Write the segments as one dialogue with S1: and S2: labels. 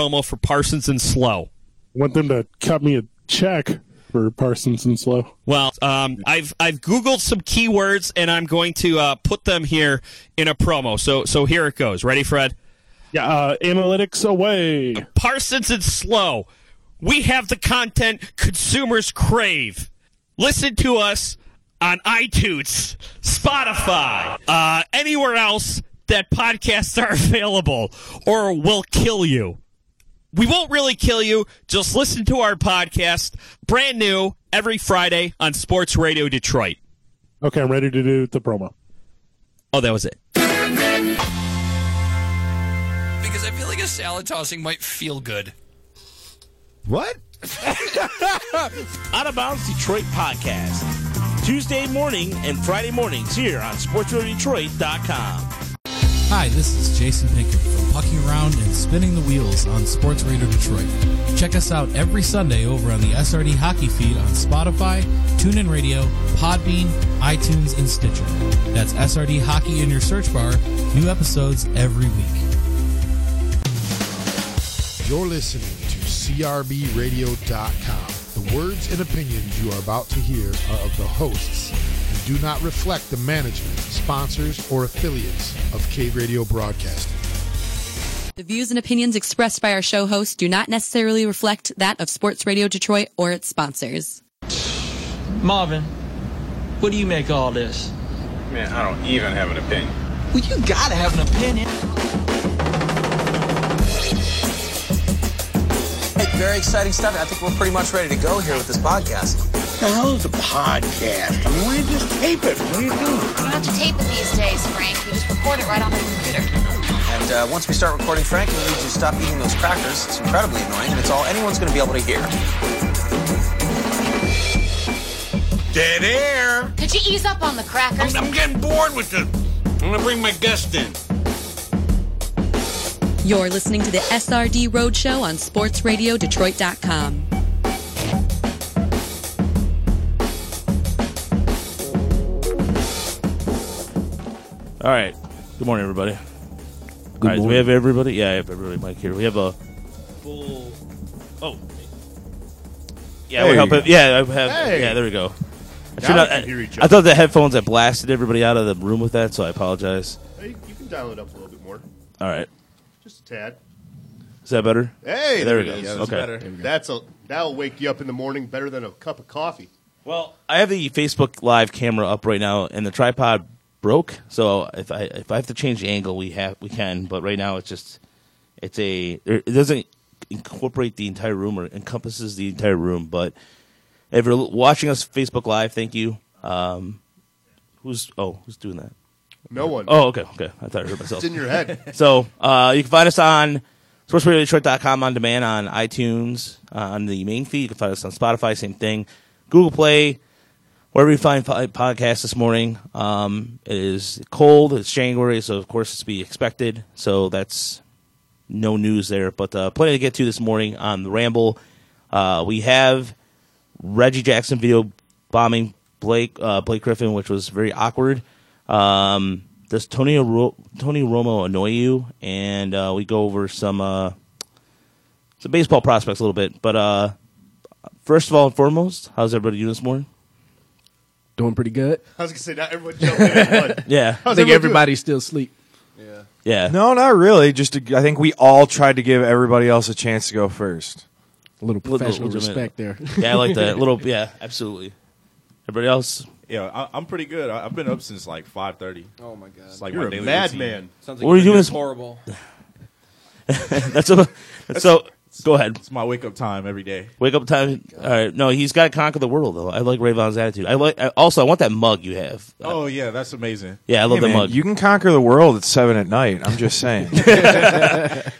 S1: promo for Parsons and Slow.
S2: Want them to cut me a check for Parsons and Slow.
S1: Well, um, I've I've googled some keywords and I'm going to uh, put them here in a promo. So so here it goes. Ready, Fred?
S2: Yeah, uh, analytics away.
S1: Parsons and Slow. We have the content consumers crave. Listen to us on iTunes, Spotify, uh, anywhere else that podcasts are available, or we'll kill you. We won't really kill you. Just listen to our podcast, brand new, every Friday on Sports Radio Detroit.
S2: Okay, I'm ready to do the promo.
S1: Oh, that was it.
S3: Because I feel like a salad tossing might feel good.
S4: What?
S5: Out of Bounds Detroit podcast. Tuesday morning and Friday mornings here on SportsRadioDetroit.com.
S6: Hi, this is Jason Pinker from Pucking Around and Spinning the Wheels on Sports Radio Detroit. Check us out every Sunday over on the SRD Hockey feed on Spotify, TuneIn Radio, Podbean, iTunes, and Stitcher. That's SRD Hockey in your search bar. New episodes every week.
S4: You're listening to CRBRadio.com. The words and opinions you are about to hear are of the hosts and do not reflect the management, sponsors, or affiliates of K Radio Broadcasting.
S7: The views and opinions expressed by our show hosts do not necessarily reflect that of Sports Radio Detroit or its sponsors.
S8: Marvin, what do you make of all this?
S9: Man, I don't even have an opinion.
S8: Well, you gotta have an opinion.
S10: Very exciting stuff. I think we're pretty much ready to go here with this podcast.
S11: The hell is a podcast? I mean, why don't you just tape it? What do you do?
S12: You don't have to tape it these days, Frank. You just record it right on the computer.
S10: And uh, once we start recording, Frank, we need you to stop eating those crackers. It's incredibly annoying, and it's all anyone's going to be able to hear.
S11: Dead air.
S12: Could you ease up on the crackers?
S11: I'm, I'm getting bored with this. I'm going to bring my guest in.
S7: You're listening to the SRD Roadshow on SportsRadioDetroit.com.
S5: All right. Good morning, everybody. Good All right, do we have everybody? Yeah, I have everybody. Mike here. We have a full. Oh. Yeah,
S4: There
S5: we're
S4: you
S5: helping.
S4: go.
S5: Yeah, I have.
S4: Hey.
S5: Yeah, there we go. I,
S13: Now
S5: should
S13: we
S5: have-
S13: can
S5: I-
S13: hear each
S5: I thought the headphones had blasted everybody out of the room with that, so I apologize.
S13: Hey, you can dial it up a little bit more.
S5: All right.
S13: Just a tad.
S5: Is that better?
S13: Hey,
S5: there,
S13: there,
S5: we
S13: it
S5: go.
S13: is.
S5: okay.
S13: That's a that'll wake you up in the morning better than a cup of coffee.
S5: Well, I have the Facebook Live camera up right now, and the tripod broke. So if I if I have to change the angle, we have we can. But right now, it's just it's a it doesn't incorporate the entire room or encompasses the entire room. But if you're watching us Facebook Live, thank you. Um, who's oh who's doing that?
S13: No one.
S5: Oh, okay, okay. I thought I heard myself.
S13: It's in your head.
S5: so uh, you can find us on sportsradiodetroit.com on demand on iTunes uh, on the main feed. You can find us on Spotify, same thing. Google Play, wherever you find fi- podcasts this morning. Um, it is cold. It's January, so of course it's to be expected. So that's no news there, but uh, plenty to get to this morning on the Ramble. Uh, we have Reggie Jackson video bombing Blake uh, Blake Griffin, which was very awkward. Um, does Tony Ro- Tony Romo annoy you? And uh, we go over some uh, some baseball prospects a little bit. But uh, first of all and foremost, how's everybody doing this morning?
S14: Doing pretty good.
S13: I was gonna say not everyone jumped in at one.
S5: Yeah.
S14: I
S13: How's
S14: think
S13: everyone
S14: everybody's still asleep.
S5: Yeah.
S15: No, not really. Just to, I think we all tried to give everybody else a chance to go first.
S14: A little professional respect there.
S5: Yeah, I like that. little, yeah, absolutely. Everybody else?
S16: Yeah, I, I'm pretty good. I, I've been up since like 5:30. Oh my god, it's like
S13: You're
S16: my
S13: a
S16: daily
S13: madman.
S16: routine.
S13: Sounds
S5: like What are you you've been doing this-
S16: horrible.
S5: that's a that's so. Go ahead.
S16: It's my wake up time every day.
S5: Wake up time. All right. No, he's got to conquer the world though. I like Rayvon's attitude. I like. I, also, I want that mug you have.
S16: Oh yeah, that's amazing.
S5: Yeah, I love
S15: Hey,
S5: the
S15: man,
S5: mug.
S15: You can conquer the world at seven at night. I'm just saying.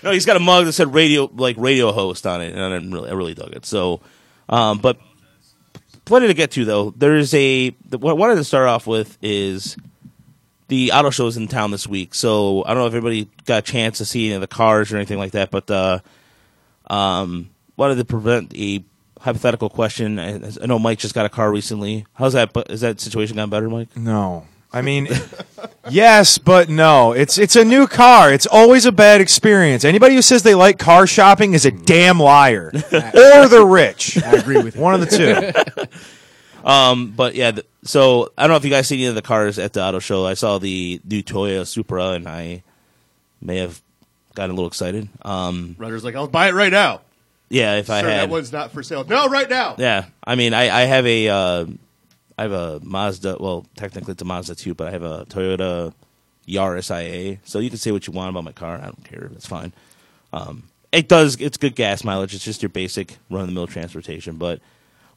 S5: no, he's got a mug that said radio, like radio host on it, and I didn't really, I really dug it. So, um, but plenty to get to though. There is a the, what I wanted to start off with is the auto shows in town this week. So I don't know if everybody got a chance to see any of the cars or anything like that, but uh, um, wanted to prevent a hypothetical question. I, I know Mike just got a car recently. How's that? Is that situation gotten better, Mike?
S15: no, I mean, yes, but no. It's it's a new car. It's always a bad experience. Anybody who says they like car shopping is a damn liar, or they're rich. I agree with one of the two.
S5: Um, but yeah, th- so I don't know if you guys see any of the cars at the auto show. I saw the new Toyota Supra, and I may have gotten a little excited. Um,
S13: Rutter's like, I'll buy it right now.
S5: yeah, if I
S13: Sir, that
S5: had,
S13: one's not for sale. No, right now.
S5: yeah, I mean, I, I have a, uh, I have a Mazda. Well, technically it's a Mazda too, but I have a Toyota Yaris IA. So you can say what you want about my car. I don't care. That's fine. Um, it does. It's good gas mileage. It's just your basic run of the mill transportation, but.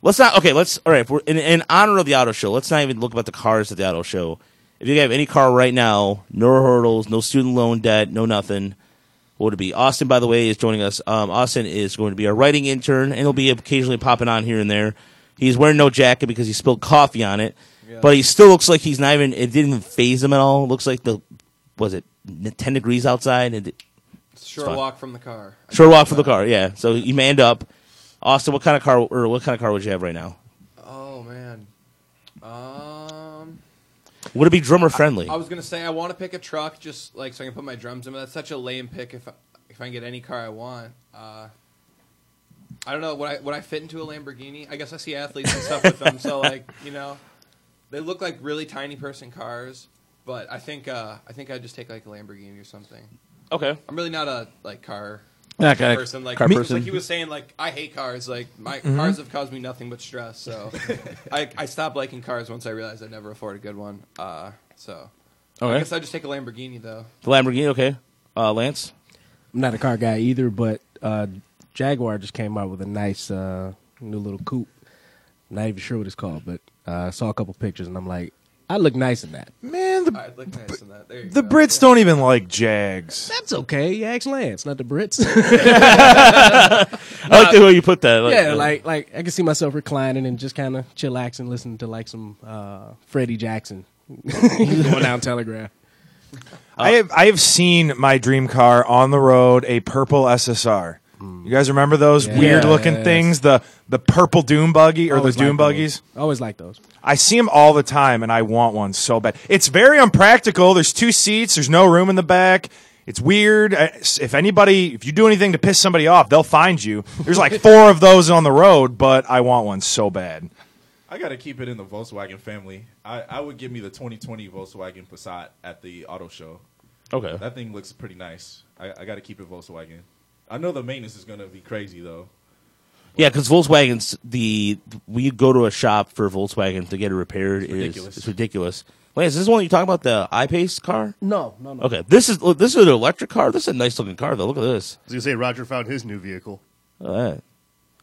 S5: Let's not. Okay, let's. All right, if we're in, in honor of the auto show, let's not even look about the cars at the auto show. If you have any car right now, no hurdles, no student loan debt, no nothing, what would it be? Austin, by the way, is joining us. Um, Austin is going to be our writing intern, and he'll be occasionally popping on here and there. He's wearing no jacket because he spilled coffee on it, but he still looks like he's not even. It didn't even phase him at all. Looks like the was it ten degrees outside? It,
S17: Short walk from the car.
S5: Short walk for the car, yeah. So you manned up. Austin, what kind of car or what kind of car would you have right now?
S17: Oh man. Um.
S5: Would it be drummer friendly?
S17: I was gonna say I want to pick a truck just like so I can put my drums in. But that's such a lame pick if I, if I can get any car I want. Uh, I don't know would I would I fit into a Lamborghini? I guess I see athletes and stuff with them, so like you know, they look like really tiny person cars. But I think uh, I think I'd just take like a Lamborghini or something.
S5: Okay.
S17: I'm really not a like car.
S5: Not a
S17: person like
S5: car
S17: just
S5: person.
S17: like he was saying like I hate cars like my
S13: Mm-hmm.
S5: Mhm.
S17: cars have caused me nothing but stress so I, I stopped liking cars once I realized I'd never afford a good one uh, so I
S5: Okay.
S17: guess I'd just take a Lamborghini though
S5: The Lamborghini, okay. Uh, Lance,
S14: I'm not a car guy either, but uh, Jaguar just came out with a nice uh, new little coupe. Not even sure what it's called, but uh, I saw a couple pictures and I'm like, I look nice in that.
S15: Man, the,
S17: I'd look nice in that there you
S15: the Brits don't even like Jags.
S14: That's okay. You ask Lance, not the Brits.
S5: I like the way you put that. Like,
S14: yeah,
S5: uh,
S14: like like I can see myself reclining and just kind of chillaxing, listening to like some uh, Freddie Jackson going down Telegraph.
S15: I have I have seen my dream car on the road, a purple SSR. You guys remember those
S14: Yes.
S15: weird looking
S14: Hmm. Yes.
S15: things, the the purple Doom buggy or
S14: Always
S15: the Doom
S14: liked those.
S15: buggies?
S14: Always like those.
S15: I see them all the time, and I want one so bad. It's very unpractical. There's two seats. There's no room in the back. It's weird. I- If anybody, if you do anything to piss somebody off, they'll find you. There's like four of those on the road, but I want one so bad.
S16: I got to keep it in the Volkswagen family. I, I would give me the 2020 Volkswagen Passat at the auto show.
S5: Okay.
S16: That thing looks pretty nice. I, I got to keep it Volkswagen. I know the maintenance is going to be crazy, though.
S5: Yeah, because Volkswagens, the we go to a shop for Volkswagen to get it repaired. It's
S16: ridiculous.
S5: ridiculous. It's ridiculous. Lance, is this one you talking about the iPace car?
S14: No, no, no.
S5: Okay, this is look, this is an electric car. This is a nice looking car though. Look at this.
S13: I was gonna say Roger found his new vehicle.
S5: All right.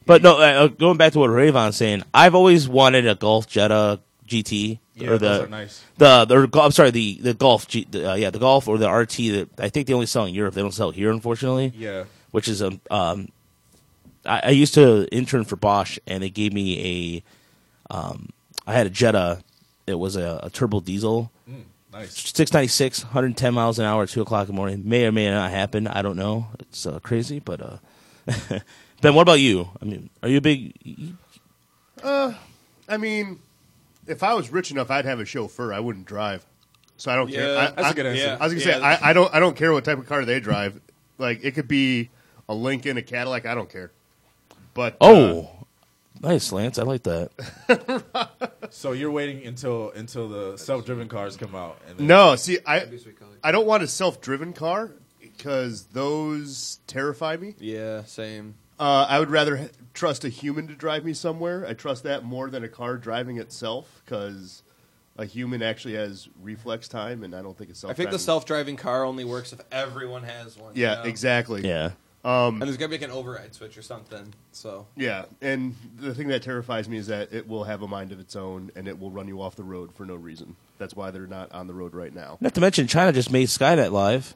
S5: But no, uh, uh, going back to what Ravon's saying, I've always wanted a Golf Jetta GT
S16: Yeah,
S5: or the
S16: those are nice.
S5: the the Gol- I'm sorry the the Golf G, the, uh, yeah the Golf or the RT that I think they only sell in Europe. They don't sell here, unfortunately.
S16: Yeah.
S5: which is um, um I, I used to intern for Bosch and they gave me a um I had a Jetta. It was a, a turbo diesel.
S16: Mm, nice.
S5: 696, 110 miles an hour at 2 o'clock in the morning. May or may not happen. I don't know. It's uh, crazy, but. Uh, ben, what about you? I mean, are you a big.
S13: Uh, I mean, if I was rich enough, I'd have a chauffeur. I wouldn't drive, so I don't care.
S16: Yeah,
S13: I,
S16: that's
S13: I,
S16: a good answer.
S13: yeah. I was gonna say
S16: Yeah.
S13: I, I don't. I don't care what type of car they drive. Like it could be a Lincoln, a Cadillac. I don't care.
S16: Uh,
S13: But
S5: Oh, nice, Lance. I like that.
S16: So you're waiting until until the self-driven cars come out. And then
S13: No, see, I I don't want a self-driven car because those terrify me.
S17: yeah same
S13: Uh, I would rather h- trust a human to drive me somewhere. I trust that more than a car driving itself because a human actually has reflex time, and I don't think a
S17: I
S13: self.
S17: think the self-driving car only works if everyone has one you
S13: Yeah,
S17: know?
S13: exactly.
S5: Yeah.
S13: Um,
S17: and there's gotta be like an override switch or something so
S13: yeah, and the thing that terrifies me is that it will have a mind of its own, and it will run you off the road for no reason. That's why they're not on the road right now.
S5: Not to mention, China just made Skynet live.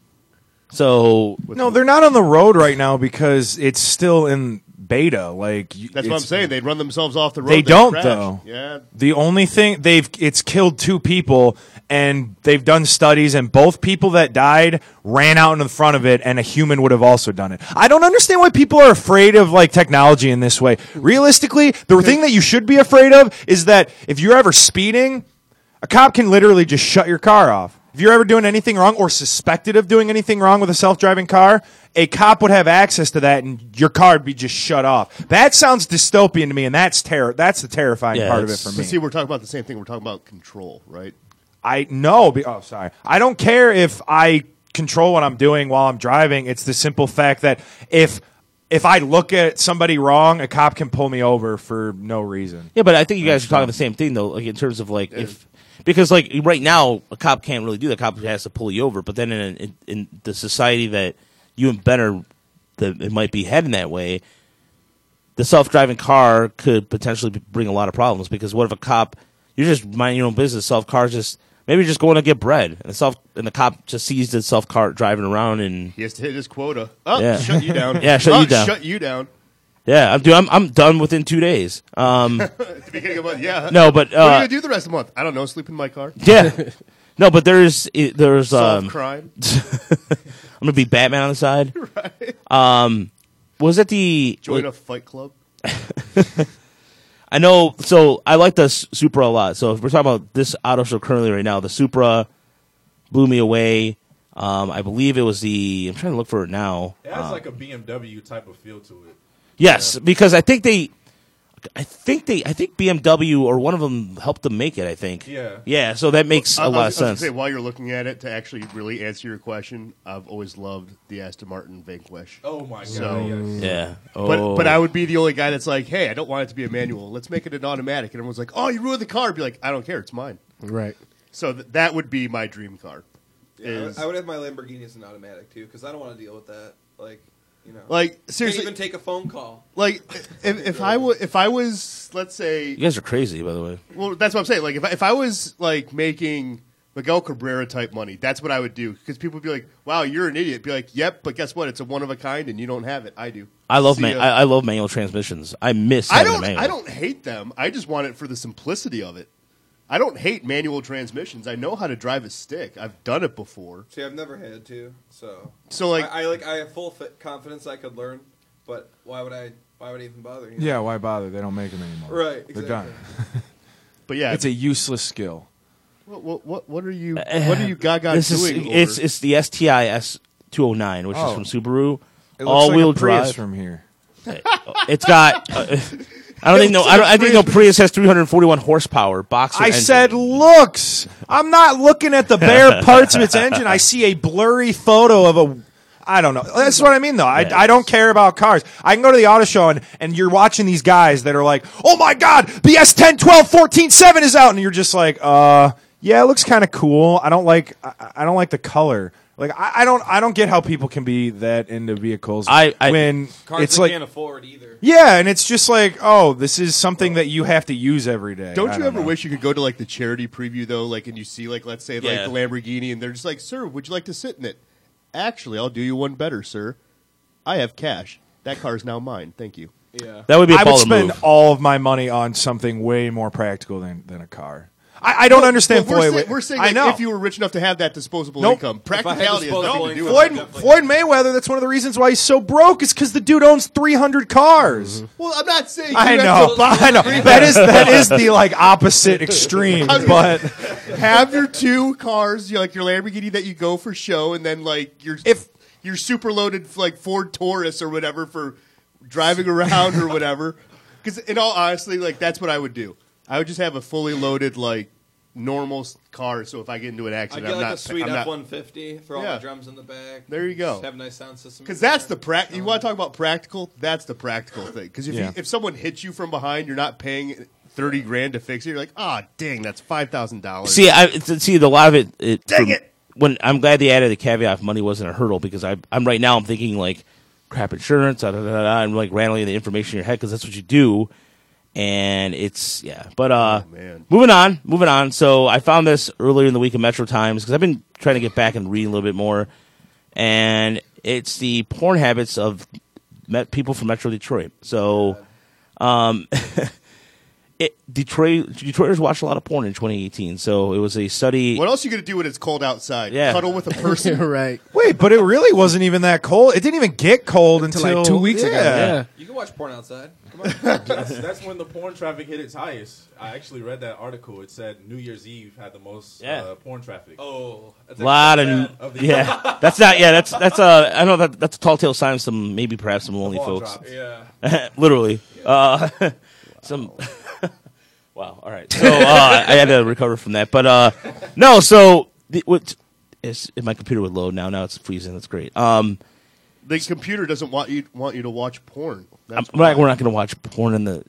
S5: So.
S15: No, they're not on the road right now because it's still in beta. Like you-
S13: That's what I'm
S15: it's-
S13: saying. They run themselves off the road.
S15: They don't
S13: crash.
S15: though.
S13: Yeah,
S15: The only thing they've it's killed two people, and they've done studies, and both people that died ran out in front of it, and a human would have also done it. I don't understand why people are afraid of like technology in this way. Realistically, the thing that you should be afraid of is that if you're ever speeding. A cop can literally just shut your car off. If you're ever doing anything wrong or suspected of doing anything wrong with a self driving car, a cop would have access to that and your car would be just shut off. That sounds dystopian to me, and that's terror. That's the terrifying part of it for me.
S13: But see, we're talking about the same thing. We're talking about control, right?
S15: I no. Be, oh, sorry. I don't care if I control what I'm doing while I'm driving. It's the simple fact that if if I look at somebody wrong, a cop can pull me over for no reason.
S5: Yeah, but I think you guys are talking the same thing though, like in terms of like if because like right now a cop can't really do that. A cop has to pull you over, but then in in, in the society that you and Ben are, that it might be heading that way. The self-driving car could potentially be- bring a lot of problems because what if a cop? You're just minding your own business. Self car just maybe just going to get bread, and the self and the cop just sees the self car driving around and
S13: He has to hit his quota. Oh,
S5: Yeah.
S13: shut you down.
S5: Yeah, shut
S13: Oh,
S5: you down.
S13: Shut you down.
S5: yeah, I'm dude, I'm I'm done within two days. Um,
S13: At the beginning of the month, yeah.
S5: No, but,
S13: what are
S5: uh,
S13: you gonna do the rest of the month? I don't know. Sleep in my car.
S5: Yeah. No, but there's it- there's
S13: Solve
S5: um,
S13: crime.
S5: I'm gonna be Batman on the side. Um, was it the?
S13: Join a fight club.
S5: I know. So I like the S- Supra a lot. So if we're talking about this auto show currently right now, the Supra blew me away. Um, I believe it was the. I'm trying to look for it now.
S16: It has
S5: Uh,
S16: like a BMW type of feel to it.
S5: Yes, because I think they, I think they, I think BMW or one of them helped them make it. I think.
S13: Yeah.
S5: Yeah. So that makes
S13: I- I
S5: a
S13: was-
S5: lot
S13: I
S5: of
S13: was gonna
S5: sense.
S13: Say, while you're looking at it, to actually really answer your question, I've always loved the Aston Martin Vanquish.
S16: Oh my god!
S13: So,
S16: yes.
S5: Yeah.
S13: But but
S5: Oh.
S13: I would be the only guy that's like, hey, I don't want it to be a manual. Let's make it an automatic. And everyone's like, oh, you ruined the car. I'd be like, I don't care. It's mine.
S14: Right.
S13: So th- that would be my dream car.
S17: Yeah,
S13: Is
S17: I I would have my Lamborghini as an automatic too, because I don't want to deal with that. Like, you know,
S13: Like,
S17: Can't
S13: seriously-
S17: even take a phone call.
S13: like if, if I wa- if I was let's say
S5: you guys are crazy, by the way.
S13: Well, that's what I'm saying. Like if I, if I was like making Miguel Cabrera type money, that's what I would do because people would be like, "Wow, you're an idiot." Be like, "Yep, but guess what? It's a one of a kind, and you don't have it. I do."
S5: I love
S13: See
S5: man.
S13: ya.
S5: I, I love manual transmissions. I miss.
S13: I
S5: having a
S13: don't.
S5: manual.
S13: I don't hate them. I just want it for the simplicity of it. I don't hate manual transmissions. I know how to drive a stick. I've done it before.
S17: See, I've never had to, so
S13: So, like-
S17: I, I like I have full fit confidence I could learn, but why would I? Why would I even bother? You know?
S15: Yeah, why bother? They don't make them anymore.
S17: Right,
S15: They're done.
S13: But yeah,
S15: it's a useless skill.
S13: What what what, what are you? What are you gaga
S5: Eh, This is-
S13: doing? over?
S5: it's it's the STI S two hundred nine, which
S13: Oh.
S5: is from Subaru.
S13: It looks
S5: All wheel
S15: like a Prius
S5: drive Eh,
S15: from here.
S5: It's got. uh, I don't
S15: It
S5: think no.
S15: looks
S5: I, don't,
S15: like
S5: I
S15: a
S5: think no Prius has three hundred forty one horsepower. Boxer.
S15: I
S5: engine.
S15: said looks. I'm not looking at the bare parts of its engine. I see a blurry photo of a. I don't know. That's what I mean, though. I, I don't care about cars. I can go to the auto show and, and you're watching these guys that are like, oh my God, the S10, 12, 14, 7 is out. And you're just like, uh, yeah, it looks kind of cool. I don't like, I, I don't like the color. Like, I, I don't, I don't get how people can be that into vehicles.
S5: I- I-
S15: when
S17: Cars
S15: it's
S17: they
S15: like,
S17: can't afford either.
S15: yeah, and it's just like, oh, this is something that you have to use every day.
S13: Don't
S15: I
S13: you ever
S15: know.
S13: wish you could go to like the charity preview though, like and you see like let's say
S15: Yeah.
S13: like the Lamborghini and they're just like, "Sir, would you like to sit in it?" Actually, I'll do you one better, sir. I have cash. That car is now mine. Thank you.
S17: Yeah.
S5: That would be a
S15: I would
S5: baller
S15: spend
S5: move.
S15: all of my money on something way more practical than, than a car. I, I don't understand
S13: we're,
S15: Floyd.
S13: sa- we're saying
S15: I
S13: like,
S15: know.
S13: if you were rich enough to have that disposable
S15: Nope.
S13: income,
S15: If I had
S13: practicality is
S15: disposable
S13: nothing to do with
S15: Floyd,
S13: it.
S15: Floyd Mayweather. That's one of the reasons why he's so broke. Is because the dude owns three hundred cars.
S4: Mm-hmm.
S13: Well, I'm not saying
S15: I
S13: you have
S15: know,
S13: to-
S15: I know. That is that is the like opposite extreme. But
S13: have your two cars, you know, like your Lamborghini that you go for show, and then like your if your super loaded like Ford Taurus or whatever for driving around or whatever. Because in all honesty, like that's what I would do. I would just have a fully loaded like normal s- car. So if I get into an
S17: I
S13: accident,
S17: get
S13: I'm
S17: like
S13: not
S17: a sweet
S13: I'm
S17: F
S13: not-
S17: one fifty. Throw all
S13: Yeah.
S17: the drums in the back.
S13: There you go.
S17: Just have a nice sound system.
S13: Because that's the prac. You want to talk about practical? That's the practical thing. Because if
S15: Yeah.
S13: you, if someone hits you from behind, you're not paying thirty grand to fix it. You're like, ah, dang, that's five thousand dollars.
S5: See, I th- see the lot of it. it
S13: Dang
S5: from-
S13: it!
S5: When I'm glad they added the caveat if money wasn't a hurdle because I, I'm right now I'm thinking like crap insurance. Da, da, da, da, da, I'm like rattling the information in your head because that's what you do, and it's yeah. But uh,
S13: Oh,
S5: moving on, moving on. So I found this earlier in the week of Metro Times because I've been trying to get back and read a little bit more, and it's the porn habits of met people from Metro Detroit. So, um. it, Detroit Detroiters watched a lot of porn in 2018, so it was a study.
S13: What else you gonna do when it's cold outside?
S5: Yeah.
S13: Cuddle with a person.
S14: right.
S15: Wait, but it really wasn't even that cold. It didn't even get cold until,
S14: like, two weeks ago. Yeah.
S17: You can watch porn outside. Come
S16: that's,
S17: on.
S16: that's when the porn traffic hit its highest. I actually read that article. It said New Year's Eve had the most uh, porn traffic.
S17: Oh, that's
S5: A lot of,
S16: percent of the-
S5: yeah. That's not yeah. That's that's uh. I know that that's a tall tale sign. of Some maybe perhaps some lonely
S16: ball
S5: folks.
S16: dropped. Yeah.
S5: literally. Uh, some. wow. All right. So uh, I had to recover from that, but uh, no. So the, what? Is, my computer would load now. Now it's freezing. That's great. Um,
S13: The computer doesn't want you want you to watch porn.
S5: I'm,
S13: That's
S5: we're not, we're not going to watch porn in the.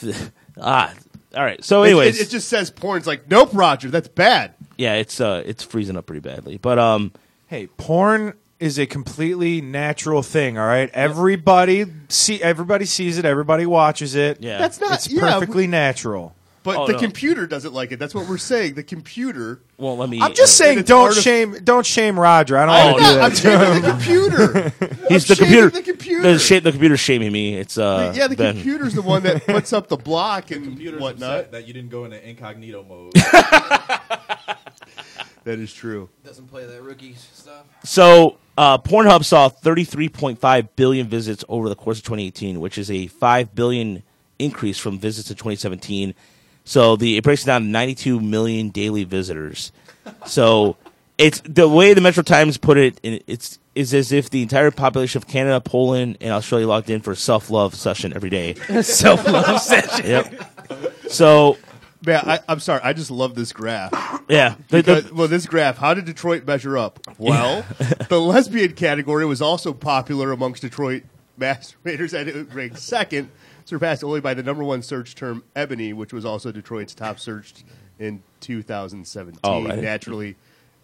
S5: ah. All right. So,
S13: It- it-
S5: anyways,
S13: it, just says porn's like, nope, Roger, that's bad.
S5: yeah, it's uh, it's freezing up pretty badly, but um.
S15: Hey, porn is a completely natural thing. All right, everybody see everybody sees it. Everybody watches it. Yeah,
S13: That's not-
S15: It's
S13: yeah,
S15: perfectly
S13: we-
S15: natural.
S13: But
S14: Oh,
S5: Oh,
S13: the computer doesn't like it. That's what we're saying. The computer.
S5: Well, let me. uh,
S15: I'm just
S13: Yeah.
S15: saying,
S13: It's
S15: don't
S13: part of-
S15: shame, don't shame Roger. I don't
S13: I'm
S15: want to
S13: not-
S15: do that.
S13: I'm shaming the
S15: computer.
S5: He's the
S13: I'm shaming
S5: computer.
S13: the computer.
S5: The, shape, the computer's shaming me. It's uh.
S13: yeah, the
S5: Ben.
S13: computer's the one that puts up the block and
S16: Computers
S13: whatnot.
S16: upset that you didn't go into incognito mode.
S13: That is true.
S17: Doesn't play that rookie stuff.
S5: So, uh, Pornhub saw 33.5 billion visits over the course of 2018, which is a 5 billion increase from visits in 2017. So, the it breaks down to 92 million daily visitors. So, it's the way the Metro Times put it. in- It's is as if the entire population of Canada, Poland, and Australia logged in for a self love session every day.
S13: Self-love session.
S5: Yep. So,
S13: Man, I, I'm sorry. I just love this graph.
S5: Yeah. The- the-
S13: Because- well, this graph. How did Detroit measure up? Well, the lesbian category was also popular amongst Detroit masturbators, and it ranked second, surpassed only by the number one search term ebony, which was also Detroit's top searched in 2017.
S5: Oh, right.
S13: Naturally,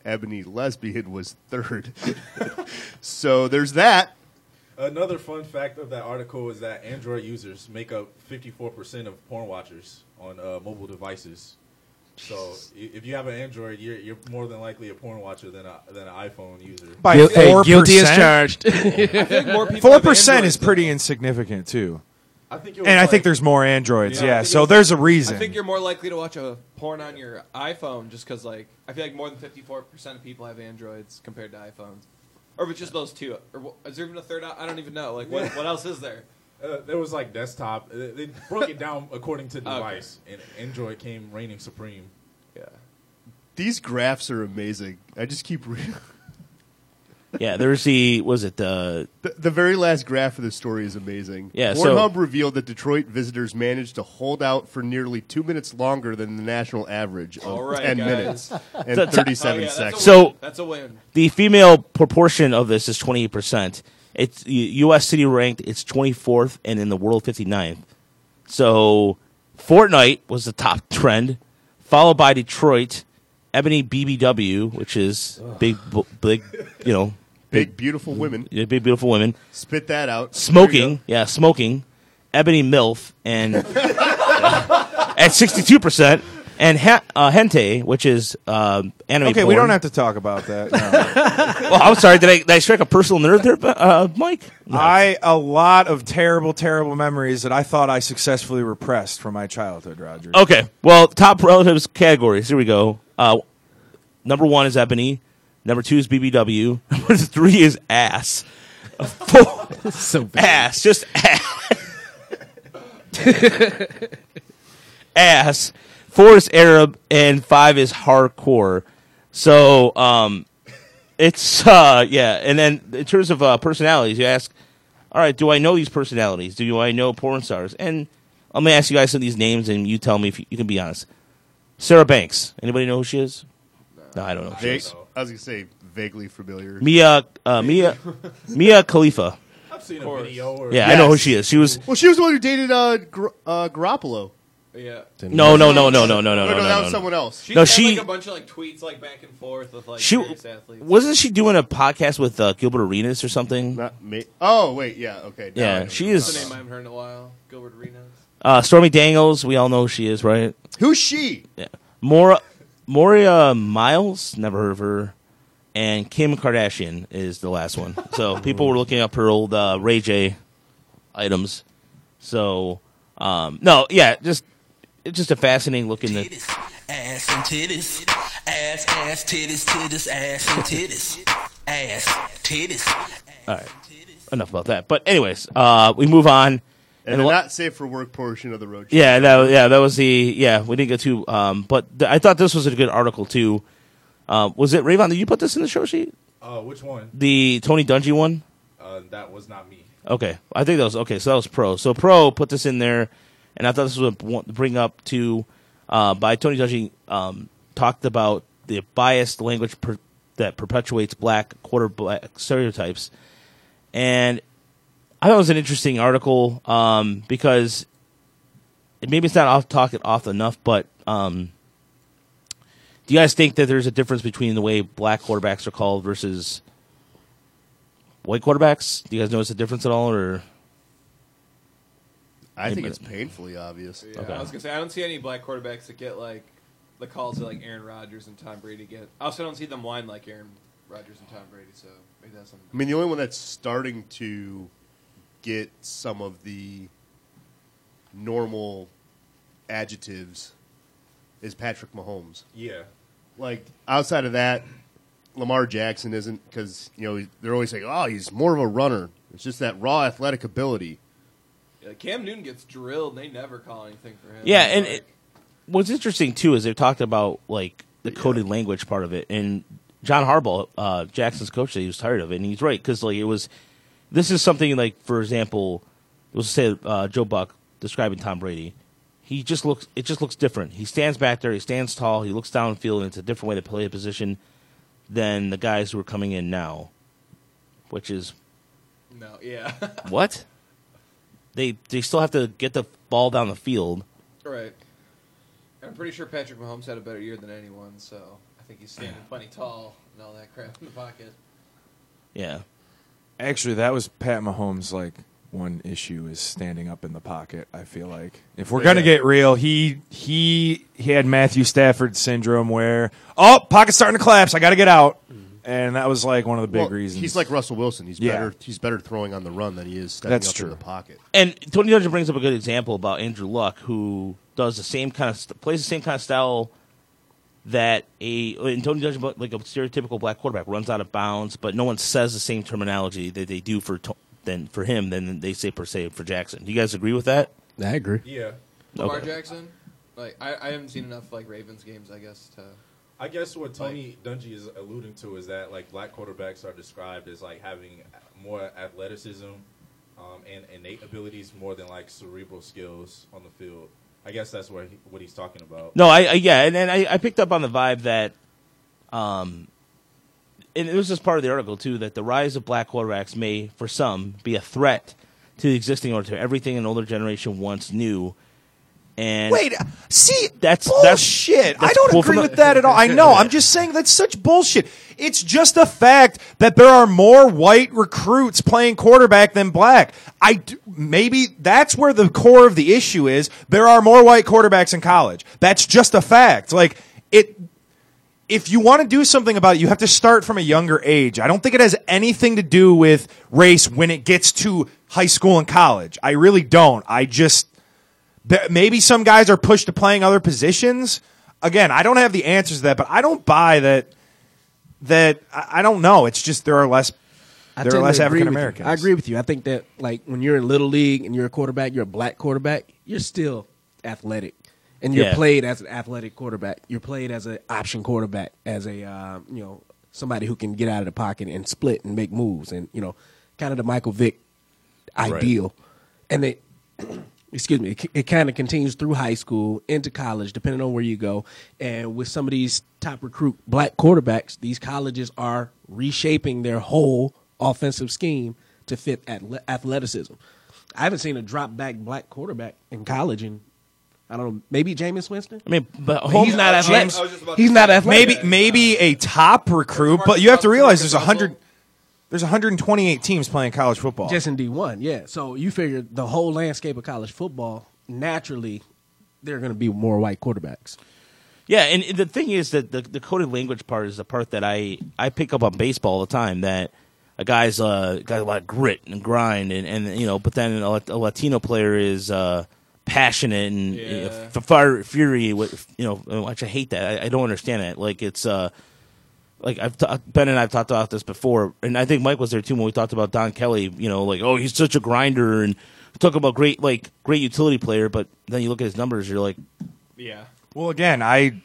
S13: ebony lesbian was third. so there's that.
S16: Another fun fact of that article is that Android users make up 54% of porn watchers on uh, mobile devices. So i- if you have an Android, you're, you're more than likely a porn watcher than, a, than an iPhone user.
S15: By
S14: Guil- hey,
S15: 4%?
S14: guilty as charged. I
S16: think more people
S15: Four
S16: have
S15: percent
S16: Androids,
S15: is pretty insignificant too.
S16: I think it
S15: and
S16: was
S15: I
S16: like-
S15: think there's more androids. Yeah,
S16: I think it
S15: so
S16: was-
S15: there's a
S16: I
S15: reason.
S17: I think you're more likely to watch a porn on your iPhone just because, like, I feel like more than 54% of people have Androids compared to iPhones. Or if it's just those two. Or wh- is there even a third? op- I don't even know. Like, what, what else is there?
S16: Uh, there was like desktop. They, they broke it down according to device, and Android came reigning supreme.
S17: Yeah.
S13: These graphs are amazing. I just keep reading.
S5: yeah, there's the was it the
S13: The, the very last graph of the story is amazing.
S5: Yeah, so-
S13: Pornhub revealed that Detroit visitors managed to hold out for nearly two minutes longer than the national average of
S17: All right,
S13: 10
S17: guys.
S13: minutes and
S5: So- so-
S13: 37
S17: Oh, yeah, that's a
S13: seconds.
S5: So
S17: That's a win.
S5: The female proportion of this is 28%. It's U- U.S. city ranked. It's 24th, and in the world 59th. So Fortnite was the top trend, followed by Detroit, Ebony BBW, which is big, bu- big, you know,
S13: Big beautiful women.
S5: Yeah, big beautiful women.
S13: Spit that out. There you
S5: Smoking, yeah, smoking. Ebony MILF, and at 62%. And ha- uh, hente, which is um, anime.
S15: okay, we
S5: porn.
S15: don't have to talk about that. no.
S5: well, I'm sorry. Did I, did I strike a personal nerve there, uh, Mike?
S15: I a lot of terrible, terrible memories that I thought I successfully repressed from my childhood, Roger.
S5: Okay. Well, top relatives categories. Here we go. Uh, number one is ebony. Number two is BBW. Number three is ass. Four
S14: so
S5: ass, just ass. ass. Four is Arab, and five is hardcore. So, um, it's uh, yeah. And then in terms of uh, personalities, you ask, all right, do I know these personalities? Do I know porn stars? And I'm gonna ask you guys some of these names, and you tell me if you, you can be honest. Sarah Banks. Anybody know who she is? No, I don't know.
S13: go.
S5: Who she
S13: Vague,
S5: is.
S13: I was going to say vaguely familiar.
S5: Mia, uh, Mia, Mia Khalifa.
S16: I've seen a video. Or
S5: Yeah, I know who she is. She was
S13: Well, she was the one who dated uh, Gar- uh, Garoppolo.
S17: Yeah.
S5: No, no, no, no, no, no, no,
S13: no,
S5: no,
S13: that
S5: no,
S13: was
S5: no.
S13: someone else.
S17: She
S5: No,
S17: had,
S5: she-
S17: like, a bunch of, like, tweets, like, back and forth with, like,
S5: she
S17: various athletes.
S5: wasn't she doing a podcast with uh, Gilbert Arenas or something?
S13: Not me. Oh, wait, yeah, okay. now I know
S5: yeah,
S13: who
S5: she
S13: you're
S5: is.
S17: That's a name I haven't heard in a while. Gilbert Arenas.
S5: Uh, Stormy Daniels, we all know who she is, right?
S13: Who's she?
S5: Yeah. Mora, Moria Miles, never heard of her. And Kim Kardashian is the last one. So people were looking up her old uh, Ray J items. So, um, no, yeah, just it's just a fascinating look in the
S18: Ass and titties. Ass, ass, titties, titties, ass and titties. Ass, titties.
S5: All right. Enough about that. But anyways, uh, we move on.
S13: And,
S5: lo-
S13: they're not safe for work portion of the road. trip.
S5: yeah, that, yeah, that was the yeah. We didn't get to, um, but th- I thought this was a good article too. Uh, was it Rayvon? Did you put this in the show sheet?
S16: Uh, which one?
S5: The Tony Dungy one.
S16: Uh, that was not me.
S5: Okay, I think that was okay. So that was pro. So pro put this in there, and I thought this was a want to bring up to uh, by Tony Dungy um, talked about the biased language per, that perpetuates black quarter black stereotypes, and I thought it was an interesting article um, because it- maybe it's not off talking off enough, but um, do you guys think that there's a difference between the way black quarterbacks are called versus white quarterbacks? Do you guys notice a difference at all, or
S13: I think
S5: Maybe-
S13: it's painfully obvious.
S17: Yeah, I was gonna say I don't see any black quarterbacks that get like the calls that like Aaron Rodgers and Tom Brady get. I also don't see them whine like Aaron Rodgers and Tom Brady. So maybe that's something.
S13: I mean, the only one that's starting to get some of the normal adjectives is Patrick Mahomes.
S16: Yeah.
S13: Like outside of that, Lamar Jackson isn't because you know they're always saying, "Oh, he's more of a runner." It's just that raw athletic ability.
S17: Yeah, Cam Newton gets drilled. and They never call anything for him.
S5: Yeah, and it, what's interesting too is they've talked about like the coded language part of it, and John Harbaugh, uh, Jackson's coach, said he was tired of it, and he's right because like it was, this is something like for example, let's say uh, Joe Buck describing Tom Brady, he just looks it just looks different. He stands back there, he stands tall, he looks downfield, and it's a different way to play a position than the guys who are coming in now, which is
S17: no, yeah,
S5: what they they still have to get the ball down the field.
S17: right. And I'm pretty sure Patrick Mahomes had a better year than anyone. So I think he's standing plenty tall and all that crap in the pocket.
S5: Yeah.
S15: Actually, that was Pat Mahomes' like one issue is standing up in the pocket. I feel like if we're gonna
S16: Yeah.
S15: get real, he he he had Matthew Stafford syndrome where oh pocket's starting to collapse. I got to get out, and that was like one of the big
S13: Mm-hmm. Well,
S15: reasons.
S13: He's like Russell Wilson. He's
S15: Yeah.
S13: better. He's better throwing on the run than he is stepping
S15: That's
S13: up
S15: true.
S13: in the pocket.
S5: And Tony Dungy brings up a good example about Andrew Luck, who does the same kind of st- plays the same kind of style that a and Tony Dungy, but like a stereotypical black quarterback, runs out of bounds, but no one says the same terminology that they do for To- than for him than they say per se for Jackson. Do you guys agree with that?
S14: I agree.
S16: Yeah.
S17: Lamar
S5: Okay.
S17: Jackson. Like I, I haven't seen enough like Ravens games. I guess to.
S16: I guess what Tony Dungy is alluding to is that like black quarterbacks are described as like having more athleticism um, and innate abilities more than like cerebral skills on the field. I guess that's what he, what he's talking about.
S5: No, I, I yeah, and, and I, I picked up on the vibe that, um, and it was just part of the article too that the rise of black quarterbacks may, for some, be a threat to the existing or to everything an older generation once knew. And
S15: Wait, see,
S5: that's
S15: bullshit.
S5: That's, that's
S15: I don't
S5: cool
S15: agree
S5: from the-
S15: with that at all. I know. I'm just saying that's such bullshit. It's just a fact that there are more white recruits playing quarterback than black. I d- maybe that's where the core of the issue is. There are more white quarterbacks in college. That's just a fact. Like it if you want to do something about it, you have to start from a younger age. I don't think it has anything to do with race when it gets to high school and college. I really don't. I just there- maybe some guys are pushed to playing other positions. Again, I don't have the answers to that, but I don't buy that. That I I don't know. It's just there are less there are
S14: tend to
S15: less
S14: agree with
S15: African
S14: you.
S15: Americans.
S14: I agree with you. I think that like when you're in little league and you're a quarterback, you're a black quarterback, you're still athletic, and you're
S5: Yeah.
S14: played as an athletic quarterback. You're played as an option quarterback, as a uh, you know somebody who can get out of the pocket and split and make moves, and you know kind of the Michael Vick
S2: Right.
S14: ideal. And it, excuse me, it, it kind of continues through high school into college, depending on where you go. And with some of these top recruit black quarterbacks, these colleges are reshaping their whole offensive scheme to fit athle- athleticism. I haven't seen a drop back black quarterback in college in. I don't know. Maybe Jameis Winston.
S5: I mean, but
S14: Oh, he's not athletic.
S15: James-
S14: He's not athletic.
S15: Maybe maybe a top recruit, but you have to realize there's a hundred. There's 128 teams playing college football.
S14: Just in D one, yeah. So you figure the whole landscape of college football naturally, there are going to be more white quarterbacks.
S5: Yeah, and and the thing is that the, the coded language part is the part that I, I pick up on baseball all the time. That a guy's uh, got a lot of grit and grind, and, and you know, but then a, Lat- a Latino player is uh, passionate and you know, f- fire fury. With, you know, which I hate that. I, I don't understand it. Like it's uh, like I've ta- Ben and I've talked about this before, and I think Mike was there too when we talked about Don Kelly. You know, like oh, he's such a grinder, and talk about great like great utility player, but then you look at his numbers, you're like,
S17: Yeah.
S15: Well, again, I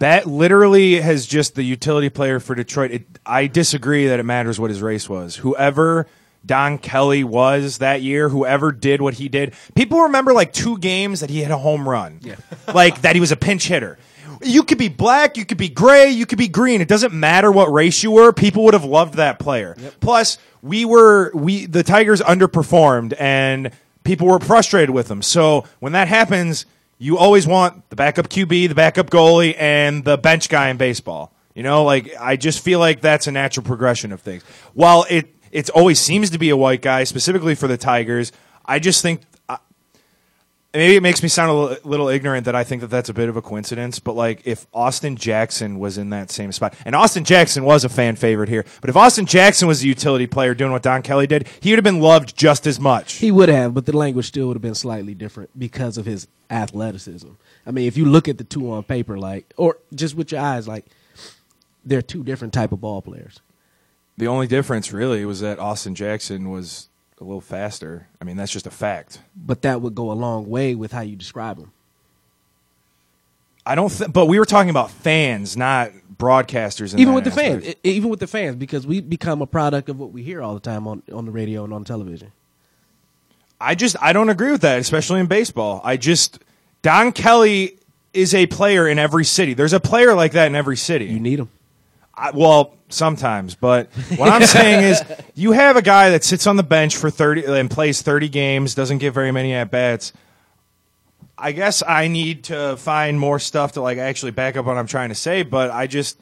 S15: that literally has just the utility player for Detroit. It, I disagree that it matters what his race was. Whoever Don Kelly was that year, whoever did what he did, people remember like two games that he had a home run, yeah. like that he was a pinch hitter. You could be black, you could be gray, you could be green. It doesn't matter what race you were. People would have loved that player. Plus, we were we the Tigers underperformed and people were frustrated with them. So when that happens, you always want the backup QB, the backup goalie, and the bench guy in baseball. You know, like I just feel like that's a natural progression of things. While it it always seems to be a white guy, specifically for the Tigers, I just think and maybe it makes me sound a li- little ignorant that I think that that's a bit of a coincidence, but like if Austin Jackson was in that same spot, and Austin Jackson was a fan favorite here, but if Austin Jackson was a utility player doing what Don Kelly did, he would have been loved just as much.
S14: He would have, but the language still would have been slightly different because of his athleticism. I mean, if you look at the two on paper, like, or just with your eyes, like, they're two different type of ball players.
S15: The only difference really was that Austin Jackson was a little faster. I mean, that's just a fact.
S14: But that would go a long way with how you describe them.
S15: I don't, th- but we were talking about fans, not broadcasters. in
S14: Even
S15: that
S14: with the
S15: aspect.
S14: fans, e- even with the fans, because we become a product of what we hear all the time on, on the radio and on television.
S15: I just I don't agree with that, especially in baseball. I just Don Kelly is a player in every city. There's a player like that in every city. You
S14: need him.
S15: I, well, sometimes, but what I'm saying is, you have a guy that sits on the bench for thirty and plays thirty games, doesn't get very many at bats. I guess I need to find more stuff to like actually back up what I'm trying to say, but I just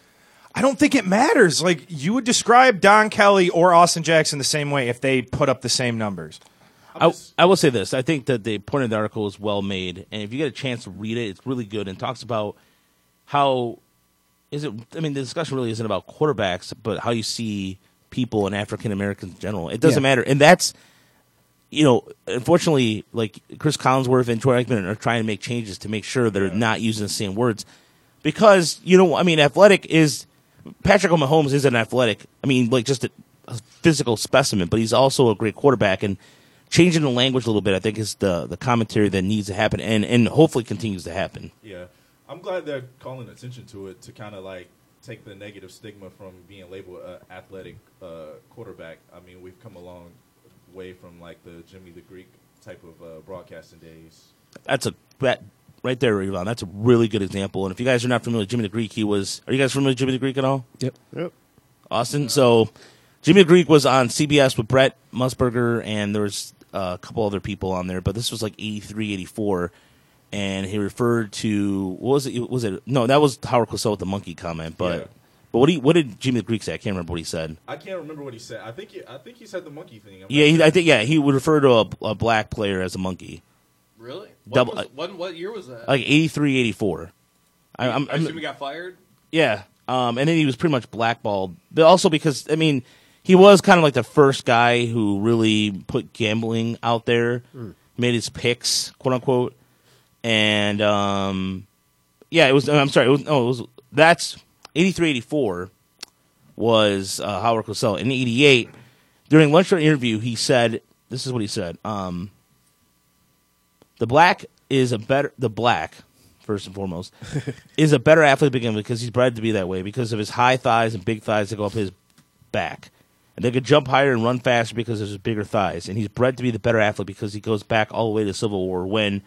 S15: I don't think it matters. Like you would describe Don Kelly or Austin Jackson the same way if they put up the same numbers.
S5: I, I will say this. I think that the point of the article is well made, and if you get a chance to read it, it's really good and talks about how is it. I mean, the discussion really isn't about quarterbacks, but how you see people and African Americans in general. It doesn't
S14: Yeah.
S5: matter, and that's you know, unfortunately, like Chris Collinsworth and Troy Aikman are trying to make changes to make sure they're not using the same words because you know, I mean, athletic is Patrick Mahomes is an athletic. I mean, like just a, a physical specimen, but he's also a great quarterback. And changing the language a little bit, I think, is the the commentary that needs to happen and and hopefully continues to happen.
S16: Yeah, I'm glad they're calling attention to it to kind of like take the negative stigma from being labeled an athletic uh, quarterback. I mean, we've come a long way from like the Jimmy the Greek type of uh, broadcasting days.
S5: That's a that right there, Ivan. That's a really good example. And if you guys are not familiar with Jimmy the Greek, he was. Are you guys familiar with Jimmy the Greek at all?
S14: Yep.
S1: Yep.
S5: Austin. So Jimmy the Greek was on CBS with Brett Musburger, and there was uh, a couple other people on there, but this was like 83, 84. And he referred to what was it? Was it no? That was Howard Cosell with the monkey comment. But but what he what did Jimmy the Greek say? I can't remember what he said.
S16: I can't remember what he said. I think he, I think he said the monkey thing. I'm
S5: Yeah,
S16: not
S5: he,
S16: sure.
S5: I think yeah he would refer to a, a black player as a monkey.
S17: Really? What
S5: Double- uh,
S17: was- what- what year was that?
S5: Like 83, 84. I, I'm,
S17: I
S5: I'm-
S17: assume he got fired.
S5: Yeah. Um, and then he was pretty much blackballed. But also because, I mean, he was kind of like the first guy who really put gambling out there, made his picks, quote unquote. And, um, yeah, it was, I'm sorry, it was, no, it was, that's 83, 84 was uh, Howard Cosell. In 88, during lunch or interview, he said, this is what he said. Um, the black is a better the black first and foremost is a better athlete to begin with because he's bred to be that way because of his high thighs and big thighs that go up his back and they could jump higher and run faster because of his bigger thighs and he's bred to be the better athlete because he goes back all the way to the civil war when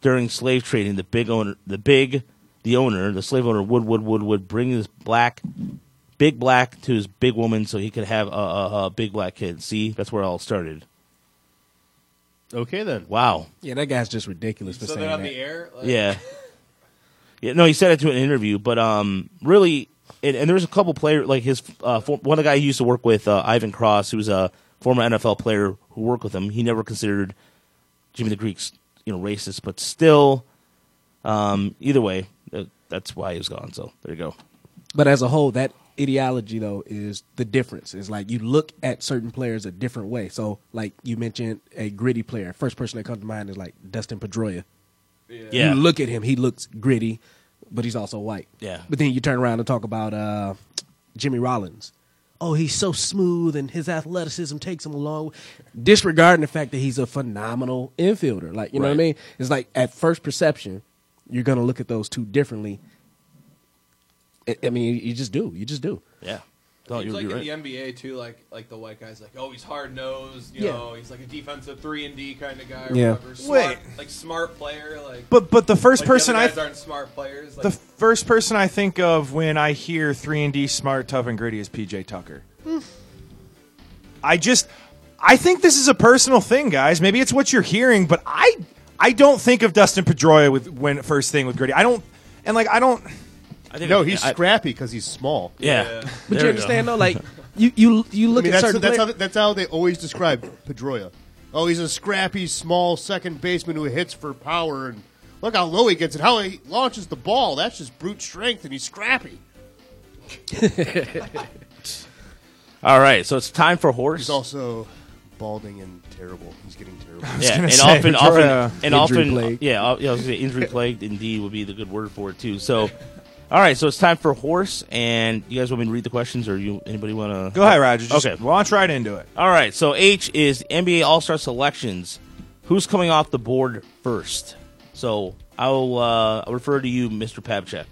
S5: during slave trading the big owner the big the owner the slave owner would would would would bring this black big black to his big woman so he could have a, a, a big black kid see that's where it all started
S14: Okay, then.
S5: wow
S14: Yeah, that guy's just ridiculous for
S17: So
S14: saying
S17: they're on
S14: that.
S17: the air. Like,
S5: yeah. Yeah, no, he said it to an interview, but um, really, and, and there was a couple player like his uh, for, one of the guy he used to work with, uh, Ivan Cross, who was a former NFL player who worked with him. He never considered Jimmy the Greek's you know racist, but still, um, either way, uh, that's why he was gone. So there you go.
S14: But as a whole, that ideology though is the difference. Is like you look at certain players a different way. So like you mentioned a gritty player. First person that comes to mind is like Dustin Pedroia. You
S5: Yeah.
S14: look at him, he looks gritty, but he's also white.
S5: Yeah.
S14: But then you turn around and talk about uh, Jimmy Rollins. Oh, he's so smooth and his athleticism takes him along. Disregarding the fact that he's a phenomenal infielder. Like, you know what I mean? It's like at first perception, you're going to look at those two differently. I, I mean, you, you just do. You just do.
S5: Yeah.
S17: It's like in the NBA too, like like the white guy's like, oh, he's hard nosed, you
S14: Yeah.
S17: know, he's like a defensive three and D kind of guy or
S15: Yeah.
S17: whatever. Smart,
S15: Wait.
S17: like smart player, like.
S15: But- but the first
S17: like
S15: person
S17: the
S15: I
S17: other guys
S15: th-
S17: aren't smart players. Like,
S15: The first person I think of when I hear three and D smart, tough, and gritty is PJ Tucker. I just I think this is a personal thing, guys. Maybe it's what you're hearing, but I I don't think of Dustin Pedroia with when first thing with gritty. I don't and like I don't
S5: I
S13: no, he's scrappy because he's small.
S15: Yeah.
S14: But you understand though, like you you you look
S13: I mean,
S14: at
S13: that's,
S14: certain
S13: that's,
S14: play-
S13: how, that's how they always describe Pedroia. Oh, he's a scrappy, small second baseman who hits for power, and look how low he gets and how he launches the ball. That's just brute strength, and he's scrappy.
S5: All right, so it's time for horse.
S13: He's also balding and terrible. He's getting terrible.
S5: Yeah, and often, often,
S15: uh,
S5: and often,
S13: plague.
S5: yeah, I was gonna say injury plagued indeed would be the good word for it too. So, all right, so it's time for horse, and you guys want me to read the questions, or you anybody want to
S15: Go ahead, Roger. Just
S5: okay,
S15: launch right into it.
S5: all right. So H is NBA All Star selections. Who's coming off the board first? So I'll uh, I'll refer to you, Mister Pabchek.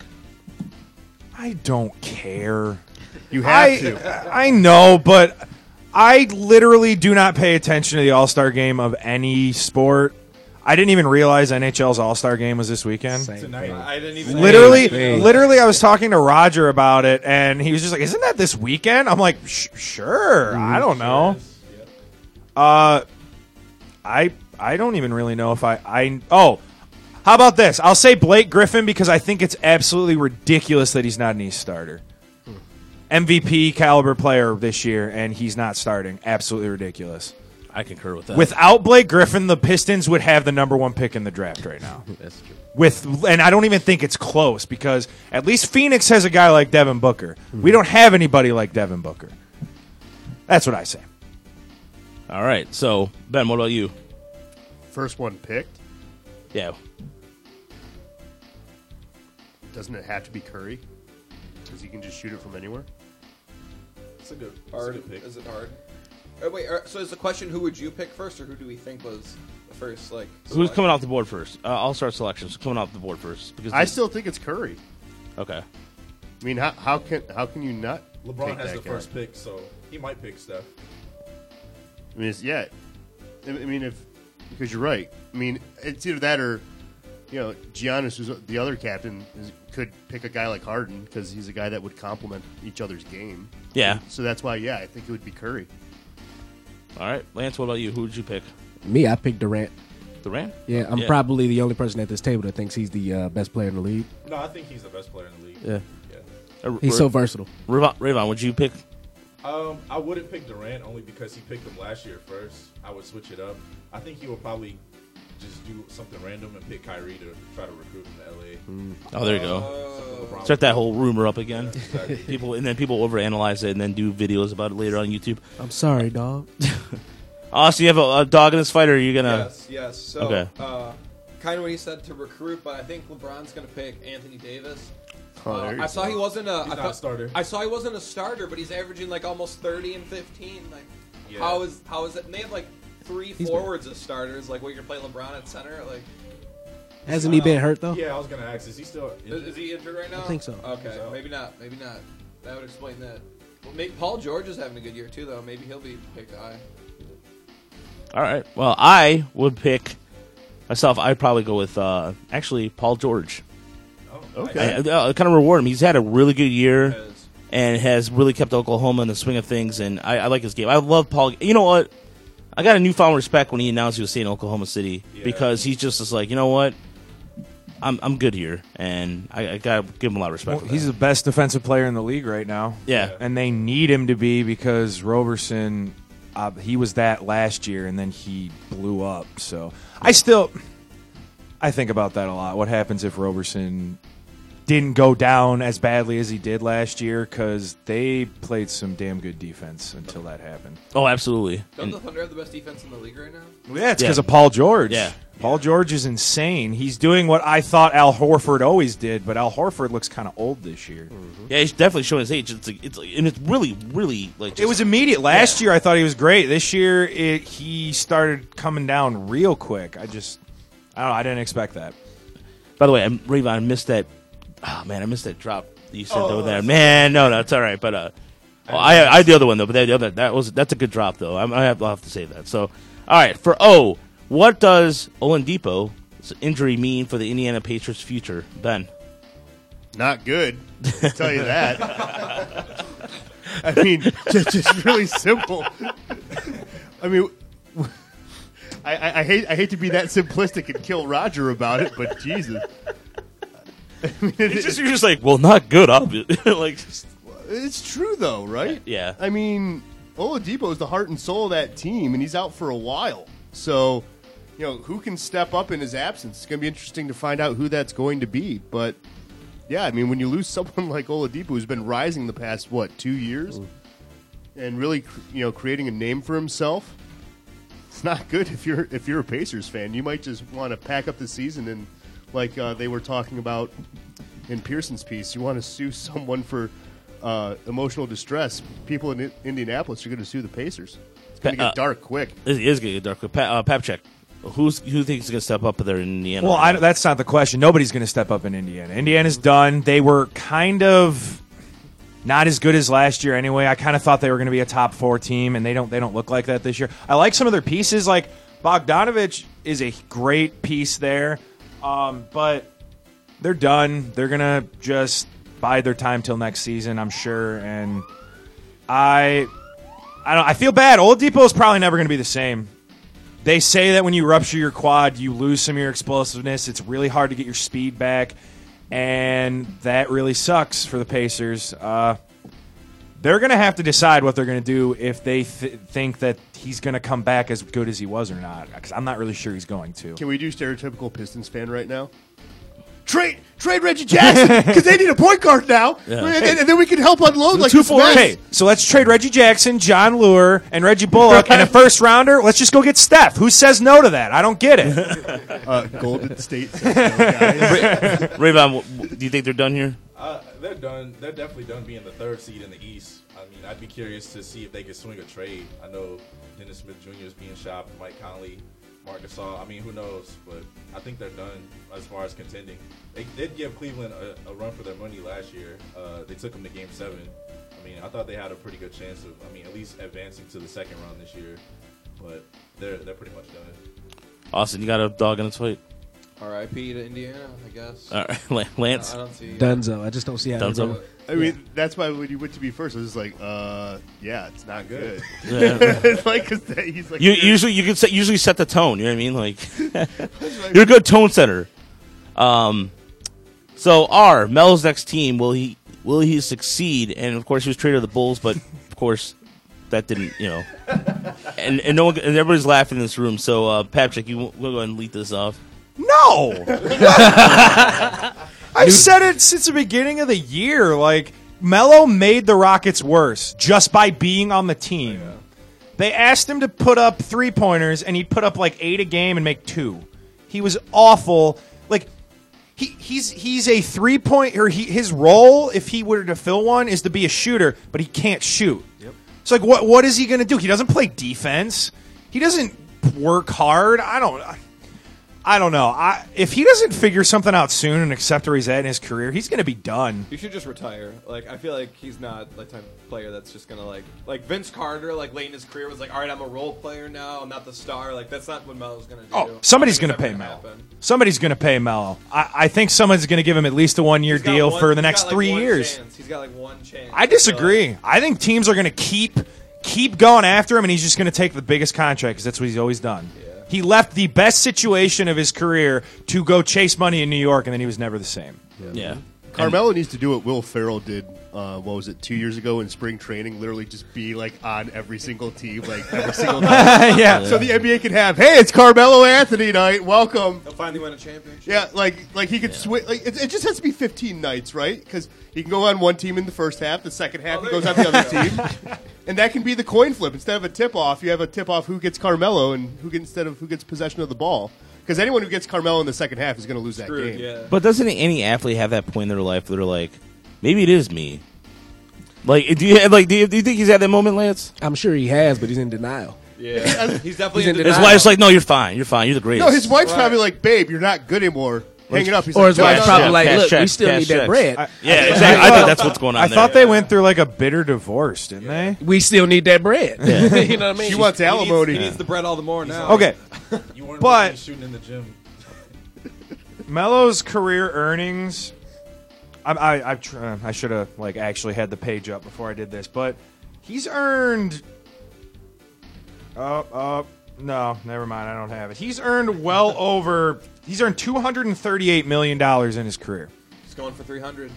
S15: I don't care.
S13: You
S5: have
S15: I,
S5: to.
S15: I know, but I literally do not pay attention to the All Star game of any sport. I didn't even realize NHL's All Star game was this weekend.
S16: Tonight, I didn't even.
S15: Literally, literally, I was talking to Roger about it, and he was just like, "Isn't that this weekend?" I'm like, "Sh- "Sure,
S16: Mm,
S15: I don't know." Uh, I I don't even really know if I I oh, how about this? I'll say Blake Griffin because I think it's absolutely ridiculous that he's not an East starter. MVP caliber player this year, and he's not starting. Absolutely ridiculous.
S5: I concur with that.
S15: Without Blake Griffin, the Pistons would have the number one pick in the draft right now.
S5: That's true.
S15: With and I don't even think it's close because at least Phoenix has a guy like Devin Booker. We
S5: Hmm.
S15: don't have anybody like Devin Booker. That's what I say.
S5: All right, so Ben, what about you?
S13: First one picked.
S5: Yeah,
S13: Doesn't it have to be Curry? Because he can just shoot it from anywhere.
S16: It's a good, it's a
S17: hard,
S16: good pick.
S17: is it hard? Uh, wait, uh, so is the question who would you pick first, or who do we think was the first? Like,
S5: who's coming off the board first? Uh, All Star selections coming off the board first because
S13: I still think it's Curry.
S5: okay.
S13: I mean, how, how can how can you not?
S16: LeBron
S13: take
S16: has
S13: that
S16: the
S13: guy?
S16: first pick, so he might pick Steph.
S13: I mean, it's, yeah. I I mean, if because you're right. I mean, it's either that or you know, Giannis, who's the other captain, is, could pick a guy like Harden because he's a guy that would complement each other's game.
S5: Yeah.
S13: So that's why, yeah, I think it would be Curry.
S5: All right, Lance, what about you? Who would you pick?
S14: me, I picked Durant.
S5: Durant?
S14: Yeah, I'm
S5: Yeah.
S14: probably the only person at this table that thinks he's the uh, best player in the league.
S16: No, I think he's the best player in the league.
S5: Yeah. Uh,
S14: He's
S5: Ra-
S14: so versatile.
S5: Ravon, Ravon, would you pick?
S16: Um, I wouldn't pick Durant only because he picked him last year first. I would switch it up. I think he would probably just do something random and pick Kyrie to try to recruit him to LA.
S5: Oh, there you
S16: Something
S5: go.
S17: Uh,
S16: LeBron
S5: Set
S16: would
S5: that
S16: do.
S5: whole rumor up again.
S16: exactly.
S5: people and then people overanalyze it and then do videos about it later on YouTube.
S14: I'm sorry, dog.
S5: Austin, you have a, a dog in this fight, or are you gonna?
S17: Yes, yes. So,
S5: okay.
S17: uh, kind of what he said to recruit, but I think LeBron's going to pick Anthony Davis.
S5: Oh,
S17: Uh,
S5: there you
S17: I saw
S5: go.
S17: he wasn't a,
S16: He's
S17: I
S16: not
S17: thought-
S16: a starter.
S17: I saw he wasn't a starter, but he's averaging like almost thirty and fifteen. Like,
S16: Yeah.
S17: how is how is it? And they have like three
S14: He's been-
S17: forwards as starters. Like, what you're playing LeBron at center? Like,
S14: Hasn't he been hurt though?
S16: Yeah, I was gonna ask. Is he still?
S17: is, is he injured right now?
S14: think so.
S17: Okay, maybe not. Maybe not. That would explain that. Well, maybe Paul George is having a good year too, though. Maybe he'll be picked high.
S5: All right. Well, I would pick myself. I'd probably go with uh, actually Paul George. I, I, kind of reward him. He's had a really good year and has really kept Oklahoma in the swing of things. And I, I like his game. I love Paul. You know what? I got a newfound respect when he announced he was staying in Oklahoma City because he's just is like, you know what? I'm I'm good here, and I, I gotta give him a lot of respect.
S15: Well,
S5: for that.
S15: he's the best defensive player in the league right now.
S5: Yeah.
S15: and they need him to be because Roberson, uh, he was that last year, and then he blew up. So I still, I think about that a lot. What happens if Roberson didn't go down as badly as he did last year because they played some damn good defense until that happened.
S5: Oh, absolutely.
S17: Don't the Thunder have the best defense in the league right now?
S15: Yeah, it's
S5: Yeah.
S15: because of Paul George.
S5: Yeah.
S15: Paul George is insane. He's doing what I thought Al Horford always did, but Al Horford looks kind of old this year.
S5: Yeah, he's definitely showing his age. It's like, it's like, and it's really, really like just,
S15: It was immediate. Last year, I thought he was great. This year, it, he started coming down real quick. I just, I don't know. I didn't expect that.
S5: By the way, I'm Rayvon. I missed that. Oh man, I missed that drop that you said
S15: Oh,
S5: over there.
S15: that's-
S5: Man, no, no, it's all right. But uh, oh, I, I had the other one though. But that, the other that was that's a good drop though. I'm, I have, I'll have to say that. So, all right, for O, what does Oladipo's injury mean for the Indiana Pacers' future, Ben?
S13: Not good. I'll tell you that. I mean, just, just really simple. I mean, I, I, I hate I hate to be that simplistic and kill Roger about it, but Jesus,
S5: It's just, you're just like, well, not good, obviously. like,
S13: it's true though, right?
S5: Yeah.
S13: I mean, Oladipo is the heart and soul of that team, and he's out for a while. So, you know, who can step up in his absence? It's going to be interesting to find out who that's going to be. But yeah, I mean, when you lose someone like Oladipo, who's been rising the past what two years, and really, cr- you know, creating a name for himself, it's not good if you're if you're a Pacers fan. You might just want to pack up the season and, like uh, they were talking about in Pearson's piece, you want to sue someone for uh, emotional distress. People in I- Indianapolis are going to sue the Pacers. It's going to get
S5: Uh,
S13: dark quick.
S5: It is going to get dark. quick. Pa- uh, Papchek, who's who thinks is going to step up there in Indiana?
S15: Well, I, that's not the question. Nobody's going to step up in Indiana. Indiana's done. They were kind of not as good as last year anyway. I kind of thought they were going to be a top four team, and they don't. They don't look like that this year. I like some of their pieces. Like Bogdanovich is a great piece there, um, but they're done. They're going to just bide their time till next season, I'm sure. And I, I don't. I feel bad. Old Depot is probably never going to be the same. They say that when you rupture your quad, you lose some of your explosiveness. It's really hard to get your speed back, and that really sucks for the Pacers. Uh, they're going to have to decide what they're going to do if they th- think that he's going to come back as good as he was or not. Because I'm not really sure he's going to.
S13: Can we do stereotypical Pistons fan right now? Trade trade Reggie Jackson because they need a point guard now,
S15: Yeah.
S13: and, and- and then we can help unload like
S15: two
S13: this
S15: four.
S13: mess.
S15: Hey, so let's trade Reggie Jackson, John Lure, and Reggie Bullock, and a first rounder. Let's just go get Steph. Who says no to that? I don't get it.
S13: uh, Golden State.
S5: Rayvon, w- do you think they're done here?
S16: Uh, they're done. They're definitely done being the third seed in the East. I mean, I'd be curious to see if they could swing a trade. I know Dennis Smith Jr. is being shopped, Mike Conley, Marc Gasol. I mean, who knows? But I think they're done as far as contending. They did give Cleveland a, a run for their money last year. Uh, they took them to Game Seven. I mean, I thought they had a pretty good chance of, I mean, at least advancing to the second round this year. But they're they're pretty much done.
S5: Austin, you got a dog in this fight.
S17: R.I.P. to Indiana, I guess.
S5: All right, Lan- Lance.
S17: I don't see.
S14: Dunzo. I just don't see how they do
S5: Dunzo.
S14: it.
S13: I mean, that's why when you went to me first, I was just like, uh, yeah, it's not good.
S5: Yeah.
S13: It's like, 'cause they- he's like,
S5: you
S13: "You're-
S5: usually you can set, usually set the tone. You know what I mean? Like you're a good tone setter. Um, so R Mel's next team will he will he succeed? And of course he was traded to the Bulls, but of course that didn't you know. And and no one and everybody's laughing in this room. So uh, Patrick, you will go ahead and lead this off.
S15: No. I've said it since the beginning of the year. Like Melo made the Rockets worse just by being on the team. They asked him to put up three pointers, and he'd put up like eight a game and make two. He was awful. Like he, he's he's a three point or he, his role if he were to fill one is to be a shooter, but he can't shoot. Yep. So like what what is he going to do? He doesn't play defense. He doesn't work hard. I don't. I don't know. I, if he doesn't figure something out soon and accept where he's at in his career, he's going to be done.
S17: You should just retire. Like I feel like he's not like type of player that's just gonna like like Vince Carter like late in his career was like, all right, I'm a role player now. I'm not the star. Like that's not what Melo's gonna do.
S15: Oh, somebody's going to
S17: It's never
S15: pay
S17: gonna
S15: Melo.
S17: happen.
S15: Somebody's going to pay Melo. I, I think someone's going to give him at least a one-year
S17: He's got
S15: deal
S17: one-
S15: for the
S17: he's
S15: next
S17: got, like,
S15: three
S17: one
S15: years.
S17: chance. He's got like one chance.
S15: I disagree. I think teams are going to keep keep going after him, and he's just going to take the biggest contract because that's what he's always done. He left the best situation of his career to go chase money in New York, and then he was never the same.
S5: Yeah.
S13: Carmelo needs to do what Will Ferrell did. Uh, what was it? Two years ago in spring training, literally just be like on every single team, like every single night.
S15: Yeah.
S13: So the NBA can have, hey, it's Carmelo Anthony night. Welcome.
S17: They'll finally win a championship.
S13: Yeah, like like he could switch. Like it, it just has to be 15 nights, right? Because he can go on one team in the first half, the second half he goes on the other team, and that can be the coin flip. Instead of a tip off, you have a tip off who gets Carmelo and who get, instead of who gets possession of the ball. Because anyone who gets Carmelo in the second half is going to lose that game.
S5: But doesn't any athlete have that point in their life where they're like, maybe it is me? Like, do you like? Do you, do you think he's at that moment, Lance?
S14: I'm sure he has, but he's in denial.
S17: Yeah, he's definitely
S14: He's in
S17: in
S14: denial.
S5: His wife's like, no, you're fine. You're fine. You're the greatest.
S13: No, his wife's probably like, "Babe, you're not good anymore. Hang it up." He's
S14: Or
S13: like,
S14: his
S13: "No,
S14: wife's
S13: no,
S14: probably
S13: no."
S14: like,
S5: cash
S14: "Look, we
S5: checks,
S14: still
S5: cash
S14: need that
S5: checks."
S14: bread."
S5: I- yeah, exactly. I think that's what's going on
S15: I
S5: there.
S15: thought they went through like a bitter divorce, didn't they?
S14: We still need that bread.
S15: Yeah.
S14: you know what I mean?
S13: She wants
S14: He needs-
S13: alimony.
S17: He needs the bread all the more now.
S15: Okay.
S16: You weren't
S15: But-
S16: but, shooting in the gym.
S15: Melo's career earnings. I I I, tr- uh, I should have like actually had the page up before I did this, but he's earned. Oh, oh, no, never mind. I don't have it. He's earned well over. He's earned two hundred and thirty-eight million dollars in his career.
S17: He's going for 300.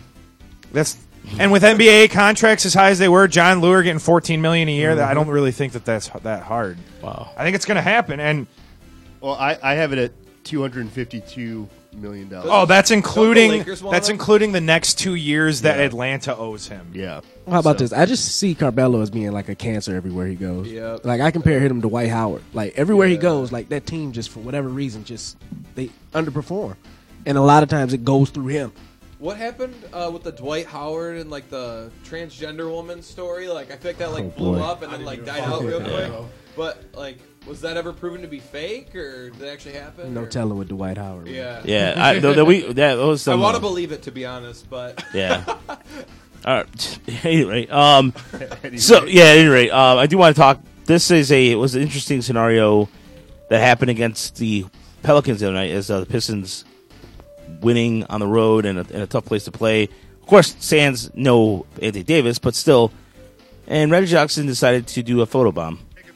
S15: That's and with NBA contracts as high as they were, John Lure getting fourteen million a year.
S5: Mm-hmm.
S15: that I don't really think that that's h- that hard. Wow, I think it's going to happen. And
S13: Well, I, I have it at two hundred and fifty-two million dollars.
S15: oh, that's including that's including the next two years that Atlanta owes him.
S13: Yeah.
S14: How about this? I just see Carmelo as being like a cancer everywhere he goes.
S15: Yep.
S14: Like I compare him to Dwight Howard. Like everywhere he goes, like that team just for whatever reason just they underperform, and a lot of times it goes through him.
S17: What happened uh, with the Dwight Howard and like the transgender woman story? Like I think that like
S14: Oh,
S17: blew
S14: boy.
S17: up and then like died out
S14: follow
S17: real
S14: that.
S17: quick.
S14: Yeah.
S17: But like, was that ever proven to be fake or did it actually happen?
S14: No
S17: or-
S14: telling with Dwight Howard. was.
S17: Yeah.
S5: Yeah, I, th- that we that was.
S17: I
S5: Some,
S17: want to believe it to be honest, but
S5: Yeah. All right. anyway, um, so yeah. At any rate, um, I do want to talk. This is a it was an interesting scenario that happened against the Pelicans the other night, as uh, the Pistons winning on the road and a, and a tough place to play. Of course, Sands no Anthony Davis, but still. And Reggie Jackson decided to do a photo bomb.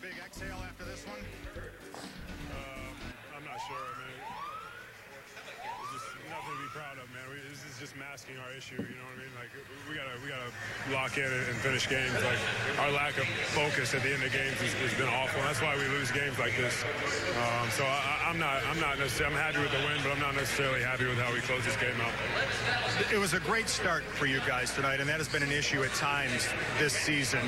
S2: nothing to be proud of, man. We, this is just masking our issue. You know what I mean? Like we gotta we gotta lock in and finish games. Like our lack of focus at the end of games has, has been awful, and that's why we lose games like this. Um, so I, I- I'm not I'm not necessarily I'm happy with the win, but I'm not necessarily happy with how we closed this game out.
S19: It was a great start for you guys tonight, and that has been an issue at times this season.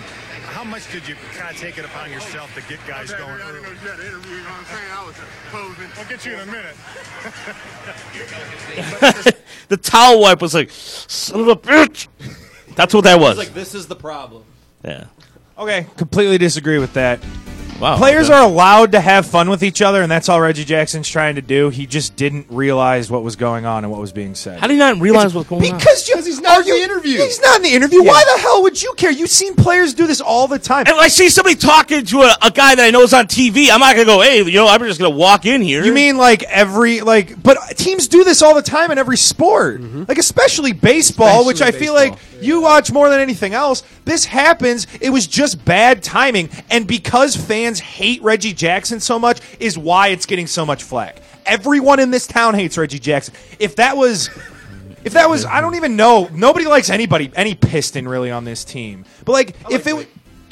S19: How much did you kind of take it upon yourself to get guys
S2: Okay,
S19: going?
S2: I didn't know you had an interview, you know what I'm saying? I was posing. I'll get you in a minute.
S5: the towel wipe was like, son of a bitch. That's what that was.
S17: It's like this is the problem.
S5: yeah.
S15: Okay, completely disagree with that.
S5: Wow.
S15: Players
S5: okay.
S15: are allowed to have fun with each other, and that's all Reggie Jackson's trying to do. He just didn't realize what was going on and what was being said.
S5: How do you not realize what's going on?
S15: Because you, he's not in the interview. He's not in the interview. Why the hell would you care? You've seen players do this all the time.
S5: And when I see somebody talking to a, a guy that I know is on TV, I'm not gonna go, hey, you know, I'm just gonna walk in here.
S15: You mean like every like? But teams do this all the time in every sport, like Mm-hmm. especially baseball, which I feel like you watch more than anything else. This happens. It was just bad timing, and because fans hate Reggie Jackson so much, is why it's getting so much flack. Everyone in this town hates Reggie Jackson. If that was. If that was, I don't even know. Nobody likes anybody, any piston really on this team. But like, if it,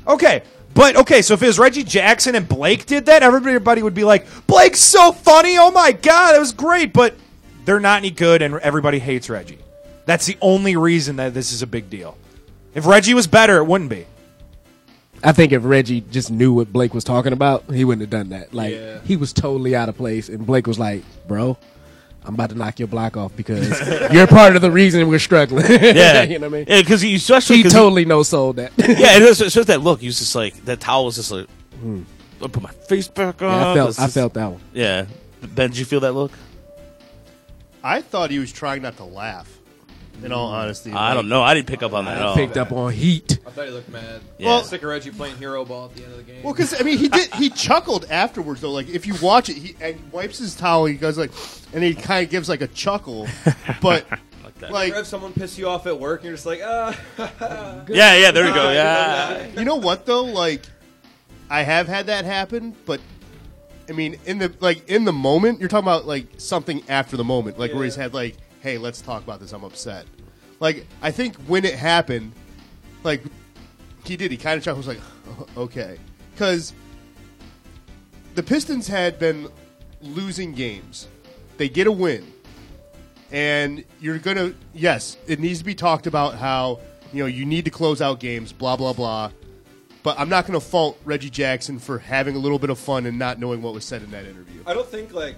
S15: okay, but okay, so if it was Reggie Jackson and Blake did that, everybody would be like, Blake's so funny. Oh my god, that was great. But they're not any good, and everybody hates Reggie. That's the only reason that this is a big deal. If Reggie was better, it wouldn't be.
S14: I think if Reggie just knew what Blake was talking about, he wouldn't have done that. Like
S15: Yeah.
S14: he was totally out of place, and Blake was like, "Bro, I'm about to knock your block off because you're part of the reason we're struggling."
S5: Yeah,
S14: you know what I mean.
S5: Yeah, because he especially
S14: he
S5: 'cause
S14: totally no sold that.
S5: yeah, and it's, it's just that look. He was just like that towel was just like. hmm, I put my face back on.
S14: Yeah, I felt-
S5: It's
S14: I
S5: just-
S14: felt that one.
S5: Yeah, Ben, did you feel that look?
S13: I thought he was trying not to laugh. In all honesty,
S5: I don't know. I didn't pick up on that. at all.
S14: heat.
S17: I thought he looked mad.
S5: Yeah.
S17: Well, sick of Reggie playing hero ball at the end of the game.
S13: Well, because I mean, he did. He chuckled afterwards, though. Like if you watch it, he and wipes his towel. He goes like, and he kind of gives like a chuckle, but
S17: Like, if someone piss you off at work, and you're just like, ah.
S5: Yeah, yeah, there you go, yeah.
S13: You know what though? Like, I have had that happen, but I mean, in the like in the moment, you're talking about like something after the moment, like where he's had like, "Hey, let's talk about this. I'm upset." Like I think when it happened, like he did, he kind of chuckled. Was like, okay, because the Pistons had been losing games. They get a win, and you're gonna yes, it needs to be talked about how you know you need to close out games, blah blah blah. But I'm not gonna fault Reggie Jackson for having a little bit of fun and not knowing what was said in that interview.
S20: I don't think like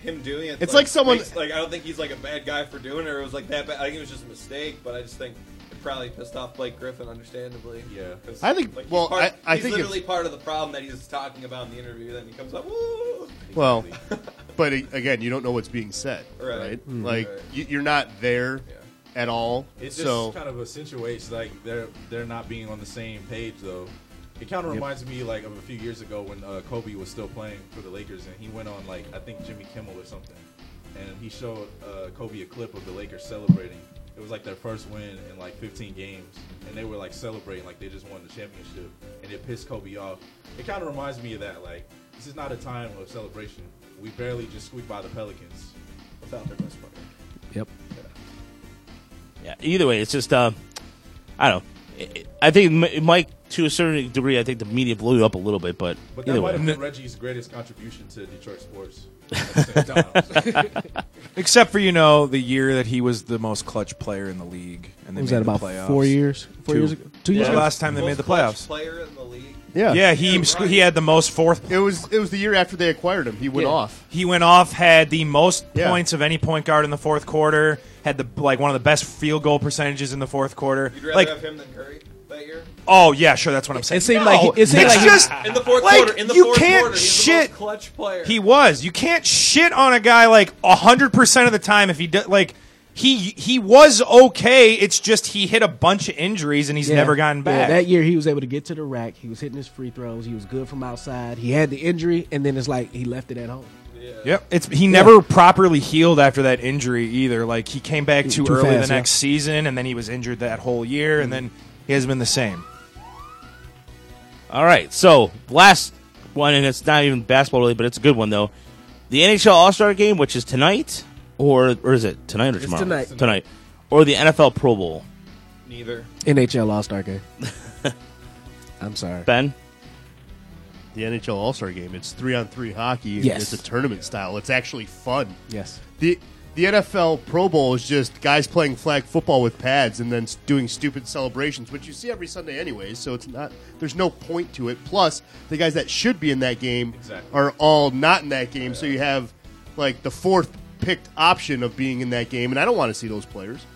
S20: him doing it.
S13: It's like someone-
S20: makes- like I don't think he's like a bad guy for doing it. Or it was like that bad. I think it was just a mistake. But I just think it probably pissed off Blake Griffin, understandably. Yeah,
S13: I think-
S20: Like, he's
S13: well,
S20: part-
S13: I- I
S20: he's
S13: think if-
S20: literally part of the problem that he's talking about in the interview. Then he comes up. Woo!
S13: Well, but a- again, you don't know what's being said, right?
S20: Right.
S16: Mm.
S13: Like
S16: Right.
S13: you- you're not there at all.
S16: It just
S13: so
S16: kind of accentuates like they're they're not being on the same page though. It kind of
S13: Yep.
S16: reminds me like of a few years ago when uh, Kobe was still playing for the Lakers and he went on like I think Jimmy Kimmel or something, and he showed uh, Kobe a clip of the Lakers celebrating. It was like their first win in like 15 games, and they were like celebrating like they just won the championship, and it pissed Kobe off. It kind of reminds me of that. Like this is not a time of celebration. We barely just squeaked by the Pelicans without their best player.
S14: Yep.
S5: Yeah. Either way, it's just uh, I don't. know. It- it- I think M- Mike, to a certain degree, I think the media blew you up a little bit, but,
S16: But that
S5: either
S16: might
S5: way,
S16: have been Reggie's greatest contribution to Detroit sports. at the same time.
S15: Except for you know the year that he was the most clutch player in the league, and they
S14: Was
S15: made
S14: that
S15: the
S14: about
S15: playoffs.
S14: four years- four
S15: Two.
S14: years ago? Two
S15: Yeah,
S14: years ago?
S15: Last time they made the playoffs.
S20: Player in the league.
S15: Yeah, yeah. He he had the most fourth.
S13: It was it was the year after they acquired him. He went
S15: Yeah.
S13: off.
S15: He went off, had the most
S13: Yeah.
S15: points of any point guard in the fourth quarter, had the like one of the best field goal percentages in the fourth quarter.
S20: You'd rather
S15: Like,
S20: have him than Curry that year.
S15: oh yeah, sure, that's what I'm saying.
S14: seemed
S15: No,
S14: like he- it seemed
S15: it's
S14: like he-
S15: just
S20: in the fourth
S15: like,
S20: quarter. In the
S15: you
S20: fourth
S15: can't
S20: quarter, he's the
S15: shit.
S20: most clutch player.
S15: He was. You can't shit on a guy like hundred percent of the time if he did like. He, he was okay. It's just he hit a bunch of injuries and he's
S14: Yeah.
S15: never gotten
S14: Yeah,
S15: back.
S14: that year he was able to get to the rack. He was hitting his free throws. He was good from outside. He had the injury, and then it's like he left it at home.
S15: Yep. It's he never properly healed after that injury either. Like he came back too,
S14: Too
S15: early
S14: fast,
S15: the
S14: yeah.
S15: next season, and then he was injured that whole year, and then he has been the same.
S5: All right, so last one, and it's not even basketball related, but it's a good one though. The NHL All Star Game, which is tonight, or or is it tonight or
S14: It's
S5: tomorrow?
S14: tonight.
S5: Tonight, or the NFL Pro Bowl.
S20: Neither.
S14: NHL All Star game. I'm sorry.
S5: Ben,
S13: the NHL All Star Game. It's three on three hockey. and
S14: Yes.
S13: it's a tournament style. It's actually fun.
S14: Yes.
S13: the The NFL Pro Bowl is just guys playing flag football with pads and then s- doing stupid celebrations, which you see every Sunday anyways. So it's not there's no point to it. Plus, the guys that should be in that game are all not in that game. So you have like the fourth picked option of being in that game, and I don't want to see those players.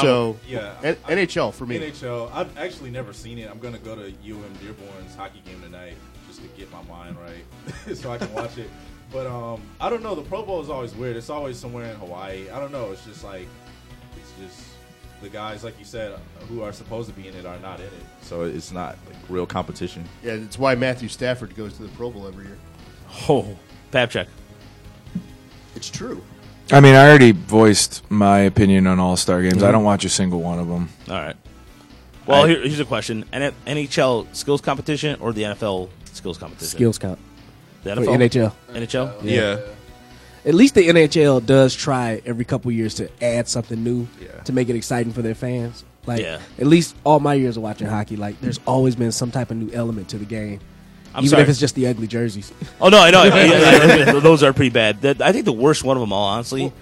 S13: So
S16: yeah,
S13: N-
S16: I-
S13: NHL for me.
S16: NHL. I've actually never seen it. I'm gonna go to UM Dearborn's hockey game tonight just to get my mind right, so I can watch it. But um, I don't know. The Pro Bowl is always weird. It's always somewhere in Hawaii. I don't know. It's just like it's just the guys, like you said, who are supposed to be in it are not in it. So it's not like real competition.
S13: Yeah, it's why Matthew Stafford goes to the Pro Bowl every year.
S5: Oh, Babchuk.
S13: It's true.
S15: I mean, I already voiced my opinion on All Star games.
S5: I don't
S15: watch a single one of them.
S5: All right. Well,
S15: I-
S5: here, here's a question: N- NHL skills competition or the NFL skills competition?
S14: Skills count.
S5: The
S14: For NHL.
S5: NFL? NHL.
S14: Yeah. At least the NHL does try every couple years to add something new to make it exciting for their fans. Like
S5: Yeah.
S14: at least all my years of watching hockey, like there's always been some type of new element to the game.
S5: I'm
S14: Even
S5: sorry.
S14: if it's just the ugly jerseys.
S5: Oh no, I know. I- I- I- those are pretty bad. That, I think the worst one of them all, honestly,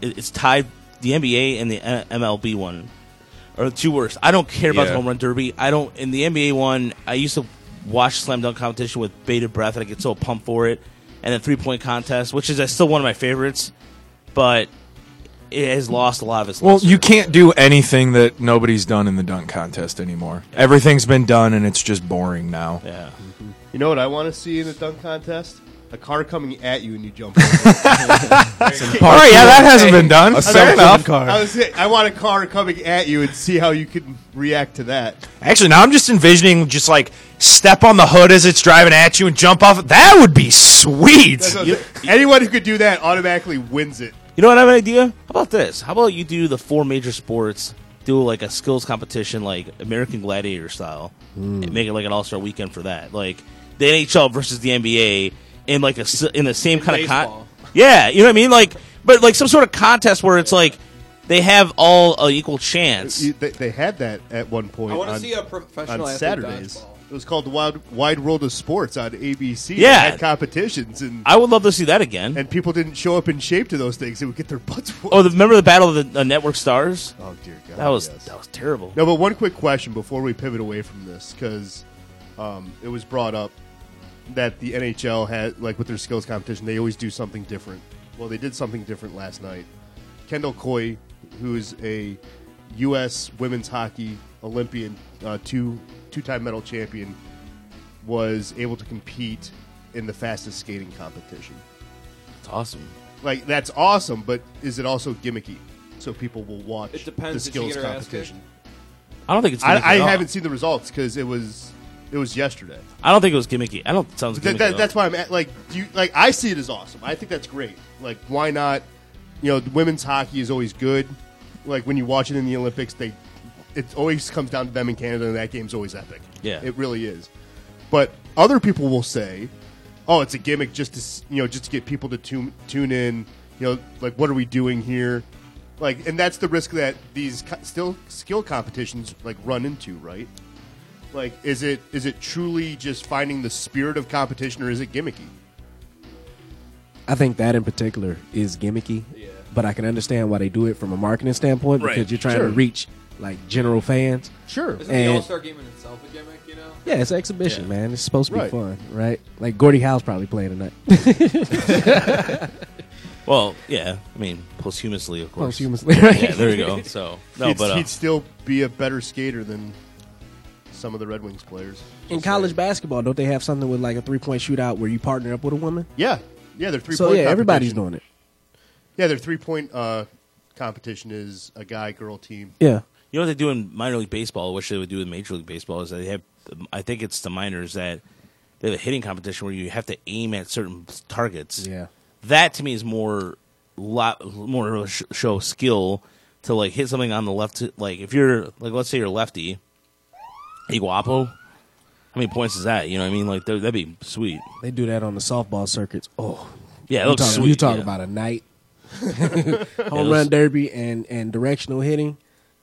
S5: it- it's tied the NBA and the uh, N- MLB one are the two worst. I don't care about the
S15: Yeah.
S5: home run derby. I don't. In the NBA one, I used to watch slam dunk competition with bated breath, and I get so pumped for it. And then three point contest, which is uh, still one of my favorites, but it has lost a lot of its.
S15: Well, you can't do anything that nobody's done in the dunk contest anymore. Everything's been done, and it's just boring now. Mm-hmm.
S5: Yeah.
S13: You know what I want to see in a dunk contest? A car coming at you and you jump. over. All
S15: right, yeah, that hasn't been done.
S13: A
S15: Fair
S13: self-driven
S15: enough.
S13: car. I, was saying, I want a car coming at you and see how you can react to that.
S15: Actually, now I'm just envisioning just like step on the hood as it's driving at you and jump off. That would be sweet.
S13: That's what I'm saying. Anyone who could do that automatically wins it.
S5: You know what? I have an idea. How about this? How about you do the four major sports, do like a skills competition, like American Gladiator style,
S13: Hmm.
S5: and make it like an All Star Weekend for that, like the NHL versus the NBA in like a s- in the same kind of con.
S17: baseball.
S5: Yeah, you know what I mean. Like, but like some sort of contest where it's like. They have all an equal chance.
S13: You- they, they had that at one point.
S5: I wanna
S13: on-
S5: see a professional
S13: on
S5: athlete
S13: Saturdays. It was called the Wild Wide World of Sports on ABC.
S5: Yeah.
S13: They had competitions, and
S5: I would love to see that again.
S13: And people didn't show up in shape to those things; they would get their butts. whooped.
S5: Oh, the, remember the battle of the uh, network stars?
S13: Oh dear God,
S5: that was
S13: yes.
S5: that was terrible.
S13: No, but one quick question before we pivot away from this, because um, it was brought up that the NHL had, like with their skills competition, they always do something different. Well, they did something different last night. Kendall Coy, who is a U.S. women's hockey Olympian, uh, two two-time medal champion, was able to compete in the fastest skating competition.
S5: It's awesome.
S13: Like that's awesome, but is it also gimmicky? So people will watch
S20: It depends.
S13: the
S20: Did she
S13: skills
S20: get her ass kicked?
S13: competition.
S5: I don't think it's.
S13: I,
S5: gimmicky
S13: I
S5: at all.
S13: haven't seen the results because it was it was yesterday.
S5: I don't think it was gimmicky. I don't it sounds.
S13: That-
S5: gimmicky
S13: that-
S5: at all.
S13: that's why I'm at, like do you like I see it as awesome. I think that's great. Like why not? You know, women's hockey is always good. Like when you watch it in the Olympics, they it always comes down to them in Canada, and that game's always epic.
S5: Yeah.
S13: it really is. But other people will say, "Oh, it's a gimmick just to s- you know just to get people to tune tune in." You know, like what are we doing here? Like, and that's the risk that these co- still skill competitions like run into, right? Like, is it is it truly just finding the spirit of competition, or is it gimmicky?
S14: I think that in particular is gimmicky. But I can understand why they do it from a marketing standpoint
S13: Right.
S14: because you're trying
S13: Sure.
S14: to reach like general fans.
S13: Sure.
S17: Isn't the All
S14: And
S17: Star game in itself a gimmick? You know.
S14: yeah, it's an exhibition, man. It's supposed to be
S17: Right.
S14: fun, right? Like Gordy Howe's probably playing tonight.
S5: Well, yeah. I mean, posthumously, of course.
S14: Posthumously, right.
S5: Yeah, there you go. So no,
S13: he'd,
S5: but uh,
S13: he'd still be a better skater than some of the Red Wings players.
S14: in college basketball, don't they have something with like a three point shootout where you partner up with a woman?
S13: Yeah, yeah, their three.
S14: So
S13: point
S14: yeah, everybody's
S13: competition-
S14: doing it.
S13: Yeah, their three point uh, competition is a guy girl team.
S14: Yeah.
S5: You know what they do in minor league baseball, which they would do in major league baseball, is they have. I think it's the minors that they have a hitting competition where you have to aim at certain targets.
S14: Yeah.
S5: that to me is more lot more of a sh- show skill to like hit something on the left. Like if you're like let's say you're lefty, Iguapo. How many points is that? You know what I mean? Like that'd that'd be sweet.
S14: They do that on the softball circuits. Oh,
S5: Yeah, it
S14: you
S5: looks
S14: talk,
S5: sweet,
S14: You talk
S5: yeah.
S14: about a night
S5: it
S14: home
S5: looks-
S14: run derby and and directional hitting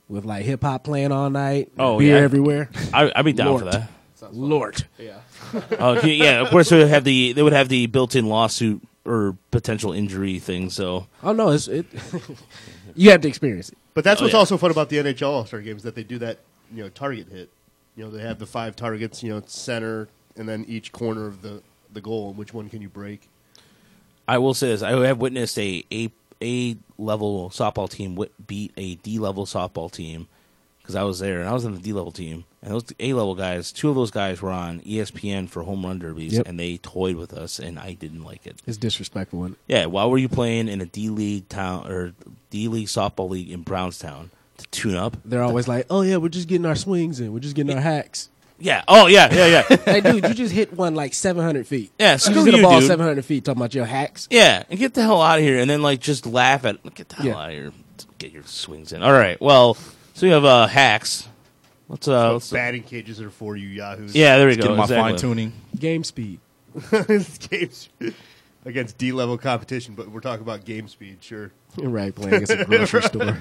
S14: with like hip hop playing all night.
S5: Oh,
S14: beer
S5: yeah.
S14: everywhere.
S5: I- I'd be down for
S14: Lord.
S5: that.
S14: Lord.
S17: Yeah.
S5: Oh yeah, yeah, of course they would have the they would have the built-in lawsuit or potential injury thing. So
S14: Oh no, it's it. you have to experience it.
S13: But that's
S5: Oh,
S13: what's
S5: yeah.
S13: also fun about the NHL All Star Games that they do that you know target hit. You know they have the five targets. You know center and then each corner of the the goal. And which one can you break?
S5: I will say this: I have witnessed a a a level softball team wi- beat a D level softball team because I was there and I was on the D level team. And those A level guys, two of those guys were on E ESPN for home run derbies,
S14: Yep.
S5: and they toyed with us, and I didn't like it.
S14: It's disrespectful. Isn't it?
S5: Yeah, why were you playing in a D league town or D league softball league in Brownstown to tune up?
S14: They're always like, oh yeah, we're just getting our swings in. We're just getting our hacks.
S5: Yeah. Oh yeah. Yeah. Yeah.
S14: hey, dude, you just hit one like 700 feet.
S5: Yeah,
S14: you just
S5: screw
S14: hit a
S5: you,
S14: ball
S5: dude.
S14: 700 feet talking about your hacks.
S5: Yeah, and get the hell out of here, and then like just laugh at get the hell
S14: Yeah.
S5: out of here, get your swings in. All right, well, so we have uh, hacks. Let's uh,
S13: That's
S5: let's,
S13: what batting cages are for you, Yahoos.
S5: Yeah, there we Let's go, get my exactly.
S16: fine-tuning.
S14: Game speed.
S13: This game's against D level competition, but we're talking about game speed. Sure,
S14: You're right, playing against a grocery store.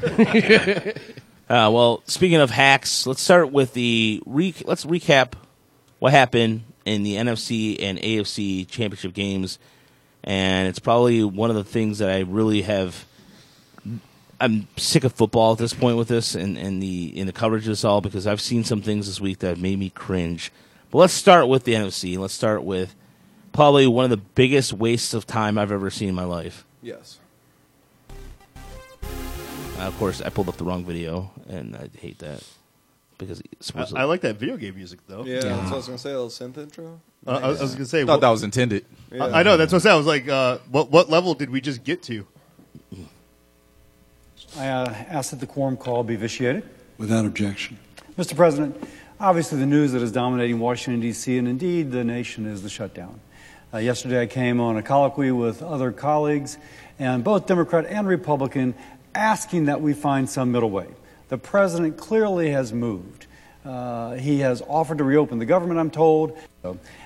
S5: uh, well, speaking of hacks, let's start with the re- let's recap what happened in the NFC and AFC championship games, and it's probably one of the things that I really have. I'm sick of football at this point with this and, and the in the coverage of this all because I've seen some things this week that have made me cringe. But let's start with the NFC. Let's start with probably one of the biggest wastes of time I've ever seen in my life.
S17: Yes.
S5: Uh, of course, I pulled up the wrong video, and I hate that because it's
S13: I,
S5: supposed
S13: I like that video game music though.
S17: Yeah, that's what I was gonna say. A little synth intro.
S13: Uh, I, was- I was gonna say
S16: Thought
S13: what-
S16: that was intended.
S13: I- I know that's what I said. I was like, uh, what what level did we just get to?
S12: I uh, ask that the quorum call be vitiated.
S21: Without objection.
S12: Mr. President, obviously the news that is dominating Washington, D.C., and indeed the nation is the shutdown. Uh, yesterday I came on a colloquy with other colleagues, and both Democrat and Republican, asking that we find some middle way. The president clearly has moved. Uh, he has offered to reopen the government, I'm told,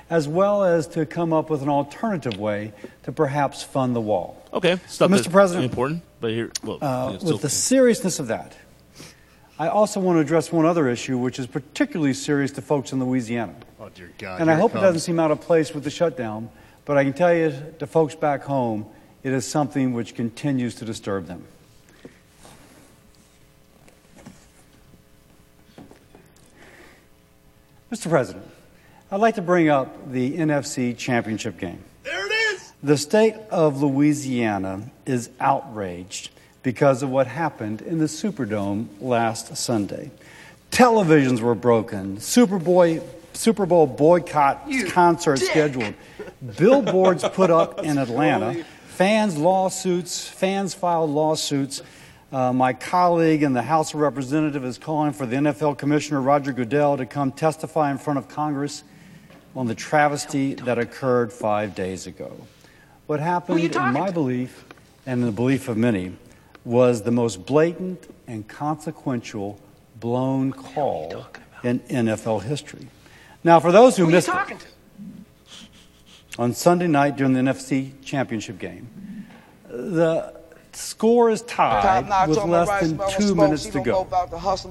S12: as well as to come up with an alternative way to perhaps fund the wall.
S5: Okay, stuff
S12: Mr.
S5: that's
S12: President,
S5: important. But here, well,
S12: Uh,
S5: it's still-
S12: with the seriousness of that, I also want to address one other issue, which is particularly serious to folks in Louisiana.
S22: Oh dear God!
S12: and I
S22: here
S12: hope it
S22: comes.
S12: doesn't seem out of place with the shutdown, but I can tell you to folks back home, it is something which continues to disturb them. Mr. President, I'd like to bring up the NFC Championship game. There it is! The state of Louisiana is outraged because of what happened in the Superdome last Sunday. Televisions were broken, Superboy, Super Bowl boycott concerts scheduled, billboards put up in Atlanta, fans lawsuits, fans filed lawsuits. Uh, my colleague in the House of Representatives is calling for the NFL Commissioner Roger Goodell to come testify in front of Congress on the travesty that occurred five days ago. What happened, in my belief, and in the belief of many, was the most blatant and consequential blown call in NFL history. Now, for those who missed it, on Sunday night during the NFC Championship game, the score is tied with less than two minutes to go.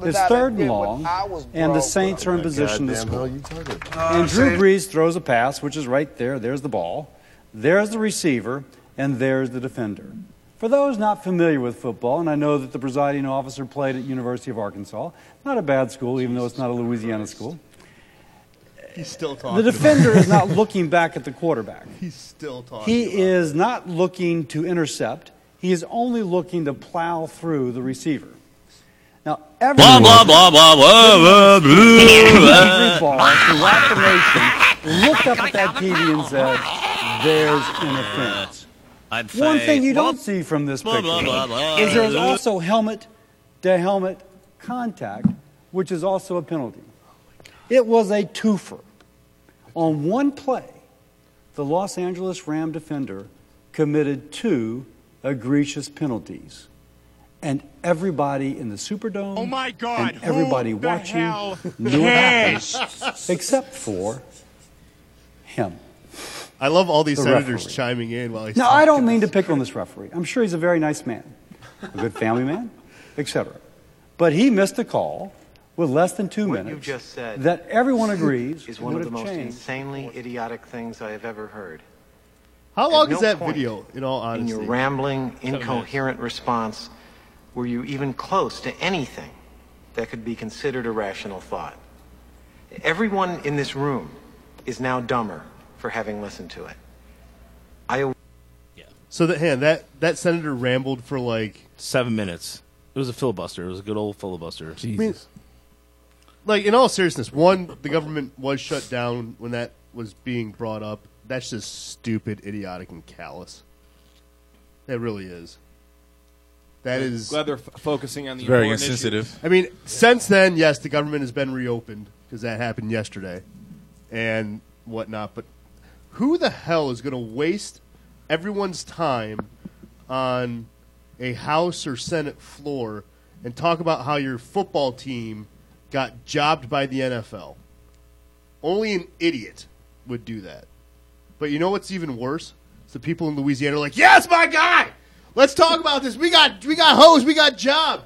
S12: It's third and long, and the Saints are in position to score. And Drew Brees throws a pass, which is right there. There's the ball. There's the receiver, and there's the defender. For those not familiar with football, and I know that the presiding officer played at University of Arkansas, not a bad school, even though it's not a Louisiana school.
S13: He's still
S12: The
S13: talking.
S12: defender is not looking back at the quarterback.
S13: He's still talking.
S12: He is not looking to intercept. He is only looking to plow through the receiver. Now, every
S18: Blah, blah, blah, blah, blah, blah, blah,
S12: every
S18: blah.
S12: ball throughout the nation looked up at that TV and said, "There's interference."
S18: I'm
S12: One thing you
S18: fake.
S12: don't see from this
S18: Blah,
S12: picture
S18: blah, blah, blah.
S12: is there's also helmet to helmet contact, which is also a penalty. It was a twofer. On one play, the Los Angeles Ram defender committed two egregious penalties. And everybody in the Superdome, oh my God, and everybody watching
S2: hell
S12: knew it happened,
S2: cares?
S12: except for him.
S13: I love all these
S12: The
S13: senators
S12: referee.
S13: chiming in while he's.
S12: Now, I don't mean to pick on this referee. I'm sure he's a very nice man, a good family man, etc. But he missed a call with less than two
S23: What you
S12: minutes
S23: just said
S12: that everyone agrees
S23: is one of
S12: would
S23: the
S12: have
S23: most
S12: changed.
S23: insanely idiotic things I have ever heard.
S13: How
S23: At
S13: long
S23: no
S13: is that
S23: point
S13: video? In all
S23: In
S13: honesty,
S23: your rambling, incoherent response, were you even close to anything that could be considered a rational thought? Everyone in this room is now dumber for having listened to it. I.
S13: So that hand that that senator rambled for like
S5: seven minutes. It was a filibuster. It was a good old filibuster.
S13: I mean, like in all seriousness, one the government was shut down when that was being brought up. That's just stupid, idiotic, and callous. That really is. That
S17: I'm
S13: is
S17: glad they're f- focusing on the
S13: It's
S17: very
S13: very
S17: important
S13: insensitive.
S17: issues.
S13: I mean, since then, yes, the government has been reopened because that happened yesterday and whatnot. But who the hell is going to waste everyone's time on a House or Senate floor and talk about how your football team got jobbed by the NFL? Only an idiot would do that. But you know what's even worse? It's the people in Louisiana are like, "Yes, my guy, let's talk about this. We got we got hosed, we got jobbed."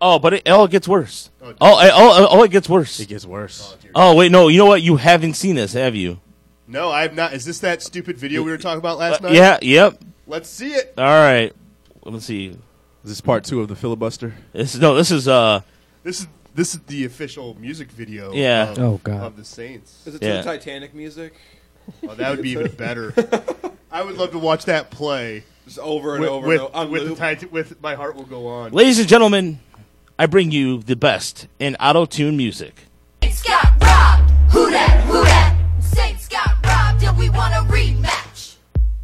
S5: Oh, but it, oh, it gets worse.
S13: Oh,
S5: Oh,
S13: it
S5: oh, oh, oh, it gets worse.
S21: It gets worse.
S5: Oh, wait, no. You know what? You haven't seen this, have you?
S13: No, I have not. Is this that stupid video we were talking about last
S5: Uh,
S13: night?
S5: yeah, yep.
S13: Let's see it.
S5: All right. Let me see. Is
S21: this part two of the filibuster?
S5: This is no. This is uh.
S13: This is this is the official music video.
S5: Yeah.
S13: Of,
S5: Oh, God.
S13: Of the Saints.
S17: Is it
S5: Yeah.
S17: some Titanic music?
S13: Oh, that would be even better. I would love to watch that play
S17: just over and
S13: with,
S17: over
S13: with,
S17: and o- on
S13: with,
S17: loop.
S13: The tit- with my heart will go on.
S5: Ladies and gentlemen, I bring you the best in auto tune music.
S24: Saints got robbed. Who that? Who that? Saints got robbed, and we want a rematch.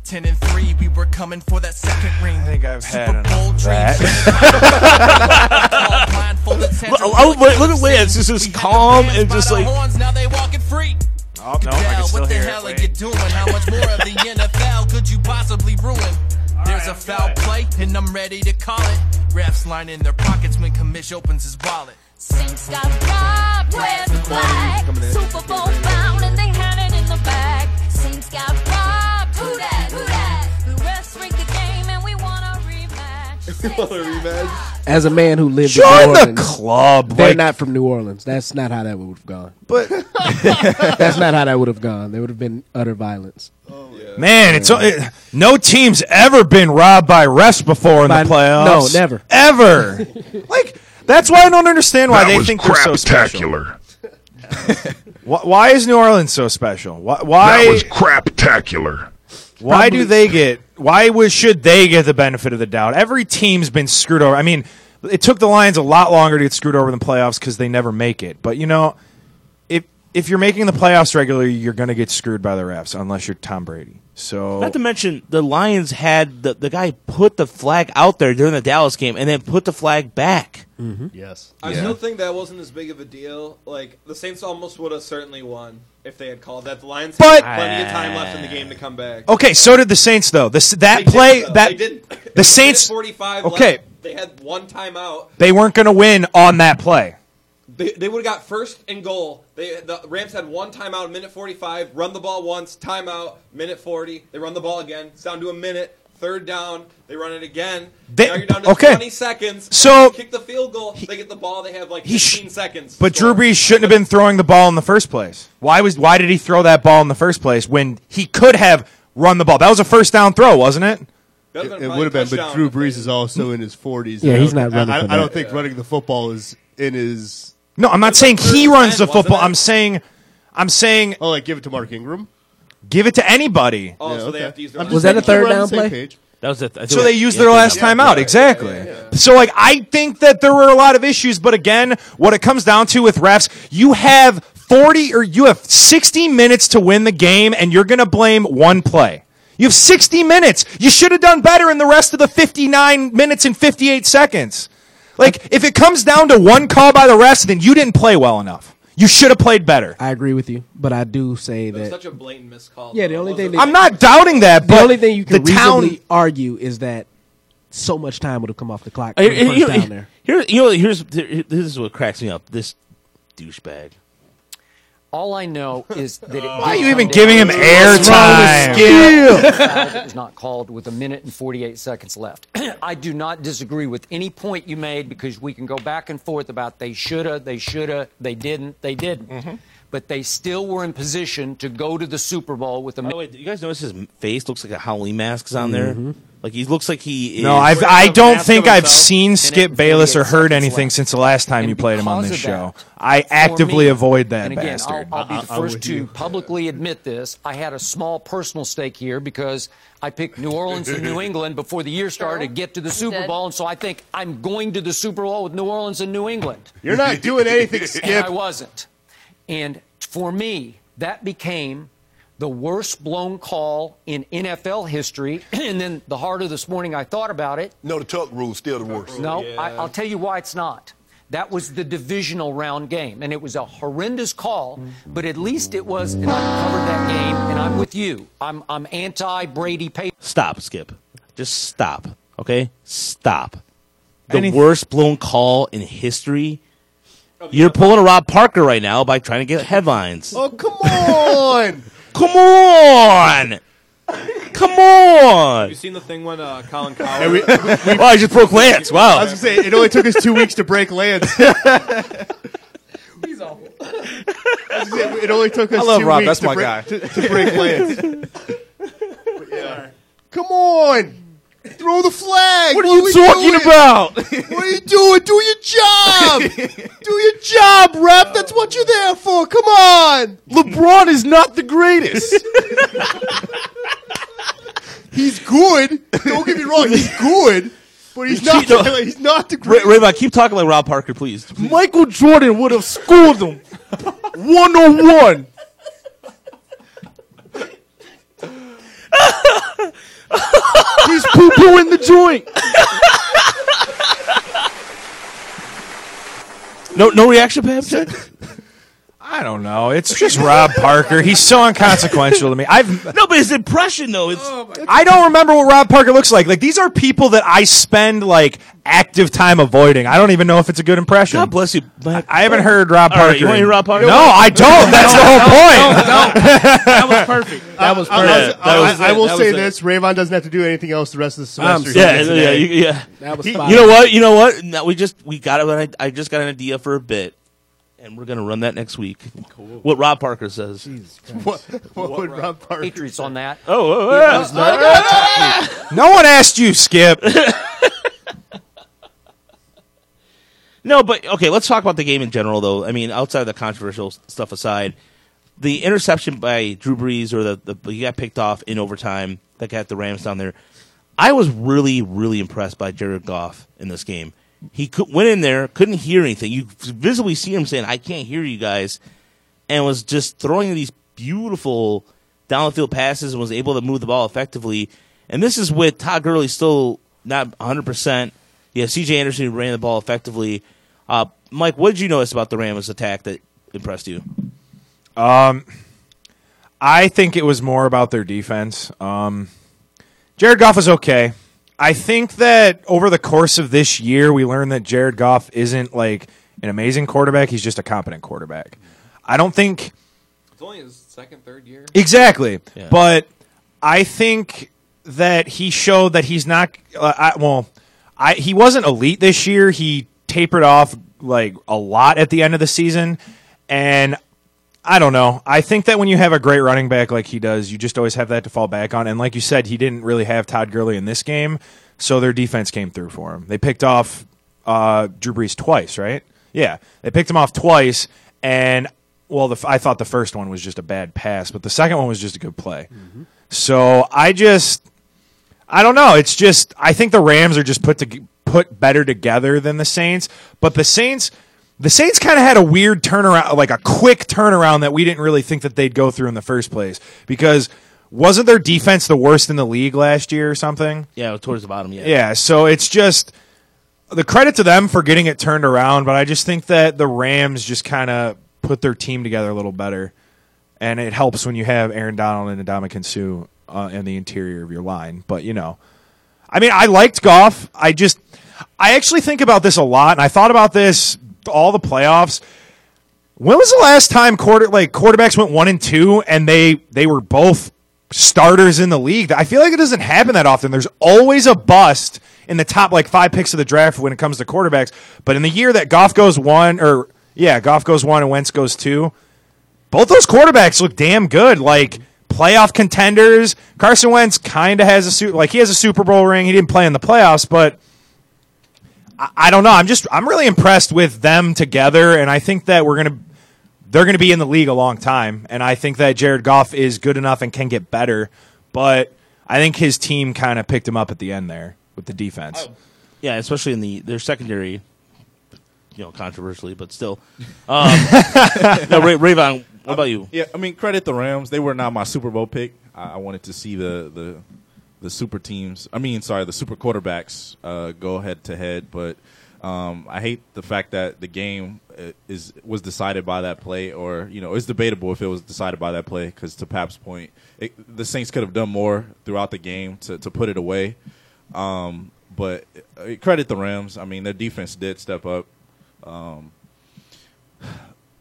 S18: 10 and 3, we were coming for that second ring. I think I've had enough of
S5: that. Look- oh, wait, look at Lance. This is calm and just like.
S24: Horns, now they walking free.
S5: Oh, no, I can
S24: Goodell,
S5: still
S24: what the
S5: hear it.
S24: hell are you doing? How much more of the NFL could you possibly ruin? There's a foul play, and I'm ready to call it. Refs line in their pockets when commish opens his wallet.
S25: Saints got robbed, where's the flag?
S24: Coming in.
S25: Super Bowl bound and they had it in the bag. Saints got robbed, who that, who that? The refs rigged the game and we want our revenge.
S20: want a rematch?
S14: As a man who lived in
S20: Join
S14: New
S20: the
S14: Orleans,
S20: club,
S14: They're
S20: like-
S14: not from New Orleans. That's not how that would have gone.
S20: But-
S14: that's not how that would have gone. There would have been utter violence.
S15: Man, it's uh, it, no team's ever been robbed by refs before in
S14: By-
S15: the playoffs.
S14: no, never.
S15: ever. like that's why I don't understand why they think they're so special.
S6: craptacular.
S15: Why, why is New Orleans so special? Why? why
S6: That was craptacular.
S15: Why do they get? Why was, should they get the benefit of the doubt? Every team's been screwed over. I mean, it took the Lions a lot longer to get screwed over in the playoffs because they never make it. But you know, if if you're making the playoffs regularly, you're going to get screwed by the refs unless you're Tom Brady. So
S5: Not to mention the Lions had the, the guy put the flag out there during the Dallas game and then put the flag back. Mm-hmm.
S21: Yes.
S20: I still think that wasn't as big of a deal. Like the Saints almost would have certainly won if they had called that. The Lions
S15: But-
S20: had plenty of time left in the game to come back.
S15: okay, so did the Saints though. This that play
S20: though.
S15: that
S20: They did-
S15: the Saints
S20: forty five.
S15: Okay,
S20: they had one timeout.
S15: they weren't going to win on that play.
S20: They, they would have got first and goal. They the Rams had one timeout, minute forty five. Run the ball once, timeout, minute forty. They run the ball again. It's down to a minute. Third down, they run it again.
S15: They-
S20: now you're down to
S15: okay.
S20: twenty seconds.
S15: So-
S20: kick the field goal. they get the ball. They have like
S15: he sh-
S20: fifteen seconds.
S15: But Drew Brees shouldn't have been throwing the ball in the first place. Why was why did he throw that ball in the first place when he could have run the ball? That was a first down throw, wasn't it?
S13: It, would have been, but Drew Brees is also in his 40s.
S15: Yeah,
S13: I
S15: he's
S13: don't-
S15: not running
S13: I,
S15: for
S13: I don't
S15: that.
S13: think running the football is in his.
S15: No, I'm not saying he runs the football. I'm saying I'm saying
S13: Oh, like give it to Mark Ingram.
S15: give it to anybody.
S20: Oh, so they
S13: okay.
S20: have to use their.
S13: I'm just Was that making a sure third we're on down the same play? page.
S5: That was it.
S15: So they used their last timeout, exactly. So like I think that there were a lot of issues, but again, what it comes down to with refs, you have 40 or you have 60 minutes to win the game and you're going to blame one play. You have 60 minutes. You should have done better in the rest of the 59 minutes and 58 seconds. Like if it comes down to one call by the refs, then you didn't play well enough. You should have played better.
S14: I agree with you, but I do say that
S20: such a blatant miscall.
S14: Yeah, the only thing
S15: I'm not doubting that, but
S14: the only thing you can
S15: the town-
S14: reasonably argue is that so much time would have come off the clock.
S5: Uh,
S14: from the
S5: here-
S14: first
S5: here-
S14: down there.
S5: here- you know, here's this is what cracks me up. This douchebag.
S8: All I know is that it
S15: Why are
S8: did
S15: you even
S8: come
S15: giving him
S8: down to a
S15: airtime?
S8: foul.
S15: Skill.
S8: Foul that was not called with a minute and 48 seconds left. I do not disagree with any point you made because we can go back and forth about they shoulda, they shoulda, they didn't, they didn't.
S15: Mm-hmm.
S8: But they still were in position to go to the Super Bowl with a minute.
S5: You guys notice his face looks like a Halloween mask is on there. Like he looks like he is.
S15: No, I've, I don't think I've seen Skip Bayless or heard anything since the last time you played him on this
S8: because
S15: show.
S8: of
S15: I
S8: for
S15: actively
S8: me.
S15: avoid that
S8: and again,
S15: bastard.
S8: I'll, I'll be the
S15: I'm
S8: first
S15: with
S8: to
S15: you.
S8: publicly admit this. I had a small personal stake here because I picked New Orleans and New England before the year started to get to the Super
S13: did.
S8: Bowl, and so I think I'm going to the Super Bowl with New Orleans and New England.
S13: You're not doing anything,
S8: And
S13: Skip.
S8: I wasn't. And for me, that became the worst blown call in NFL history. and then the heart of this morning, I thought about it.
S4: No, the tuck rule's still the worst.
S8: No, I, I'll tell you why it's not. That was the divisional round game, and it was a horrendous call, but at least it was, and I covered that game, and I'm with you. I'm, I'm anti Brady Pay.
S5: Stop, Skip. Just stop. Okay, stop. The
S8: Anyth-
S5: worst blown call in history. You're pulling a Rob Parker right now by trying to get headlines.
S13: Oh, come on!
S5: Come on, come on.
S20: Have you seen the thing when uh, Colin Coward?
S13: And we- we-
S5: wow, I just broke Lance. Wow.
S13: I was gonna say it only took us two weeks to break Lance.
S20: He's awful.
S13: I was gonna say, It only took us.
S20: I love
S13: two
S20: Rob,
S13: Weeks
S20: that's
S13: to
S20: my
S13: break,
S20: guy.
S13: To, to break Lance. But yeah. Come on. Throw the flag.
S20: What are
S13: we
S20: you talking
S13: doing?
S20: about?
S13: what are you doing? Do your job. Do your job, rep. That's what you're there for. Come on. LeBron is not the greatest. he's good. Don't get me wrong. He's good, but he's
S5: You
S13: not.
S5: keep- no.
S13: he's not the
S5: Ray,
S13: greatest.
S5: Raybon, keep talking like Rob Parker, please.
S21: Michael Jordan would have schooled them one on one. He's poo poo in the joint.
S5: No, no reaction, Pam.
S21: I
S15: I don't know. It's just Rob Parker. He's so inconsequential to me. I've
S5: No, but his impression though, it's
S15: I don't remember what Rob Parker looks like. Like these are people that I spend like active time avoiding. I don't even know if it's a good impression. God
S5: bless you. I,
S15: I haven't heard Rob
S5: All
S15: Parker.
S5: right, you want to hear Rob Parker?
S15: No, I don't. That's the whole point.
S13: that
S14: was perfect.
S13: That
S5: was
S13: I,
S5: perfect.
S13: I-
S5: That was
S13: I- I
S5: it.
S13: will
S5: That
S13: say
S5: was it.
S13: this: Rayvon doesn't have to do anything else the rest of the semester.
S5: yeah, yeah, you, yeah.
S13: He-
S5: you know what? You know what? Now we just we got. I, I just got an idea for a bit, and we're gonna run that next week. What Rob Parker says.
S13: What, what, would Rob Parker?
S8: Patriots on that.
S5: Oh,
S8: It was not-
S15: No one asked you, Skip.
S5: No, but okay, let's talk about the game in general, though. I mean, outside of the controversial s- stuff aside, the interception by Drew Brees or the, the he got picked off in overtime that got the Rams down there. I was really, really impressed by Jared Goff in this game. He could, went in there, couldn't hear anything. You visibly see him saying, "I can't hear you guys," and was just throwing these beautiful down the field passes and was able to move the ball effectively. And this is with Todd Gurley still not 100%. You have CJ Anderson who ran the ball effectively. Uh, Mike, what did you notice about the Rams attack that impressed you?
S15: Um, I think it was more about their defense. Um, Jared Goff is okay. I think that over the course of this year, we learned that Jared Goff isn't like an amazing quarterback. He's just a competent quarterback. I don't think
S17: It's only his second, third year.
S15: Exactly. But I think that he showed that he's not. Uh, I, well, I, he wasn't elite this year. He tapered off like a lot at the end of the season, and I don't know. I think that when you have a great running back like he does, you just always have that to fall back on. And like you said, he didn't really have Todd Gurley in this game, so their defense came through for him. They picked off uh, Drew Brees twice, right? Yeah, they picked him off twice, and well, the, f- I thought the first one was just a bad pass, but the second one was just a good play. So I just, I don't know. It's just I think the Rams are just put to put better together than the Saints, but the Saints. The Saints kind of had a weird turnaround, like a quick turnaround that we didn't really think that they'd go through in the first place. Because wasn't their defense the worst in the league last year or something?
S5: Yeah, towards the bottom, yeah.
S15: Yeah, so it's just the credit to them for getting it turned around, but I just think that the Rams just kind of put their team together a little better, and it helps when you have Aaron Donald and Adama Sue uh, in the interior of your line. But you know, I mean, I liked Goff. I just, I actually think about this a lot, and I thought about this all the playoffs. When was the last time quarter like quarterbacks went one and two and they they were both starters in the league? I feel like it doesn't happen that often. There's always a bust in the top like five picks of the draft when it comes to quarterbacks. But in the year that Goff goes one or yeah, Goff goes one and Wentz goes two, both those quarterbacks look damn good. Like playoff contenders. Carson Wentz kind of has a suit like he has a Super Bowl ring. He didn't play in the playoffs, but I, I don't know. I'm just I'm really impressed with them together, and I think that we're gonna they're gonna be in the league a long time, and I think that Jared Goff is good enough and can get better, but I think his team kind of picked him up at the end there with the defense.
S5: Yeah, especially in the their secondary, you know, controversially, but still. Um, no, Ray, Rayvon, what about you?
S16: Um, Yeah, I mean, credit the Rams. They were not my Super Bowl pick. I, I wanted to see the, the the super teams. I mean, sorry, the super quarterbacks uh, go head to head. But um, I hate the fact that the game uh, is was decided by that play, or you know, it's debatable if it was decided by that play. Because to Pap's point, it, the Saints could have done more throughout the game to to put it away. Um, but uh, credit the Rams. I mean, their defense did step up. Um,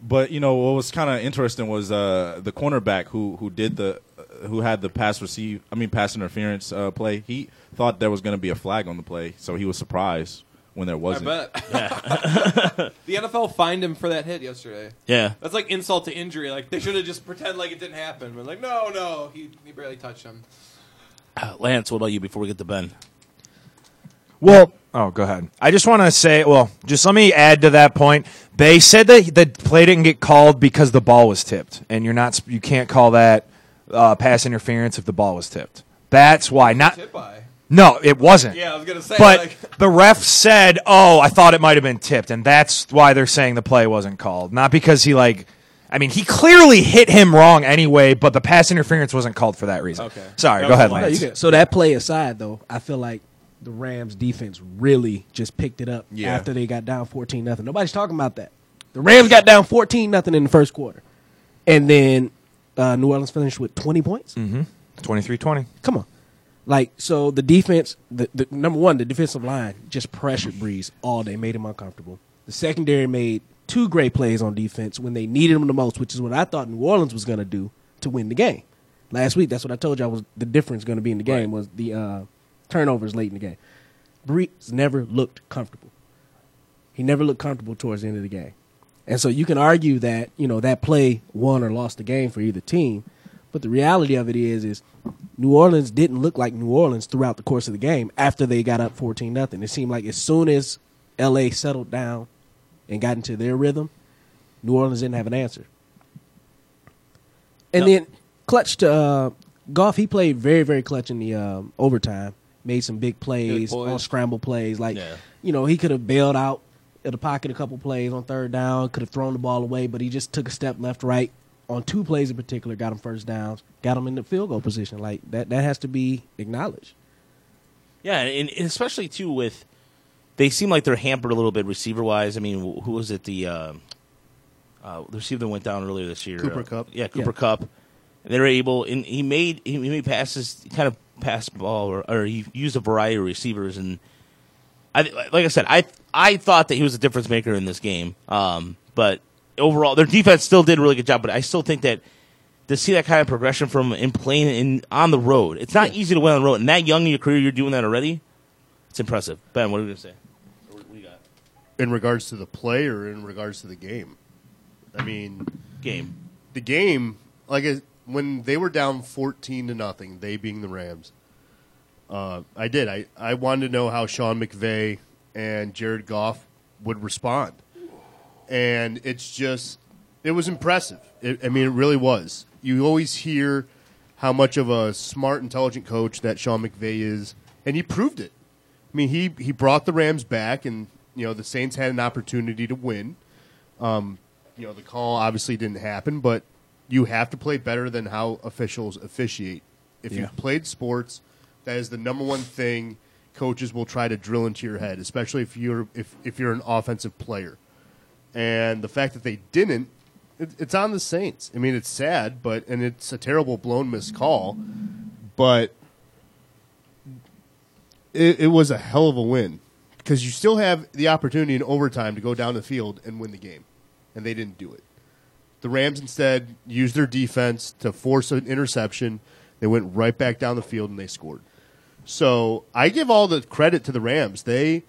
S16: but you know what was kind of interesting was uh, the cornerback who who did the uh, who had the pass receive I mean pass interference uh, play. He thought there was going to be a flag on the play, so he was surprised when there wasn't.
S17: I bet. the NFL fined him for that hit yesterday.
S5: Yeah.
S17: That's like insult to injury. Like they should have just pretend like it didn't happen. But like, no, no, he, he barely touched him.
S5: Uh, Lance, what about you before we get to Ben?
S15: Well, oh, go ahead. I just want to say, well, just let me add to that point. They said that the play didn't get called because the ball was tipped, and you're not, you can't call that uh, pass interference if the ball was tipped. That's why not. No, it wasn't.
S17: Yeah, I was gonna say,
S15: But
S17: like-
S15: the ref said, "Oh, I thought it might have been tipped," and that's why they're saying the play wasn't called, not because he like. I mean, he clearly hit him wrong anyway, but the pass interference wasn't called for that reason. Okay. Sorry, go ahead,
S14: No, you
S15: Lance.
S14: good. So that play aside, though, I feel like the Rams defense really just picked it up
S15: Yeah.
S14: after they got down fourteen nothing. Nobody's talking about that. The Rams got down fourteen nothing in the first quarter. and then uh, New Orleans finished with twenty points.
S15: Mm-hmm. 23-20.
S14: Come on, like so the defense. The, the number one, the defensive line just pressured Breeze all day, made him uncomfortable. The secondary made two great plays on defense when they needed him the most, which is what I thought New Orleans was going to do to win the game last week. That's what I told you. I was the difference going to be in the game was the uh, turnovers late in the game. Breeze never looked comfortable. He never looked comfortable towards the end of the game. And so you can argue that, you know, that play won or lost the game for either team. But the reality of it is is New Orleans didn't look like New Orleans throughout the course of the game after they got up 14 nothing. It seemed like as soon as LA settled down and got into their rhythm, New Orleans didn't have an answer. And then clutch to uh, golf, he played very, very clutch in the um, overtime. Made some big plays,
S26: poise.
S14: on scramble plays. Like, you know, he could have bailed out of the pocket a couple plays on third down, could have thrown the ball away, but he just took a step left, right on two plays in particular, got him first downs, got him in the field goal position. Like, that, that has to be acknowledged.
S5: Yeah, and, and especially too with they seem like they're hampered a little bit receiver wise. I mean, wh- who was it? The uh, uh, the receiver that went down earlier this year,
S13: Cooper
S5: Uh,
S13: Kupp.
S5: Yeah, Cooper
S13: Yeah.
S5: Cup. They were able, and he made he he made passes, kind of pass ball, or, or he used a variety of receivers. And I, like I said, I I thought that he was a difference maker in this game. Um, but overall, their defense still did a really good job. But I still think that to see that kind of progression from in playing in on the road, it's not easy to win on the road. And that young in your career, you're doing that already. It's impressive. Ben, what are we gonna say?
S13: in regards to the play or in regards to the game? I mean,
S5: game.
S13: The game, like I- when they were down fourteen to nothing, they being the Rams. Uh, I did. I, I wanted to know how Sean McVay and Jared Goff would respond, and it's just it was impressive. It, I mean, it really was. You always hear how much of a smart, intelligent coach that Sean McVay is, and he proved it. I mean, he he brought the Rams back, and you know the Saints had an opportunity to win. Um, you know the call obviously didn't happen, but you have to play better than how officials officiate. If
S4: Yeah.
S13: you've played sports, that is the number one thing coaches will try to drill into your head, especially if you're if, if you're an offensive player. And the fact that they didn't, it, it's on the Saints. I mean, it's sad, but and it's a terrible blown missed call, but it, it was a hell of a win because you still have the opportunity in overtime to go down the field and win the game, and they didn't do it. The Rams instead used their defense to force an interception. They went right back down the field and they scored. So I give all the credit to the Rams. They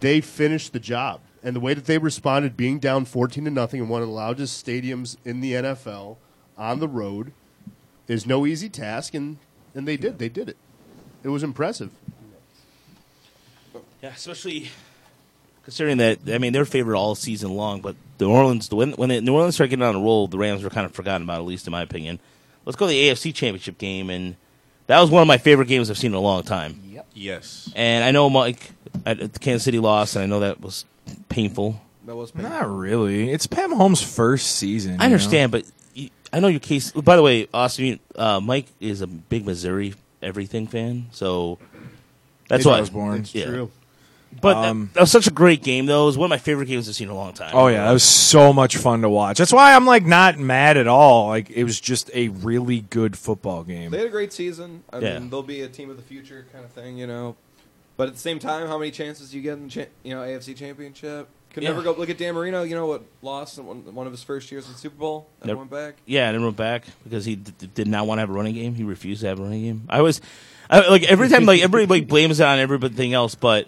S13: they finished the job, and the way that they responded, being down fourteen to nothing in one of the loudest stadiums in the NFL on the road, is no easy task, and and they did. They did it. It was impressive.
S5: Yeah, especially considering that I mean they're favored all season long, but New Orleans when when they, New Orleans started getting on a roll, the Rams were kind of forgotten about, at least in my opinion. Let's go to the AFC Championship game, and that was one of my favorite games I've seen in a long time. Yep.
S16: Yes.
S5: And I know Mike, I, Kansas City lost, and I know that was painful.
S26: That was
S15: Not really. It's Pam Holmes' first season.
S5: I understand, but you, I know your case. By the way, Austin, you, uh, Mike is a big Missouri everything fan, so that's
S15: It's
S5: why
S15: I was born.
S5: Yeah. But that-
S15: Um,
S5: that, was such a great game, though. It was one of my favorite games I've seen in a long time.
S15: Oh yeah, that was so much fun to watch. That's why I'm like not mad at all. Like it was just a really good football game.
S17: They had a great season. I
S15: Yeah.
S17: mean, they'll be a team of the future kind of thing, you know. But at the same time, how many chances do you get in the cha- you know AFC Championship? Could
S5: Yeah.
S17: never go. Look at Dan Marino. You know what? Lost in one, one of his first years in the Super Bowl and
S5: Never-
S17: went back.
S5: Yeah, and then went back because he d- d- did not want to have a running game. He refused to have a running game. I was I, like every time like everybody like blames it on everything else, but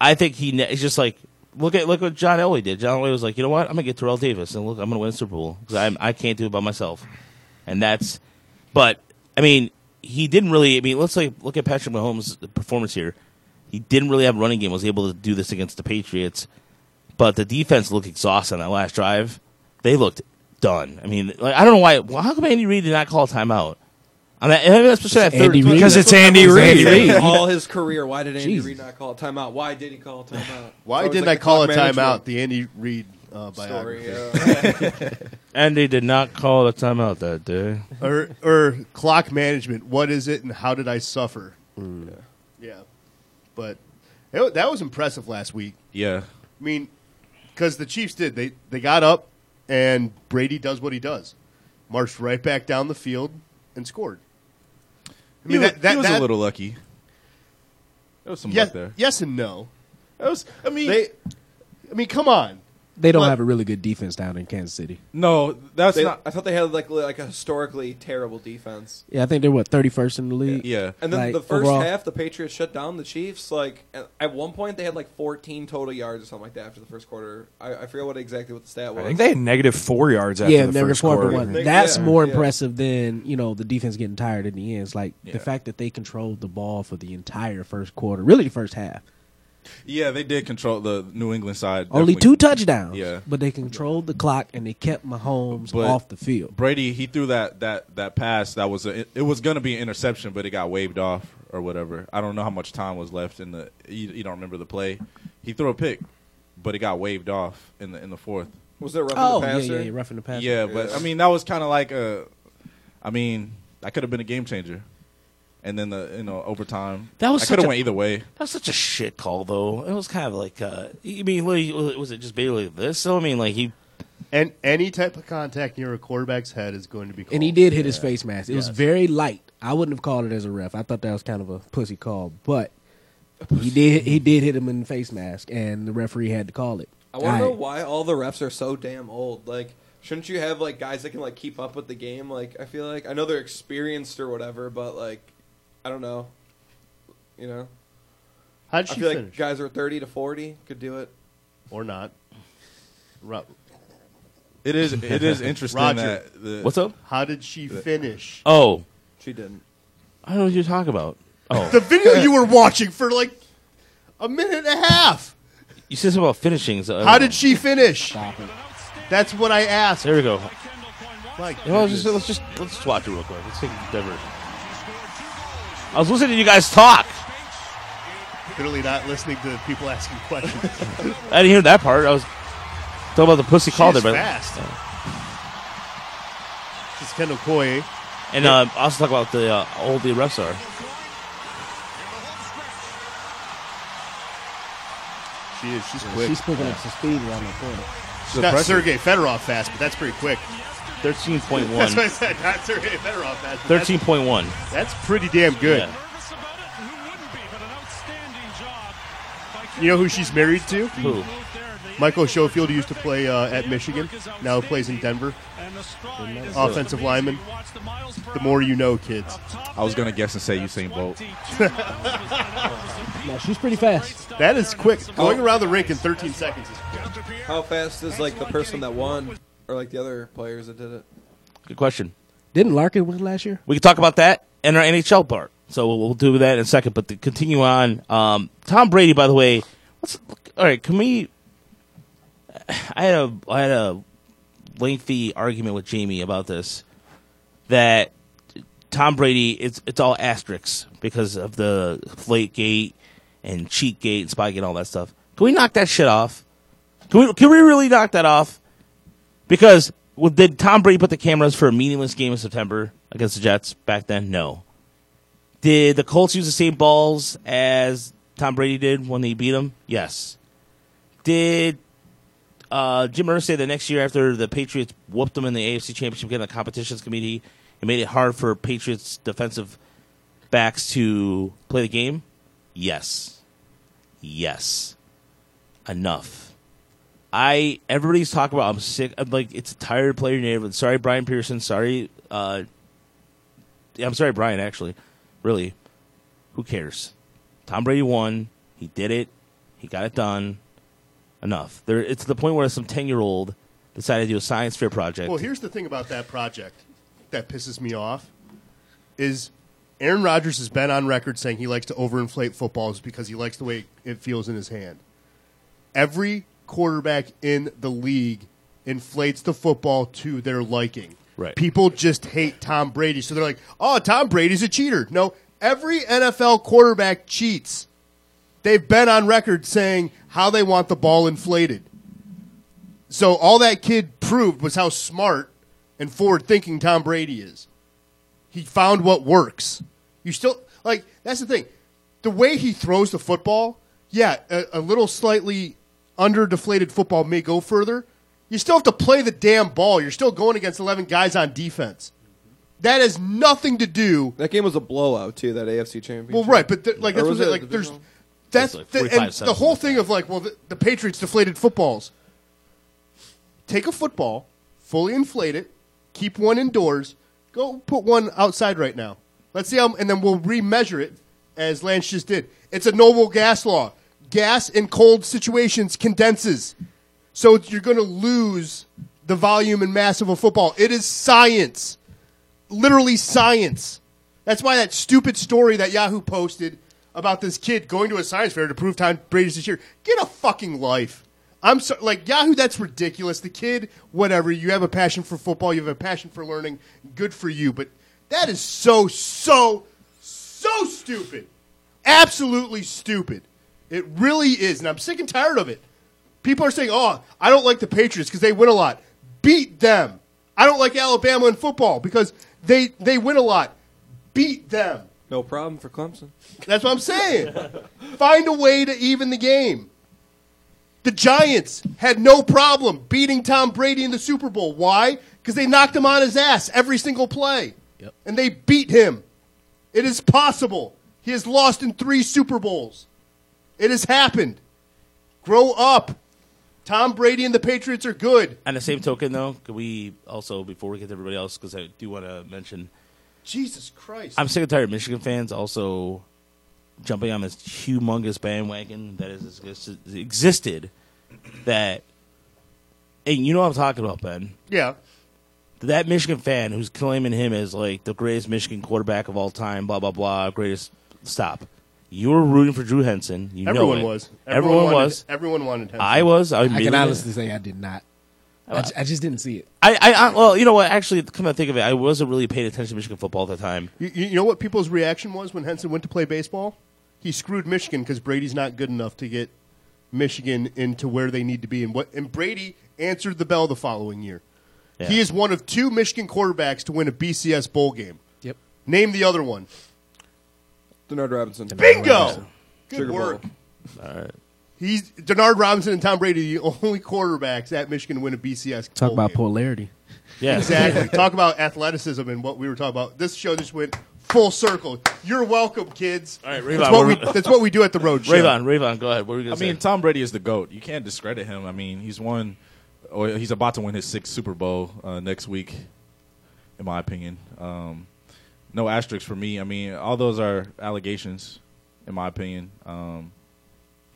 S5: I think he ne- it's just like look at look what John Elway did. John Elway was like, you know what? I'm gonna get Terrell Davis and look, I'm gonna win the Super Bowl because I I can't do it by myself, and that's. But I mean, he didn't really. I mean, let's like look at Patrick Mahomes' performance here. He didn't really have a running game. Was able to do this against the Patriots, but the defense looked exhausted on that last drive. They looked done. I mean, like I don't know why. Well, how come Andy Reid did not call a timeout? On that, and especially that
S15: It's
S5: third
S15: Andy
S5: drive.
S15: Reid. Because it's Andy
S17: That's what
S15: Reid.
S17: I'm saying.
S15: Reid.
S17: All his career, why did Andy
S13: Jesus.
S17: Reid not call a timeout? Why did he call a timeout?
S13: Why
S17: It's always
S13: didn't
S17: like
S13: I call a
S17: clock management.
S13: timeout? The Andy Reid uh,
S17: Story,
S13: biography,
S5: Andy did not call a timeout that day.
S13: or or clock management. What is it, and how did I suffer?
S16: Mm.
S13: Yeah, but that wa- that was impressive last week.
S16: Yeah.
S13: I mean, because the Chiefs did they they got up, and Brady does what he does, marched right back down the field and scored. I
S16: He wa- he was a little lucky.
S13: There was
S16: some
S13: yes,
S16: luck there.
S13: Yes and no.
S27: That was, I mean,
S13: They, I mean, come on.
S14: They don't have a really good defense down in Kansas City.
S27: No,
S17: that's
S14: They-
S17: not. I thought they had like li- like a historically terrible defense.
S14: Yeah, I think they're what thirty first in the league.
S17: And then
S14: Like,
S17: the first
S14: overall.
S17: half, the Patriots shut down the Chiefs. Like at- at one point, they had like 14 total yards or something like that after the first quarter. I, I forget what exactly what the stat was.
S15: I think they had negative four yards after
S14: yeah,
S15: the
S14: never
S15: first
S14: four
S15: quarter.
S14: but one. That's more impressive than you know the defense getting tired in the ends. Like the fact that they controlled the ball for the entire first quarter, really the first half.
S16: Yeah, they did control the New England side.
S14: Only
S16: definitely.
S14: two touchdowns.
S16: Yeah.
S14: but they controlled the clock and they kept Mahomes
S16: But
S14: off the field.
S16: Brady, he threw that that that pass that was a, it was going to be an interception, but it got waved off or whatever. I don't know how much time was left in the. You, you don't remember the play? He threw a pick, but it got waved off in the in the fourth.
S17: Was there roughing
S14: Oh,
S17: the
S14: yeah,
S17: passer?
S14: yeah, yeah, roughing the passer.
S16: Yeah, but I mean that was kind of like a. I mean that could have been a game changer, and then the you know overtime
S5: That was
S16: I could
S5: such
S16: have
S5: a-
S16: went either way.
S5: That was such a shit call, though. It was kind of like, uh, you mean, was was it just basically this? So I mean, like he
S13: and any type of contact near a quarterback's head is going to be. Called.
S14: And he did hit his face mask. It was
S13: Yes.
S14: very light. I wouldn't have called it as a ref. I thought that was kind of a pussy call, but he did he did hit him in the face mask, and the referee had to call it.
S17: I want to
S14: All
S17: know
S14: right.
S17: why all the refs are so damn old. Like, shouldn't you have like guys that can like keep up with the game? Like, I feel like I know they're experienced or whatever, but like, I don't know. You know,
S13: How did
S17: I
S13: she
S17: feel like
S13: finish?
S17: guys who are thirty to forty could do it
S13: or not. Ru-
S16: It is it is interesting
S13: Roger,
S16: that the,
S13: How did she finish?
S5: Oh,
S17: she didn't.
S5: I don't know what you're talking about. Oh,
S13: The video you were watching for like a minute and a half.
S5: you said something about finishings. so I
S13: How
S5: don't
S13: did she finish? That's what I asked.
S5: There we go.
S13: Like,
S5: know. Well, let's just let's just let's just watch it real quick. Let's take a diversion. I was listening to you guys talk.
S13: clearly not listening to people asking questions.
S5: I didn't hear that part. I was talking about the pussy call
S13: She's
S5: there, but
S13: fast. It's Kendall Coy.
S5: Oh. And uh, also talk about the uh, how old the refs are.
S13: She is. She's
S14: quick. She's picking up some speed around the corner.
S13: She's not Sergey Fedorov fast, but that's pretty quick.
S5: Thirteen point
S13: That's what I
S5: one.
S13: said. Not Sergey Fedorov fast. but that's-
S5: Thirteen point one.
S13: That's pretty damn good.
S5: Yeah.
S13: You know who she's married to?
S5: Who?
S13: Michael Schofield used to play uh, at Michigan. Now plays in Denver. Offensive lineman. The more you know, kids.
S16: I was gonna guess and say Usain Bolt.
S14: No, she's pretty fast.
S13: That is quick.
S16: Oh,
S13: Going around the rink in 13 seconds. Is
S17: How fast is like the person that won, or like the other players that did it?
S5: Good question.
S14: Didn't Larkin win last year?
S5: We can talk about that and our NHL part. So we'll, we'll do that in a second. But to continue on, um, Tom Brady, by the way, let's all right. Can we? I had a I had a lengthy argument with Jamie about this. That Tom Brady, it's it's all asterisks because of the flake gate and cheat gate and spy gate, and all that stuff. Can we knock that shit off? Can we can we really knock that off? Because well, did Tom Brady put the cameras for a meaningless game in September against the Jets back then? No. Did the Colts use the same balls as Tom Brady did when they beat him? Yes. Did uh, Jim Irsay the next year after the Patriots whooped them in the AFC Championship game, the competitions committee, it made it hard for Patriots defensive backs to play the game? Yes. Yes. Enough. I everybody's talking about I'm sick. I'm like it's a tired player narrative. Sorry, Brian Pearson. Sorry, uh, yeah, I'm sorry, Brian. Actually, really, who cares? Tom Brady won. He did it. He got it done. Enough. There, it's to the point where some ten year old decided to do a science fair project.
S13: Well, here's the thing about that project that pisses me off is Aaron Rodgers has been on record saying he likes to overinflate footballs because he likes the way it feels in his hand. Every quarterback in the league inflates the football to their liking.
S5: Right.
S13: People just hate Tom Brady, so they're like, "Oh, Tom Brady's a cheater." No, every NFL quarterback cheats. They've been on record saying how they want the ball inflated. So all that kid proved was how smart and forward thinking Tom Brady is. He found what works. You still like that's the thing. The way he throws the football, yeah, a, a little slightly under deflated football may go further, You still have to play the damn ball. You're still going against 11 guys on defense. That has nothing to do.
S17: That game was a blowout too. That AFC championship.
S13: Well, right, but th- like
S17: Or
S13: that's
S17: was
S13: what
S17: it
S13: I'm
S17: a
S13: saying, like there's
S17: divisional?
S13: that's
S17: It's like
S13: the,
S17: 45
S13: and the
S17: seven
S13: whole thing of like well the, the Patriots deflated footballs. Take a football, fully inflate it, keep one indoors, go put one outside right now. Let's see how, and then we'll remeasure it as Lance just did. It's a noble gas law. Gas in cold situations condenses, so you're going to lose the volume and mass of a football. It is science literally science. That's why that stupid story that Yahoo posted about this kid going to a science fair to prove Tom Brady's this year. Get a fucking life. I'm so like Yahoo. That's ridiculous. The kid, whatever. You have a passion for football. You have a passion for learning. Good for you. But that is so so so stupid. Absolutely stupid. It really is, and I'm sick and tired of it. People are saying, "Oh, I don't like the Patriots because they win a lot." Beat them. I don't like Alabama in football because they they win a lot. Beat them.
S17: No problem for Clemson.
S13: That's what I'm saying. Find a way to even the game. The Giants had no problem beating Tom Brady in the Super Bowl. Why? Because they knocked him on his ass every single play. And they beat him. It is possible. He has lost in three Super Bowls. It has happened. Grow up. Tom Brady and the Patriots are good.
S5: On the same token, though, could we also, before we get to everybody else, because I do want to mention,
S13: Jesus Christ.
S5: I'm sick and tired of Michigan fans also jumping on this humongous bandwagon that has exist- existed. That, and you know what I'm talking about, Ben.
S13: Yeah.
S5: That Michigan fan who's claiming him as like the greatest Michigan quarterback of all time, blah blah blah, greatest stop. You were rooting for Drew Henson. You know
S13: Everyone
S5: it.
S13: was.
S5: Everyone,
S13: Everyone wanted-
S5: was.
S13: everyone wanted Henson.
S5: I was. I,
S14: I
S5: admit
S14: can
S5: it.
S14: honestly say I did not. I, ju- I just didn't see it.
S5: I, I, I well, you know what? Actually, come to think of it, I wasn't really paying attention to Michigan football at the time.
S13: You, you you know what people's reaction was when Henson went to play baseball? He screwed Michigan because Brady's not good enough to get Michigan into where they need to be. And what? And Brady answered the bell the following year.
S28: Yeah.
S13: He is one of two Michigan quarterbacks to win a BCS bowl game.
S14: Yep.
S13: Name the other one.
S17: Denard Robinson.
S13: Bingo. Good
S17: Sugar Bowl.
S13: work.
S5: All right.
S13: He's Denard Robinson and Tom Brady, the only quarterbacks at Michigan to win a BCS.
S14: Talk
S13: bowl
S14: about
S13: game.
S14: polarity.
S13: Exactly. Talk about athleticism and what we were talking about. This show just went full circle. You're welcome, kids. All
S5: right,
S13: that's what, we, that's what we do at the road show.
S5: Rayvon, Rayvon, go ahead. What were
S16: I
S5: you going to say?
S16: mean, Tom Brady is the goat. You can't discredit him. I mean, he's won, or he's about to win his sixth Super Bowl uh, next week, in my opinion. Um, no asterisks for me. I mean, all those are allegations, in my opinion. Um,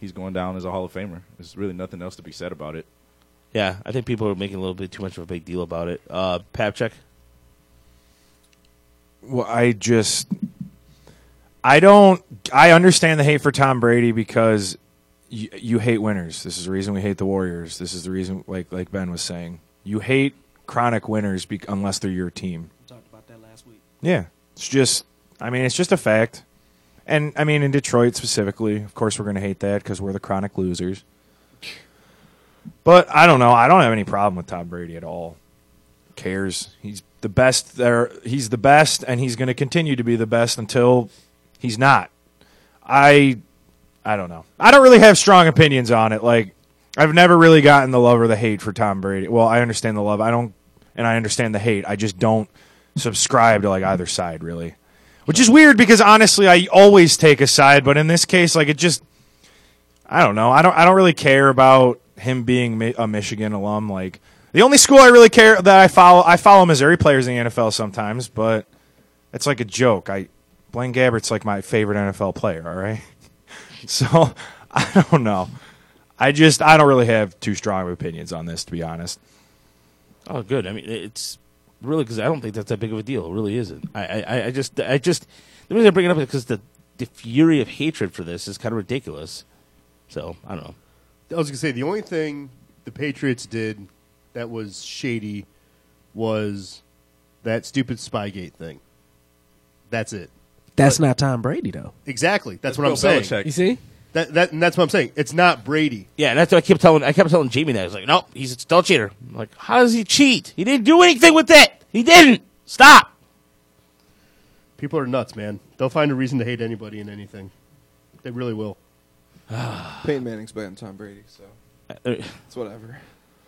S16: he's going down as a Hall of Famer. There's really nothing else to be said about it.
S5: yeah, I think people are making a little bit too much of a big deal about it. Uh, Papchek,
S15: Well, I just I don't I understand the hate for Tom Brady because you, you hate winners. This is the reason we hate the Warriors. This is the reason like like Ben was saying. You hate chronic winners bec unless they're your team. Yeah. It's just I mean, it's just a fact. And I mean in Detroit specifically, of course we're going to hate that cuz we're the chronic losers. But I don't know. I don't have any problem with Tom Brady at all. Cares. He's the best there. He's the best and he's going to continue to be the best until he's not. I I don't know. I don't really have strong opinions on it. Like I've never really gotten the love or the hate for Tom Brady. Well, I understand the love. I don't and I understand the hate. I just don't subscribe to like either side really. Which is weird because honestly I always take a side, but in this case like it just I don't know. I don't. I don't really care about him being mi- a Michigan alum. Like the only school I really care that I follow, I follow Missouri players in the NFL sometimes, but it's like a joke. I Blaine Gabbert's like my favorite NFL player. All right, so I don't know. I just I don't really have too strong of opinions on this, to be honest.
S5: Oh, good. I mean, it's really because I don't think that's that big of a deal. It really isn't. I, I- I, I just, I just the reason I bring it up is because the the fury of hatred for this is kind of ridiculous. So I don't know.
S13: I was gonna say the only thing the Patriots did that was shady was that stupid Spygate thing. That's it.
S14: That's not Tom Brady though.
S13: Exactly. That's,
S14: That's
S13: what I'm
S14: Bill
S13: saying.
S14: Belichick. You see?
S13: That, that, and that's what I'm saying. It's not Brady.
S5: Yeah, that's what I kept telling. I kept telling Jamie that. I was like, nope, he's a still a cheater. I'm like, how does he cheat? He didn't do anything with it. He didn't. Stop.
S13: People are nuts, man. They'll find a reason to hate anybody in anything. They really will.
S17: Peyton Manning's better than Tom Brady, so
S5: Uh,
S17: it's whatever.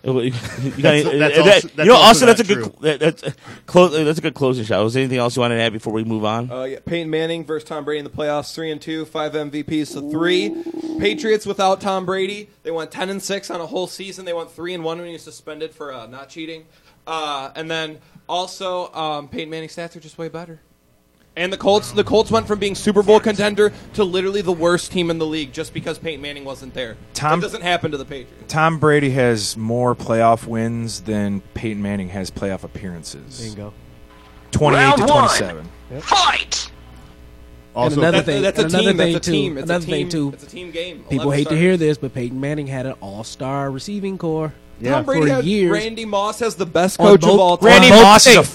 S5: Oh, You,
S13: That's-
S5: got any-
S13: that's
S5: uh,
S13: also-
S5: that-
S13: that's
S5: you know,
S13: also
S5: also that's a
S13: not
S5: good that- that's a close that's a good closing shot. Was there anything else you wanted to add before we move on?
S17: Uh, yeah, Peyton Manning versus Tom Brady in the playoffs, three and two, five MVPs to three. Patriots without Tom Brady, they went ten and six on a whole season. They went three and one when he was suspended for uh, not cheating. Uh, and then also, um, Peyton Manning's stats are just way better. And the Colts, the Colts went from being Super Bowl contender to literally the worst team in the league just because Peyton Manning wasn't there.
S15: Tom-
S17: that doesn't happen to the Patriots.
S15: Tom Brady has more playoff wins than Peyton Manning has playoff appearances.
S17: Bingo.
S15: 28
S17: Round
S15: to
S17: one.
S15: 27.
S17: Fight.
S14: and another thing,
S17: that's,
S14: and
S17: a
S14: another
S17: team.
S14: thing
S17: that's a
S14: too,
S17: team. It's
S14: another
S17: a team.
S14: thing too.
S17: It's a team game.
S14: People
S17: 11
S14: hate to
S17: starters.
S14: hear this, but Peyton Manning had an all-star receiving core.
S17: Tom Brady
S14: for
S17: has-
S14: years.
S17: Randy Moss has the best
S14: On
S17: coach
S14: both-
S17: of all time.
S14: Randy on both Moss is a teams.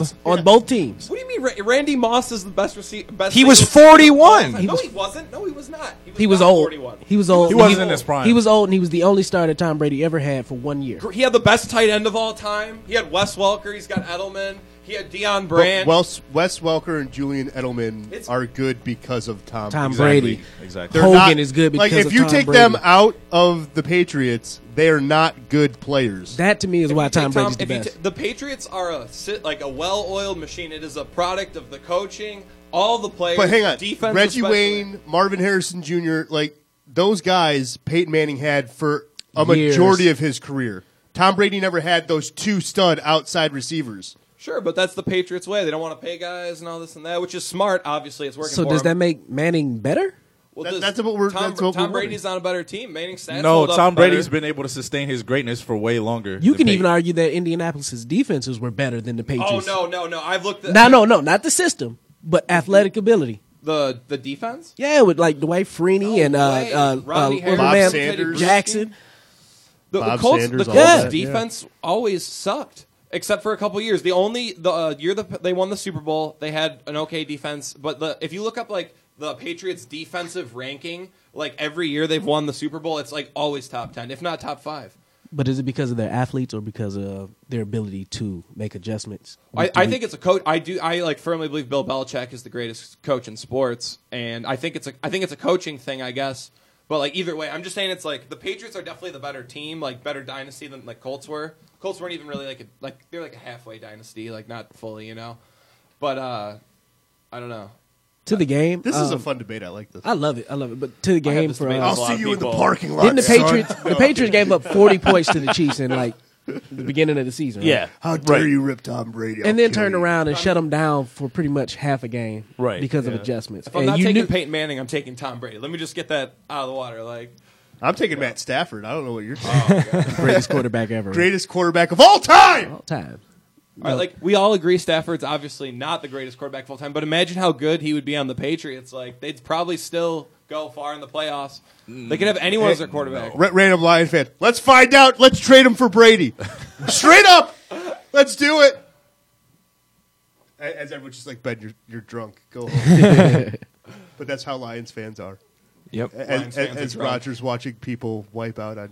S17: On both teams.
S14: On both teams.
S17: What do you mean? Ra- Randy Moss is the best receiver. Best
S14: He was
S17: receiver of all
S14: 41.
S17: time?
S14: He
S17: No,
S14: was-
S17: he wasn't. No, he was not.
S14: He was old. He was old.
S17: He wasn't in his prime.
S14: He was old, and he was the only star that Tom Brady ever had for one year.
S17: He had the best tight end of all time. He had Wes Welker. He's got Edelman. He had Deion Brand.
S13: Wes, Wes Welker and Julian Edelman are good because of Tom.
S14: Tom Exactly. Brady. Exactly.
S13: They're
S14: Hogan is good
S13: like
S14: because
S13: if
S14: of
S13: you
S14: Tom
S13: take
S14: Brady.
S13: them out of the Patriots, they are not good players.
S14: That to me is why Tom Brady's the
S17: if you
S14: best.
S17: ta- the Patriots are a sit, like a well-oiled machine. It is a product of the coaching, all the players.
S13: But hang on,
S17: defense
S13: Reggie
S17: especially.
S13: Wayne, Marvin Harrison Jr., like those guys, Peyton Manning had for a
S17: Years.
S13: majority of his career. Tom Brady never had those two stud outside receivers.
S17: Sure, but that's the Patriots' way. They don't want to pay guys and all this and that, which is smart. Obviously, it's working.
S14: So
S17: for
S14: does
S17: them.
S14: that make Manning better?
S17: Well, does-
S13: that's what we're-
S17: Tom,
S13: that's what
S17: Tom
S13: we're
S17: Brady's on a better team. Manning stats.
S16: no,
S17: hold up
S16: Tom
S17: better.
S16: Brady's been able to sustain his greatness for way longer.
S14: You
S16: than
S14: can
S16: Peyton.
S14: even argue that Indianapolis's defenses were better than the
S17: Oh
S14: Patriots.
S17: no, no, no! I've looked. At,
S14: no, no, no, not the system, but athletic ability.
S17: The the defense.
S14: Yeah, with like Dwight Freeney and uh, uh, uh,
S17: Rodney
S14: little
S17: Harris,
S14: man
S17: Sanders.
S14: Jackson.
S17: The
S14: Bob
S17: Colts,
S14: Sanders,
S17: the
S14: all
S17: Colts
S14: that, yeah.
S17: defense always sucked, except for a couple years. The only the uh, year that they won the Super Bowl, they had an okay defense. But the, if you look up like the Patriots' defensive ranking, like every year they've won the Super Bowl, it's like always top ten, if not top five.
S14: But is it because of their athletes or because of their ability to make adjustments?
S17: I, I think it's a coach. I do. I like firmly believe Bill Belichick is the greatest coach in sports, and I think it's a. I think it's a coaching thing, I guess. But like either way, I'm just saying it's like the Patriots are definitely the better team, like better dynasty than like Colts were. Colts weren't even really like a, like they're like a halfway dynasty, like not fully, you know. But uh I don't know.
S14: to the game.
S13: This is a
S14: um,
S13: fun debate. I like this.
S14: I love it. I love it. But to the
S13: I have
S14: game
S13: this
S14: for
S13: debate
S14: us,
S13: with a lot of I'll see you in the people. parking lot,
S14: Didn't the
S13: son.
S14: Patriots? The Patriots gave up forty points to the Chiefs in like the beginning of the season. right?
S5: Yeah.
S13: How dare you rip Tom Brady?
S14: And then turned around and shut them down for pretty much half a game,
S5: Right.
S14: Because
S17: Yeah.
S14: of adjustments.
S17: If I'm
S14: and
S17: not
S14: you
S17: taking
S14: knew
S17: Peyton Manning, I'm taking Tom Brady. Let me just get that out of the water. Like Oh,
S13: I'm taking Matt Stafford. I don't know what you're talking about.
S14: Greatest quarterback ever.
S13: Greatest quarterback of all time.
S14: All time.
S17: All right, like we all agree, Stafford's obviously not the greatest quarterback of all time. But imagine how good he would be on the Patriots. Like they'd probably still go far in the playoffs. They could have anyone as their quarterback.
S13: Ra- Random Lion fan. Let's find out. Let's trade him for Brady. Straight up. Let's do it. A- As everyone's just like, Ben, you're, you're drunk. Go home. but that's how Lions fans are.
S15: Yep.
S13: A-
S15: Lions
S13: As,
S15: fans
S13: as,
S15: are
S13: as
S15: drunk.
S13: Rogers watching people wipe out on.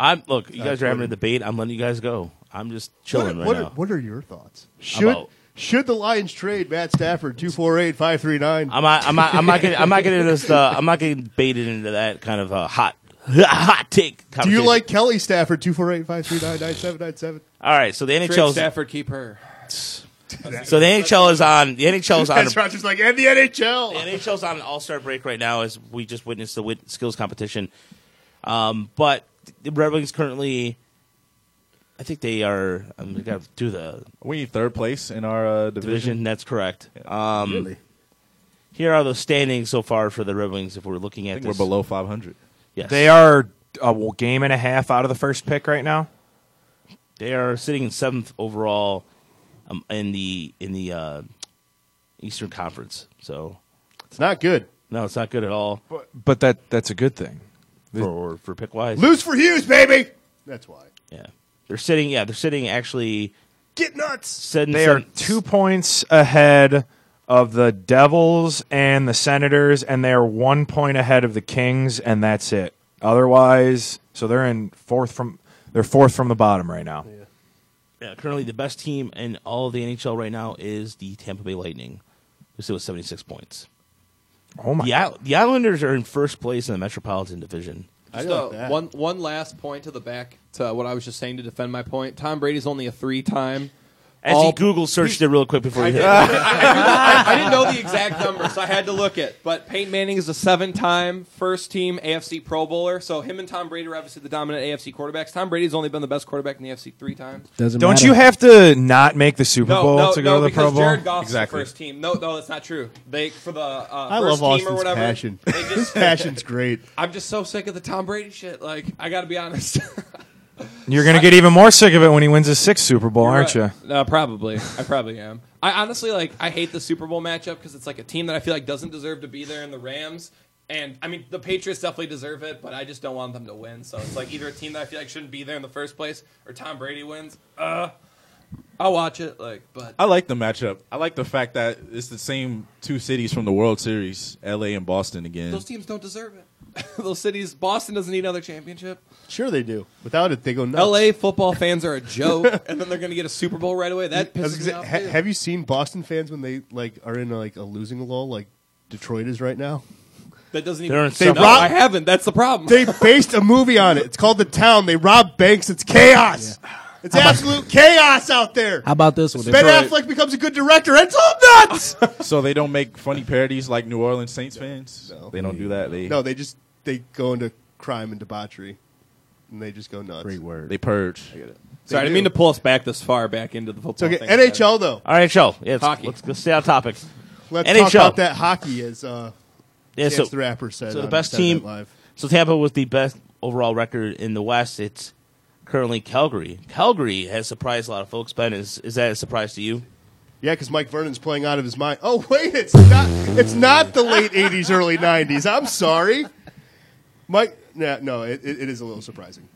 S5: I'm look. You
S13: Uh,
S5: guys are having a
S13: Jordan.
S5: debate. I'm letting you guys go. I'm just
S13: What
S5: chilling
S13: are,
S5: right
S13: what,
S5: now.
S13: are, what are your thoughts?
S5: I'm
S13: Should
S5: out.
S13: should the Lions trade Matt Stafford 248 539?
S5: I'm not. I'm not. I'm not getting. I'm not getting into this. Uh, I'm not getting baited into that kind of uh, hot, hot take.
S13: Do you
S5: conversation.
S13: like Kelly Stafford 248 539 9797?
S5: All right. So the
S17: Trade
S5: NHL. 's-
S17: Stafford keep her.
S5: So the NHL is on. The NHL is on.
S13: That's Rogers like, and the NHL.
S5: The NHL's on an all star break right now as we just witnessed the wit- skills competition. Um, but the Red Wings currently, I think they are. I'm going to do the.
S16: We need third place in our uh, division.
S5: That's correct. Um,
S16: Really?
S5: Here are the standings so far for the Red Wings if we're looking at
S16: think
S5: this.
S16: we're below 500.
S5: Yes.
S15: They are a w- game and a half out of the first pick right now.
S5: They are sitting in seventh overall um, in the in the uh, Eastern Conference. So
S13: it's not good.
S5: No, it's not good at all.
S15: But that that's a good thing.
S5: For for pick wise,
S13: Lose for Hughes, baby. That's why.
S5: Yeah, they're sitting. Yeah, they're sitting actually.
S13: Get nuts.
S5: Sitting,
S15: They are two points ahead of the Devils and the Senators, and they are one point ahead of the Kings, and that's it. Otherwise, so they're in fourth from they're fourth from the bottom right now.
S5: Yeah, uh, currently the best team in all of the NHL right now is the Tampa Bay Lightning, who sit with 76 points.
S15: Oh my!
S5: The, Isle- the Islanders are in first place in the Metropolitan Division.
S17: Just
S13: I like
S17: uh,
S13: that.
S17: one one last point to the back to what I was just saying to defend my point. Tom Brady's only a three time.
S5: As he Google searched it real quick before
S17: I
S5: he
S17: did.
S5: hit.
S17: I, I- I didn't know the exact number, so I had to look it. But Peyton Manning is a seven-time first-team AFC Pro Bowler, so him and Tom Brady are obviously the dominant AFC quarterbacks. Tom Brady's only been the best quarterback in the AFC three times.
S15: Don't you have to not make the Super
S17: No,
S15: Bowl
S17: no,
S15: to go
S17: no,
S15: to the
S17: because
S15: Pro Bowl?
S17: Jared Goff's the first team. No, no, that's not true. They for the uh,
S13: I
S17: first
S13: love
S17: team or
S13: Austin's
S17: whatever.
S13: passion.
S17: they just-
S13: His passion's great.
S17: I'm just so sick of the Tom Brady shit. Like, I got to be honest.
S15: You're going to get even more sick of it when he wins his sixth Super Bowl, aren't
S17: You're
S15: you?
S17: right. No, probably. I probably am. I honestly like. I hate the Super Bowl matchup because it's like a team that I feel like doesn't deserve to be there, and the Rams. And I mean, the Patriots definitely deserve it, but I just don't want them to win. So it's like either a team that I feel like shouldn't be there in the first place, or Tom Brady wins. Uh, I'll watch it. Like, but
S16: I like the matchup. I like the fact that it's the same two cities from the World Series, L.A. and Boston again.
S17: those teams don't deserve it. those cities. Boston doesn't need another championship.
S13: Sure, they do. Without it, they go nuts.
S17: L.A. football fans are a joke, and then they're going to get a Super Bowl right away. That
S13: I was
S17: pisses me
S13: gonna
S17: off.
S13: say, ha-
S17: too.
S13: have you seen Boston fans when they like are in like a losing lull, like Detroit is right now?
S17: That doesn't
S13: They're
S17: even.
S13: in some-
S17: no,
S13: rock-
S17: I haven't. That's the problem.
S13: They based a movie on it. It's called The Town. They rob banks. It's chaos. It's absolute chaos out there.
S14: How about this one?
S13: Ben Affleck becomes a good director. It's all nuts.
S16: so they don't make funny parodies like New Orleans Saints fans. They don't do that. They
S13: no, they just they go into crime and debauchery, and they just go nuts. Great
S14: word.
S16: they purge.
S17: Sorry, I didn't mean to pull us back this far back into the football.
S13: okay.
S17: thing.
S13: NHL though.
S5: NHL. Yeah, it's,
S17: Hockey.
S5: Let's, let's stay on topic.
S13: Let's
S5: NHL.
S13: talk about that hockey as uh,
S5: Yeah,
S13: Chance
S5: so
S13: the Rapper said.
S5: So the
S13: on
S5: best
S13: Saturday
S5: team.
S13: Night Live.
S5: So Tampa was the best overall record in the West. It's currently Calgary. Calgary has surprised a lot of folks. Ben, is is that a surprise to you?
S13: Yeah, because Mike Vernon's playing out of his mind. Oh wait, it's not. It's not the late '80s, early '90s. I'm sorry, Mike. Nah, no, it, it, it is a little surprising.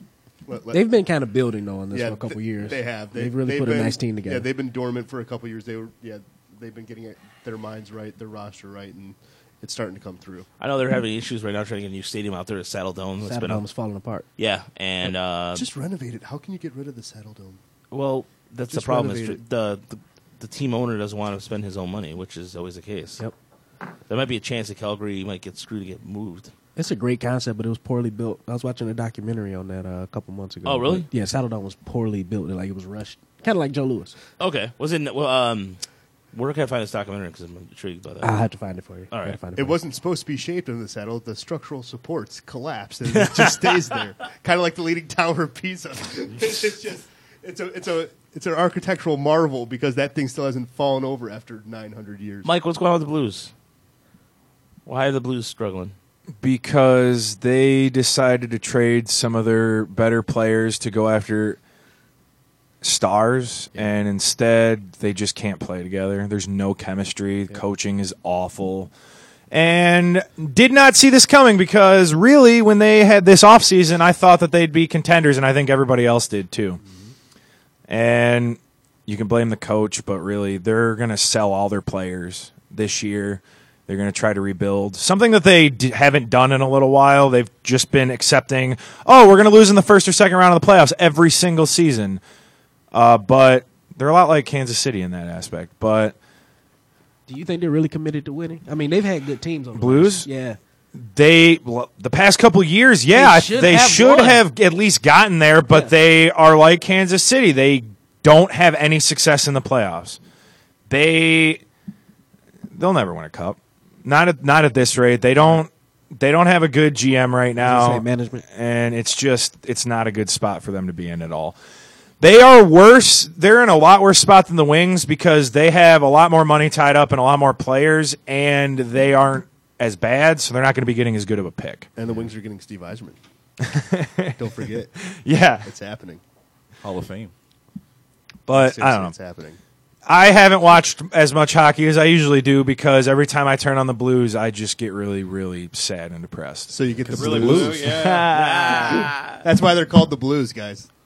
S13: Let- let-
S14: They've been kind of building though on this
S13: yeah,
S14: for a couple
S13: th-
S14: years.
S13: They have. They,
S14: have really put
S13: been-
S14: a nice team together.
S13: Yeah, they've been dormant for a couple years. They were. Yeah, they've been getting it, their minds right, their roster right, and it's starting to come through.
S5: I know they're having issues right now trying to get a new stadium out there at Saddle Dome. It's
S14: Saddle
S5: been a-
S14: Dome's falling apart.
S5: Yeah, and uh,
S13: Just renovate it. How can you get rid of the Saddle Dome?
S5: well, that's the
S13: just
S5: problem. Is
S13: renovate
S5: the,
S13: it.
S5: the the team owner doesn't want to spend his own money, which is always the case. Yep. There might be a chance that Calgary might get screwed to get moved.
S14: It's a great concept, but it was poorly built. I was watching a documentary on that uh, a couple months ago.
S5: Oh, really?
S14: But, yeah, Saddle Dome was poorly built. Like it was rushed, kind of like Joe Lewis.
S5: Okay. Was it? Well, um, where can I find this documentary? Because I'm intrigued by that.
S14: I'll have to find it for you.
S5: All
S14: I'll
S5: right.
S14: have to find
S13: It wasn't supposed to be shaped in the saddle. The structural supports collapsed, and it just stays there, kind of like the leading tower of Pisa. it's just it's a it's a it's an architectural marvel because that thing still hasn't fallen over after 900 years.
S5: Mike, what's going on with the Blues? Why are the Blues struggling?
S15: Because they decided to trade some of their better players to go after stars, and instead they just can't play together. There's no chemistry. Coaching is awful. And did not see this coming because really, when they had this offseason, I thought that they'd be contenders, and I think everybody else did too. And you can blame the coach, but really, they're going to sell all their players this year. They're going to try to rebuild something that they d- haven't done in a little while. They've just been accepting, oh, we're going to lose in the first or second round of the playoffs every single season. Uh, but they're a lot like Kansas City in that aspect. But
S14: Do you think they're really committed to winning? I mean, they've had good teams on the
S15: Blues?
S14: roster. Yeah.
S15: they well, the past couple years, yeah, I- they should,
S14: should
S15: have,
S14: have won.
S15: at least gotten there, but they are like Kansas City. They don't have any success in the playoffs. They they'll never win a cup. Not at not at this rate. They don't they don't have a good GM right
S14: gonna
S15: now.
S14: say management.
S15: And it's just it's not a good spot for them to be in at all. They are worse. They're in a lot worse spot than the Wings because they have a lot more money tied up and a lot more players, and they aren't as bad, so they're not going to be getting as good of a pick.
S13: And the Wings are getting Steve Eiserman. Don't forget.
S15: Yeah.
S13: it's happening.
S16: Hall of Fame.
S15: But I
S13: Seriously,
S15: don't know.
S13: It's happening.
S15: I haven't watched as much hockey as I usually do because every time I turn on the Blues, I just get really, really sad and depressed.
S13: So you get the
S15: Really
S13: blues.
S15: blues.
S13: Yeah. That's why they're called the blues, guys.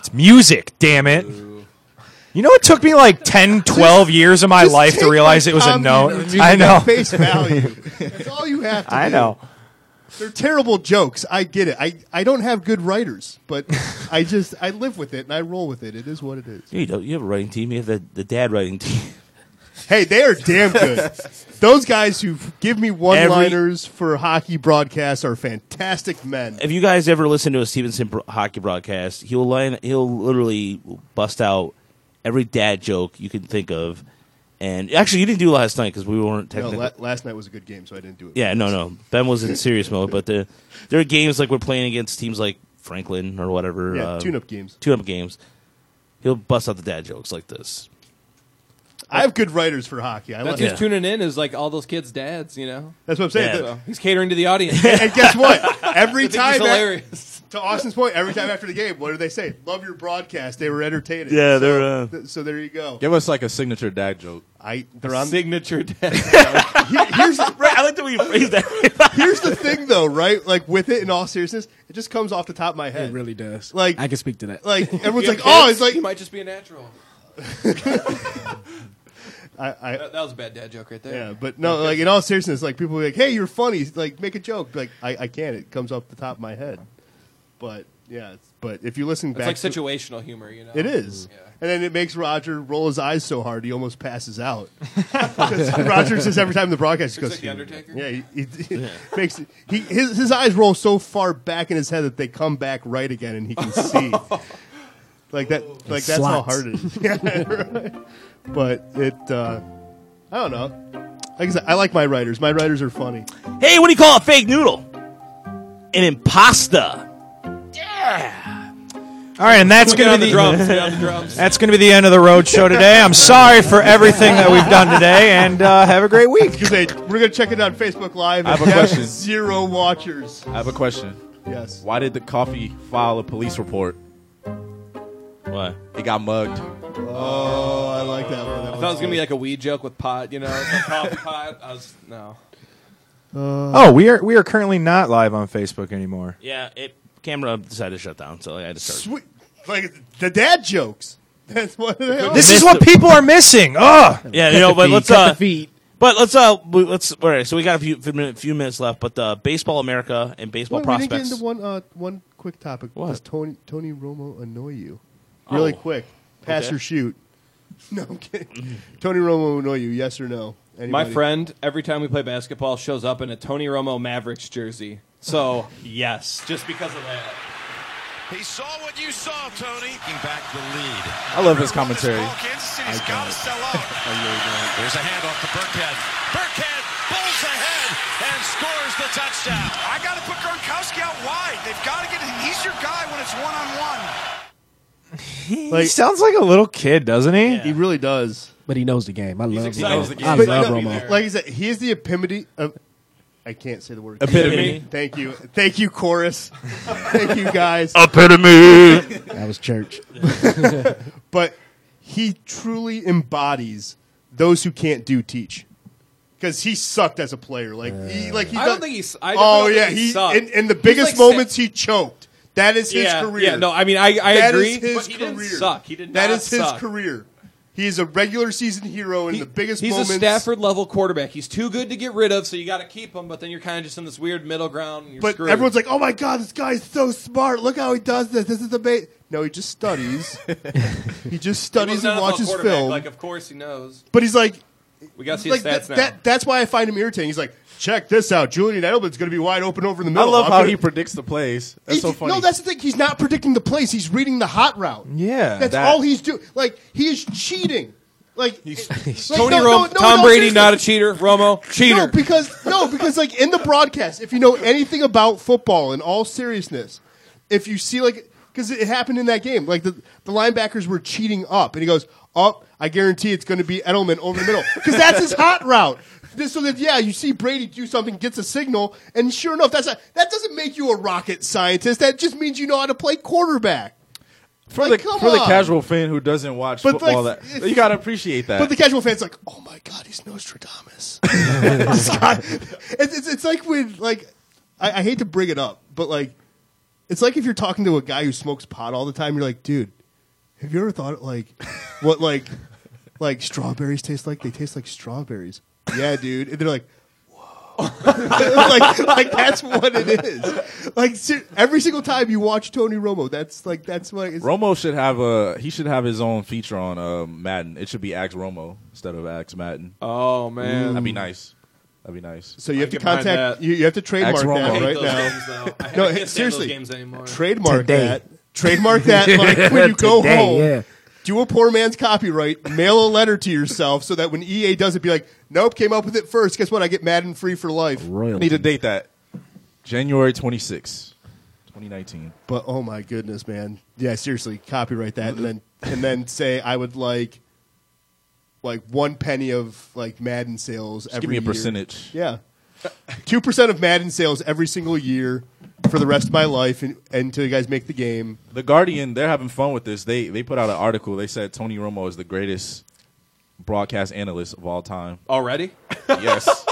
S15: It's music, damn it. You know, it took me like 10, 12 years of my
S13: Just
S15: life
S13: take
S15: to
S13: my
S15: realize it was a
S13: comedy
S15: note.
S13: routine
S15: I
S13: at
S15: know.
S13: Face value. That's all you have to
S15: I
S13: do.
S15: know.
S13: They're terrible jokes. I get it. I, I don't have good writers, but I just I live with it and I roll with it. It is what it is.
S5: You, don't, you have a writing team. You have the, the dad writing team.
S13: Hey, they are damn good. Those guys who give me one-liners for hockey broadcasts are fantastic men.
S5: If you guys ever listen to a Stevenson bro- hockey broadcast, he'll line, he'll literally bust out every dad joke you can think of. And actually, you didn't do last night because we weren't
S13: No,
S5: technically.
S13: la- last night was a good game, so I didn't do it.
S5: Yeah, no, no. Ben was in serious mode, but the there are games like we're playing against teams like Franklin or whatever.
S13: Yeah,
S5: uh,
S13: tune-up games.
S5: Tune-up games. He'll bust out the dad jokes like this.
S13: I have good writers for hockey. I
S17: That's
S13: like
S17: who's tuning in is like all those kids' dads, you know.
S13: That's what I'm saying.
S17: So he's catering to the audience.
S13: and guess what? Every
S17: I think he's
S13: time,
S17: hilarious.
S13: to Austin's point, every time after the game, what do they say? Love your broadcast. They were entertaining.
S16: Yeah,
S13: so,
S16: they're, uh,
S13: th- so there you go.
S16: Give us like a signature dad joke.
S13: I they're on
S17: signature dad.
S13: here's the,
S5: I like the way you phrase
S13: that. here's the thing, though, right? Like with it, in all seriousness, it just comes off the top of my head. It
S14: really does.
S13: Like
S14: I can speak to that.
S13: Like everyone's
S17: You
S13: like,
S17: have
S13: oh,
S17: kids?
S13: it's like
S17: he might just be a natural.
S13: I, I,
S17: that, that was a bad dad joke right there.
S13: Yeah, but no, like in all seriousness, like people be like, "Hey, you're funny. Like, make a joke." Like, I, I can't. It comes off the top of my head. But yeah, it's, but if you listen
S17: It's
S13: back,
S17: like
S13: to-
S17: situational humor, you know?
S13: It is, and then it makes Roger roll his eyes so hard he almost passes out. 'Cause Roger says every time the broadcast he
S17: Looks
S13: goes,
S17: like The Undertaker?
S13: Yeah, he, he- he
S17: Yeah.
S13: makes he his his eyes roll so far back in his head that they come back right again, and he can see. Like that, like that's how
S4: slots.
S13: hard it is. Yeah, right. But it, uh, I don't know. Like I said, I like my writers. My writers are funny.
S5: Hey, what do you call a fake noodle? An impasta.
S15: All right, and that's
S5: Get
S15: going
S5: on
S15: to
S5: the
S15: be
S5: drums, get on the drums.
S15: that's going to be the end of the road show today. I'm sorry for everything that we've done today, and uh, have a great week.
S13: We're gonna check it out on Facebook Live.
S16: I have a
S13: It has
S16: question.
S13: Zero watchers.
S16: I have a question.
S13: Yes.
S16: Why did the coffee file a police report?
S5: Why?
S16: It got mugged.
S13: Oh, I like that one.
S17: I thought it was going to be like a weed joke with pot, you know? like coffee pot. I was, no.
S15: Oh, we are we are currently not live on Facebook anymore.
S5: Yeah, it camera decided to shut down, so I had to start.
S13: Sweet. Like the dad jokes. That's what they are.
S15: This is what people are missing. Ugh.
S5: Yeah, you know, but let's uh, but let's uh, we- let's all right. So we got a few few, minute, few minutes left, but uh, baseball America and baseball
S13: Wait, We didn't
S5: prospects.
S13: get into one, uh, one quick topic. Does Tony, Tony Romo annoy you? Really
S5: Oh.
S13: quick. Pass
S17: Okay.
S13: or shoot. No, I'm kidding. Tony Romo annoy you? Yes or no?
S17: My
S13: Anybody?
S17: friend, every time we play basketball, shows up in a Tony Romo Mavericks jersey. So, yes, just because of that.
S6: He saw what you saw, Tony. Taking back the lead.
S16: I love his commentary.
S6: Kansas City's got to sell out.
S17: Oh,
S6: There's a handoff to Burkhead. Burkhead bulls ahead and scores the touchdown. I got to put Gronkowski out wide. They've got to get him. He's your guy when it's one on one.
S15: he sounds like a little kid, doesn't he?
S13: He really does.
S14: But he knows the game. I love
S13: excited.
S14: Romo. I
S13: But,
S14: love
S13: no,
S14: Romo.
S13: Like I said, he is the epitome of. I can't say the word
S14: Epitome.
S13: Thank you, thank you, chorus. thank you, guys.
S29: Epitome.
S14: That was church.
S13: but he truly embodies those who can't do teach. Because he sucked as a player, like he, like he.
S17: I don't
S13: done-
S17: think he's. I
S13: oh
S17: don't think
S13: yeah,
S17: he
S13: he
S17: sucked.
S13: in, in the
S17: He's
S13: biggest
S17: like
S13: moments he choked. That is his
S17: Yeah,
S13: career.
S17: yeah, no, I mean, I- I
S13: That
S17: agree,
S13: is his
S17: but he didn't
S13: career.
S17: suck. He did
S13: That
S17: not
S13: is his
S17: suck.
S13: career. He is a regular season hero in the biggest
S17: He's
S13: moments.
S17: a Stafford level quarterback. He's too good to get rid of, so you got to keep him. But then you're kind of just in this weird middle ground. And you're
S13: but
S17: screwed.
S13: everyone's like, "Oh my god, this guy is so smart! Look how he does this. This is amazing." No, he just studies. he just
S17: He was
S13: studies
S17: an
S13: and
S17: NFL
S13: watches
S17: quarterback,
S13: film.
S17: Like, of course he knows.
S13: But he's like,
S17: We got to see
S13: like
S17: his stats
S13: that,
S17: now.
S13: that- that's why I find him irritating. He's like, check this out. Julian Edelman's going to be wide open over the
S16: I
S13: middle.
S16: love
S13: I'm
S16: how
S13: gonna-
S16: he predicts the plays. That's
S13: He-
S16: so funny.
S13: No, that's the thing. He's not predicting the plays. He's reading the hot route.
S16: Yeah,
S13: that's
S16: that-
S13: all he's doing. Like he is cheating. Like, like,
S17: Tony Romo,
S13: no, no, no,
S17: Tom
S13: no,
S17: Brady,
S13: seriously.
S17: not a cheater. Romo,
S13: No,
S17: cheater.
S13: because no, because like in the broadcast, if you know anything about football, in all seriousness, if you see like because it happened in that game, like the the linebackers were cheating up, and he goes up. I guarantee it's going to be Edelman over the middle because that's his hot route. This, so that yeah, you see Brady do something, gets a signal, and sure enough, that's not, that doesn't make you a rocket scientist. That just means you know how to play quarterback.
S16: for
S13: Like,
S16: the
S13: come
S16: for the
S13: on.
S16: casual fan who doesn't watch
S13: But,
S16: football.
S13: like,
S16: that you gotta appreciate that.
S13: But the casual fan's like, oh my god, he's Nostradamus. This guy- it's, it's, it's like when like I, I hate to bring it up, but like it's like if you're talking to a guy who smokes pot all the time, you're like, dude, have you ever thought like what like like strawberries taste like? They taste like strawberries. Yeah, dude. And they're like, like, like that's what it is. Like ser- every single time you watch Tony Romo, that's like that's what it's,
S7: Romo should have a he should have his own feature on uh, Madden. It should be Ax Romo instead of Ax Madden.
S17: Oh man.
S7: that'd be nice. That'd be nice.
S13: So you have to contact you, you have to trademark
S7: Ax Romo.
S13: that right now. no, hey, seriously, trademark
S7: Today.
S13: that. Trademark that. Like when you go
S22: Today,
S13: home,
S22: yeah.
S13: do a poor man's copyright. Mail a letter to yourself so that when EA does it, be like, nope, came up with it first. Guess what? I get Madden free for life.
S7: I need to date that January 26, 2019.
S13: But oh my goodness, man! Yeah, seriously, copyright that, and then and then say I would like, like one penny of like Madden sales.
S7: Just
S13: every
S7: give me a
S13: year.
S7: percentage.
S13: Yeah, two percent of Madden sales every single year for the rest of my life, and, until you guys make the game.
S7: The Guardian, they're having fun with this. They they put out an article. They said Tony Romo is the greatest broadcast analyst of all time.
S17: Already?
S7: Yes.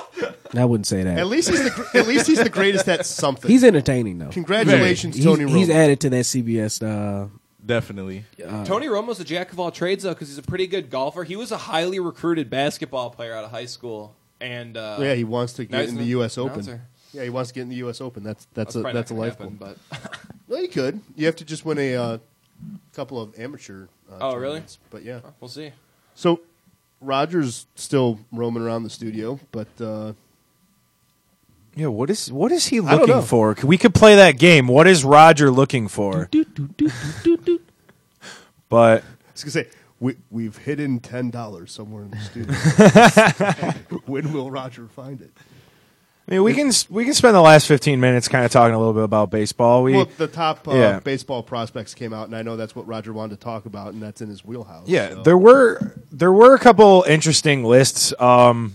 S14: I wouldn't say that.
S13: At least he's the gr- at least he's the greatest at something.
S14: He's entertaining though.
S13: Congratulations,
S14: He's-
S13: Tony
S14: He's
S13: Romo.
S14: added to that CBS. Uh,
S7: Definitely.
S14: uh,
S17: Tony Romo's a jack of all trades though, because he's a pretty good golfer. He was a highly recruited basketball player out of high school, and uh,
S13: yeah, he wants to
S17: now
S13: get
S17: he's
S13: in
S17: an
S13: the U.S. Open.
S17: announcer.
S13: Yeah, he wants to get in the U.S. Open. That's that's,
S17: That's
S13: a
S17: probably
S13: that's a
S17: not
S13: life
S17: gonna
S13: goal. Well, you could. You have to just win a uh, couple of amateur. Uh,
S17: oh, really?
S13: tournaments. But yeah,
S17: we'll see.
S13: So Roger's still roaming around the studio, but uh,
S15: Yeah, what is what is he
S13: I don't know.
S15: looking for? We could play that game. What is Roger looking for? But
S13: I was gonna say we we've hidden ten dollars somewhere in the studio. when will Roger find it?
S15: I mean, we can we can spend the last fifteen minutes kind of talking a little bit about baseball. We
S13: well, the top uh,
S15: yeah.
S13: baseball prospects came out, and I know that's what Roger wanted to talk about, and that's in his wheelhouse.
S15: Yeah,
S13: so.
S15: there were there were a couple interesting lists. Um,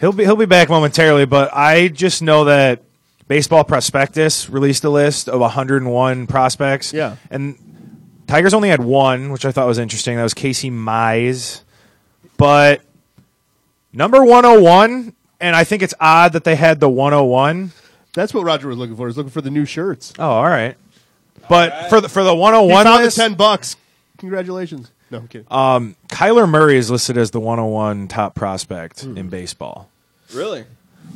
S15: he'll be he'll be back momentarily, but I just know that Baseball Prospectus released a list of 101 prospects. Yeah, and Tigers only had one, which I thought was interesting. That was Casey Mize, but number 101, and I think it's odd that they had the 101.
S13: That's what Roger was looking for. He's looking for the new shirts.
S15: Oh, all right. But for the for the 101
S13: he found
S15: list,
S13: the ten bucks. Congratulations. No, I'm kidding.
S15: Um, Kyler Murray is listed as the 101 top prospect in baseball.
S17: Really?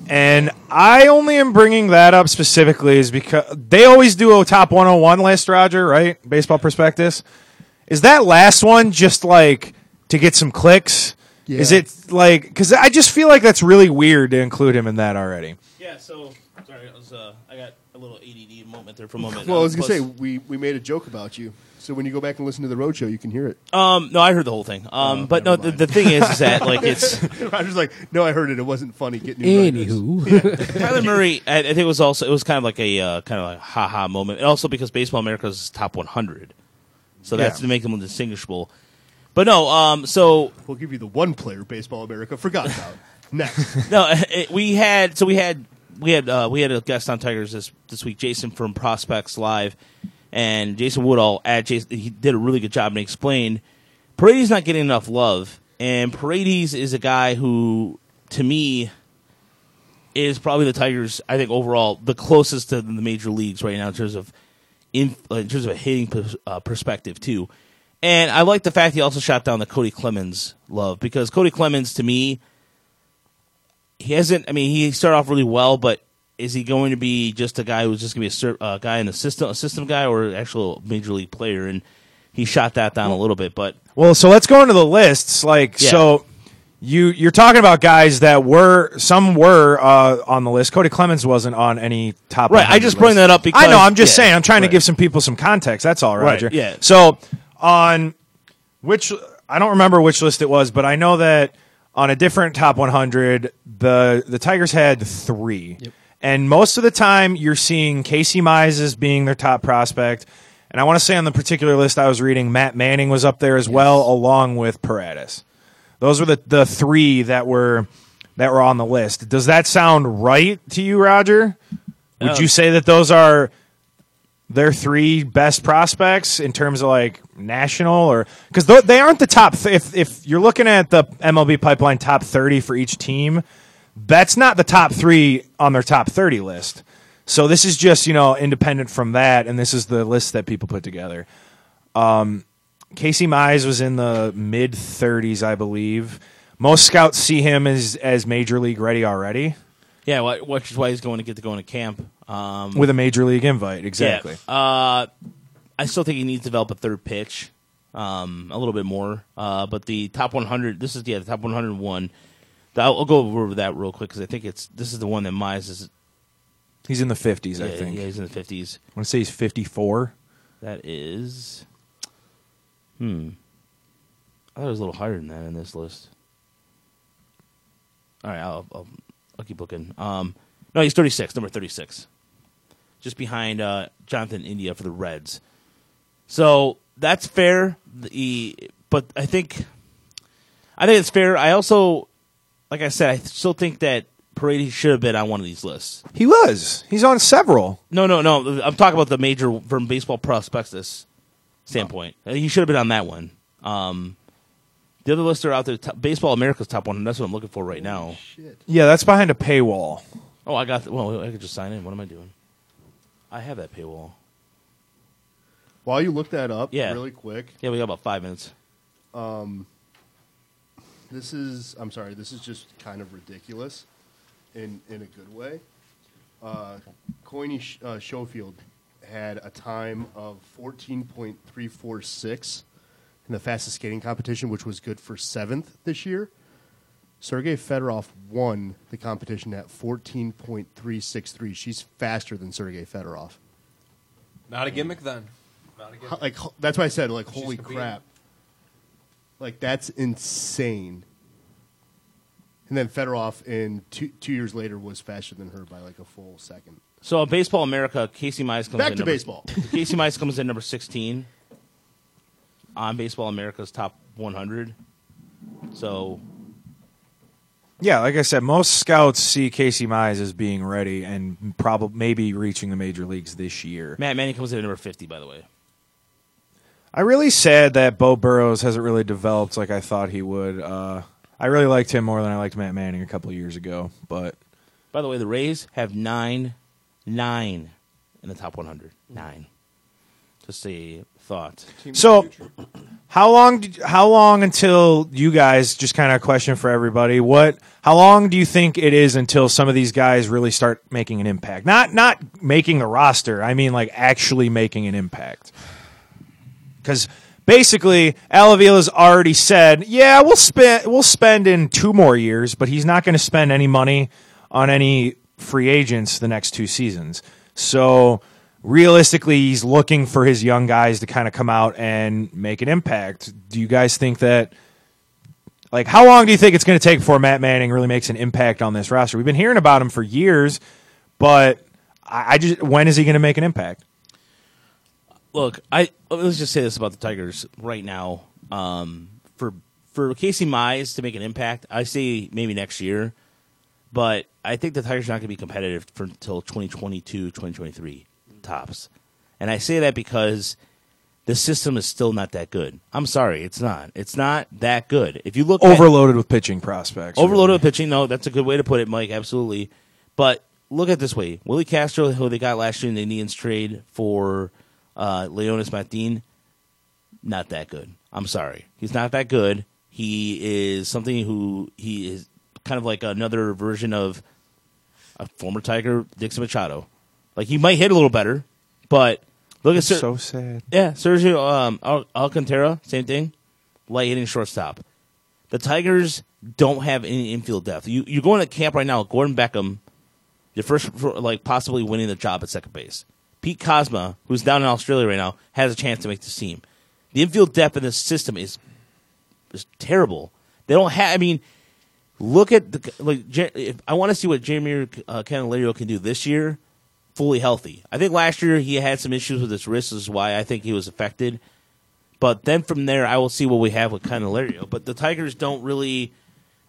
S15: And I only am bringing that up specifically is because they always do a top 101 list, Roger, right? Baseball prospectus. Is that last one just like to get some clicks?
S10: Yeah.
S15: Is it like because I just feel like that's really weird to include him in that already?
S5: Yeah, so sorry, I was uh, I got a little ADD moment there for a moment.
S13: Well, I
S5: Um,
S13: was gonna
S5: plus-
S13: say we, we made a joke about you, so when you go back and listen to the road show, you can hear it.
S5: Um, no, I heard the whole thing. Um,
S13: Oh,
S5: but no, the, the thing is, is that like it's
S13: Roger's like, no, I heard it. It wasn't funny. Get new
S14: Anywho.
S13: writers." Yeah.
S5: Kyler Murray. I, I think it was also it was kind of like a uh, kind of like ha ha moment, and also because Baseball America's top 100, so that's
S13: Yeah.
S5: to make them distinguishable. But no, um, so
S13: we'll give you the one player Baseball America forgot about. Next,
S5: no, it, we had so we had we had uh, we had a guest on Tigers this this week, Jason from Prospects Live, and Jason Woodall at Jason. He did a really good job and explained Paredes not getting enough love, and Paredes is a guy who, to me, is probably the Tigers. I think overall the closest to the major leagues right now in terms of in, uh, in terms of a hitting pers- uh, perspective too. And I like the fact he also shot down the Cody Clemens love because Cody Clemens to me he hasn't. I mean, he started off really well, but is he going to be just a guy who's just going to be a ser- uh, guy in the system, a system guy, or an actual major league player? And he shot that down a little bit, but
S15: Well, so let's go into the lists. Like,
S5: Yeah.
S15: so you you're talking about guys that were some were uh, on the list. Cody Clemens wasn't on any top.
S5: Right, I
S15: 100
S5: just bring that up because-
S15: I know. I'm just
S5: yeah,
S15: saying. I'm trying
S5: right.
S15: to give some people some context. That's all,
S5: Right,
S15: Roger.
S5: yeah.
S15: So on which I don't remember which list it was, but I know that on a different top 100, the the Tigers had three, and most of the time you're seeing Casey Mize being their top prospect. And I want to say on the particular list I was reading, Matt Manning was up there as well, along with Paradis. Those were the, the three that were that were on the list. Does that sound right to you, Roger? Would
S5: Um,
S15: you say that those are their three best prospects in terms of like national or because they aren't the top. Th- if if you're looking at the MLB pipeline top thirty for each team, that's not the top three on their top thirty list. So this is just you know independent from that, and this is the list that people put together. Um, Casey Mize was in the mid 30s, I believe. Most scouts see him as as major league ready already.
S5: Yeah, wh- which is why he's going to get to go into camp um,
S15: With a major league invite, exactly.
S5: Yeah. Uh, I still think he needs to develop a third pitch, um, a little bit more. Uh, but the top 100, this is yeah, the top 101. I'll, I'll go over that real quick because I think it's this is the one that Mize is.
S15: He's in the 50s, I
S5: yeah,
S15: think.
S5: Yeah, he's in the 50s.
S15: I want to say he's 54.
S5: That is. Hmm. I thought it was a little higher than that in this list. All right, I'll, I'll, I'll keep looking. Um, no, he's 36, number 36. Just behind uh, Jonathan India for the Reds. So that's fair. The, e, but I think. I think it's fair. I also, like I said, I still think that Paredes should have been on one of these lists.
S15: He was. He's on several.
S5: No, no, no. I'm talking about the major from baseball prospectus standpoint. Uh, He should have been on that one. Um, the other lists are out there. Top, baseball America's top one. And that's what I'm looking for right now.
S15: Yeah, that's behind a paywall.
S5: Oh, I got. well, I could just sign in. What am I doing? I have that paywall.
S4: While you look that up,
S5: Yeah.
S4: really quick.
S5: Yeah, we got about five minutes.
S4: Um, this is, I'm sorry, this is just kind of ridiculous in, in a good way. Uh, Coyne Sh- uh, Schofield had a time of 14.346 in the fastest skating competition, which was good for seventh this year. Sergey Fedorov won the competition at 14.363. She's faster than Sergey Fedorov.
S17: Not a gimmick then. Not a
S4: Ho-
S17: gimmick.
S4: like ho- that's why I said like
S17: She's
S4: holy
S17: competing.
S4: crap. Like that's insane. And then Fedorov in two two years later was faster than her by like a full second.
S5: So on Baseball America, Casey Mize comes
S4: Back
S5: in
S4: to
S5: number-
S4: baseball.
S5: Casey Mize comes in number 16 on Baseball America's top 100. So
S15: Yeah, like I said, most scouts see Casey Mize as being ready and probably maybe reaching the major leagues this year.
S5: Matt Manning comes in at number 50, by the way.
S15: I really sad that Bo Burrows hasn't really developed like I thought he would. Uh, I really liked him more than I liked Matt Manning a couple of years ago, but
S5: By the way, the Rays have nine, nine in the top 100. Nine. Just a thought.
S15: So, how long? Did, how long until you guys just kind of question for everybody? What? How long do you think it is until some of these guys really start making an impact? Not not making the roster. I mean, like actually making an impact. Because basically, Alavila's already said, "Yeah, we'll spend we'll spend in two more years, but he's not going to spend any money on any free agents the next two seasons." So realistically, he's looking for his young guys to kind of come out and make an impact. Do you guys think that? Like, how long do you think it's going to take before Matt Manning really makes an impact on this roster? We've been hearing about him for years, but I, I just when is he going to make an impact?
S5: Look, I let's just say this about the Tigers right now. Um, for for Casey Mize to make an impact, I say maybe next year, but I think the Tigers are not going to be competitive for, until 2022, 2023 tops. And I say that because the system is still not that good. I'm sorry, it's not. It's not that good. If you look at-
S15: Overloaded with pitching prospects.
S5: Overloaded with pitching, no, that's a good way to put it, Mike. Absolutely. But look at it this way: Willie Castro, who they got last year in the Indians trade for uh, Leonis Martin, not that good. I'm sorry, he's not that good. He is something who he is kind of like another version of a former Tiger, Dixon Machado. Like he might hit a little better, but look
S15: That's
S5: at Ser-
S15: so sad.
S5: yeah, Sergio um, Al- Alcantara, same thing. Light hitting shortstop. The Tigers don't have any infield depth. You you're going to camp right now. with Gordon Beckham, your first for, like possibly winning the job at second base. Pete Cosma, who's down in Australia right now, has a chance to make this team. The infield depth in this system is is terrible. They don't have. I mean, look at the like. Jer- If, I want to see what Jamie uh, Candelario can do this year, fully healthy. I think last year he had some issues with his wrist, is why I think he was affected. But then from there, I will see what we have with Candelario. But the Tigers don't really.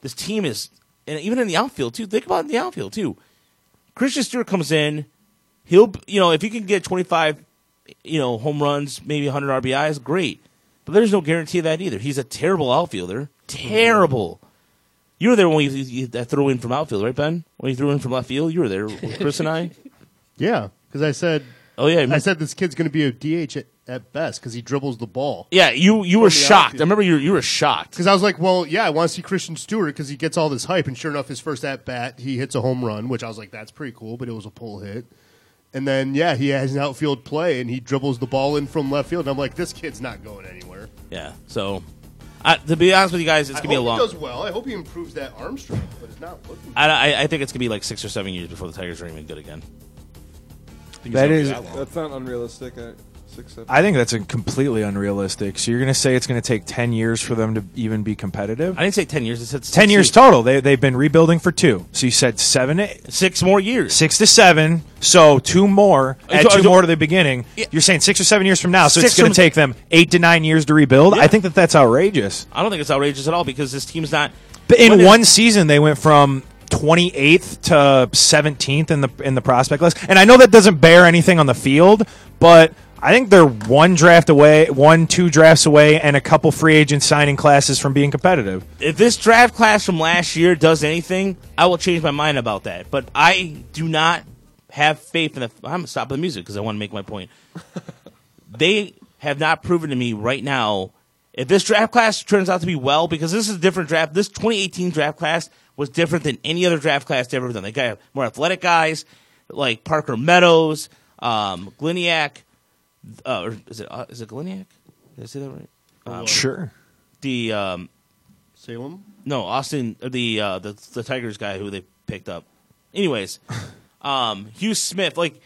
S5: This team is, and even in the outfield too. Think about the outfield too. Christian Stewart comes in. He'll, you know, if you can get 25, you know, home runs, maybe 100 RBIs, great. But there's no guarantee of that either. He's a terrible outfielder. Terrible. You were there when you, you that threw in from outfield, right, Ben? When you threw in from left field, you were there, with Chris and I.
S4: Yeah, because I said.
S5: Oh yeah,
S4: I said this kid's going to be a DH at at best because he dribbles the ball.
S5: Yeah, you you were shocked. I remember you you were shocked.
S4: Because I was like, well, yeah, I want to see Christian Stewart because he gets all this hype, and sure enough, his first at bat, he hits a home run, which I was like, that's pretty cool, but it was a pull hit. And then, yeah, he has an outfield play, and he dribbles the ball in from left field, and I'm like, this kid's not going anywhere.
S5: Yeah. So, I, to be honest with you guys, it's gonna
S4: I
S5: be a
S4: hope
S5: long.
S4: He does well. I hope he improves that arm strength, but it's not looking.
S5: I, I I think it's gonna be like six or seven years before the Tigers are even good again. I think it's
S15: That
S5: gonna be
S15: is-
S5: long.
S1: That's not unrealistic. At six, seven.
S15: I think that's a completely unrealistic. So you're going to say it's going to take 10 years for them to even be competitive?
S5: I didn't say ten years. I said
S15: 10
S5: six
S15: years total. They, they've been rebuilding for two. So you said seven, to eight,
S5: six more years.
S15: Six to seven. So two more.
S5: Uh,
S15: Add
S5: so-
S15: two
S5: so-
S15: more to the beginning. You're saying six or seven years from now. So
S5: Six
S15: it's going
S5: from-
S15: to take them eight to nine years to rebuild. I think that that's outrageous.
S5: I don't think it's outrageous at all because this team's not.
S15: But
S5: When
S15: in
S5: is-
S15: one season, they went from 28th to 17th in the in the prospect list, and I know that doesn't bear anything on the field, but I think they're one draft away, one two drafts away, and a couple free agent signing classes from being competitive.
S5: if this draft class from last year does anything, I will change my mind about that. But I do not have faith in the. I'm gonna stop the music because I want to make my point. they have not proven to me right now if this draft class turns out to be well because this is a different draft. This 2018 draft class was different than any other draft class they've ever done. They got more athletic guys like Parker Meadows, um, Gliniak. Uh, or is it uh, is it Gliniak? Did I say that right? Um,
S15: Sure.
S5: The um,
S4: Salem?
S5: No, Austin, uh, the uh, the the Tigers guy who they picked up. Anyways, um, Hugh Smith, like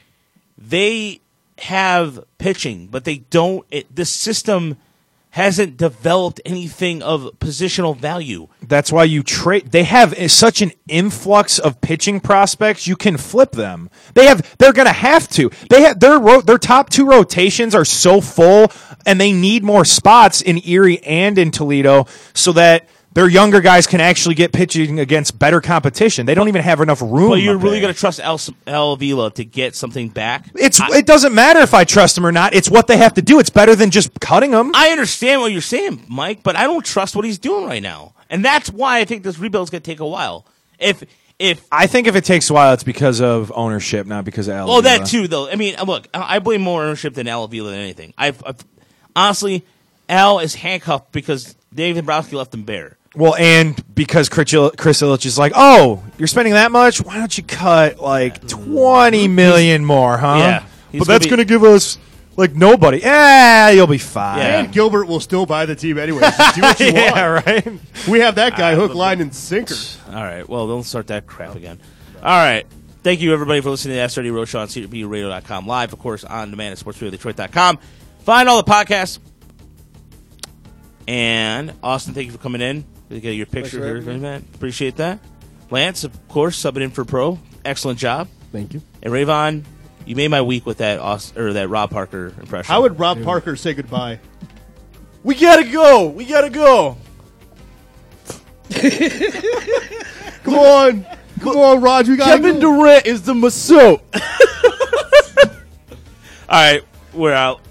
S5: they have pitching, but they don't. It, the system hasn't developed anything of positional value.
S15: That's why you trade. They have is such an influx of pitching prospects. You can flip them. They have. They're gonna have to. They have their ro- their top two rotations are so full, and they need more spots in Erie and in Toledo so that their younger guys can actually get pitching against better competition. They don't even have enough room.
S5: But you're
S15: up
S5: really
S15: there.
S5: going to trust El, El Vila to get something back?
S15: It's it doesn't matter if I trust them or not. It's what they have to do. It's better than just cutting them.
S5: I understand what you're saying, Mike, but I don't trust what he's doing right now, and that's why I think this rebuild's going to take a while. If if
S15: I think if it takes a while, it's because of ownership, not because of.
S5: Well, Oh, that
S15: Alabama.
S5: too, though. I mean, look, I I blame more ownership than Al Avila than anything. I've, I've honestly, Al is handcuffed because Dave Dombrowski left him bare.
S15: Well, and because Chris Il- Chris Ilitch is like, oh, you're spending that much? Why don't you cut like 20 million more, huh?
S4: Yeah. He's
S15: But
S4: gonna
S15: that's
S4: be-
S15: going to give us like nobody. Ah. Yeah, you'll be fine.
S4: And Gilbert will still buy the team anyway. Just do what you
S15: Yeah,
S4: want.
S15: right?
S4: We have that guy hook, line, and sinker.
S5: All right. Well, don't start that crap again. All right. Thank you, everybody, for listening to Ask 30 Roadshow on CBRadio.com live, of course, on demand at SportsRadioDetroit.com. Find all the podcasts. And Austin, thank you for coming in. We get your picture
S14: for
S5: here,
S14: having me.
S5: man. Appreciate that. Lance, of course, subbing in for Pro. Excellent job.
S14: Thank you.
S5: And Rayvon, you made my week with that Aust- or that Rob Parker impression.
S4: How would Rob Parker say goodbye?
S21: We gotta go. We gotta go.
S4: Come on. Come on, Raj. We gotta
S21: Kevin Durant is the masseuse.
S5: All right, we're out.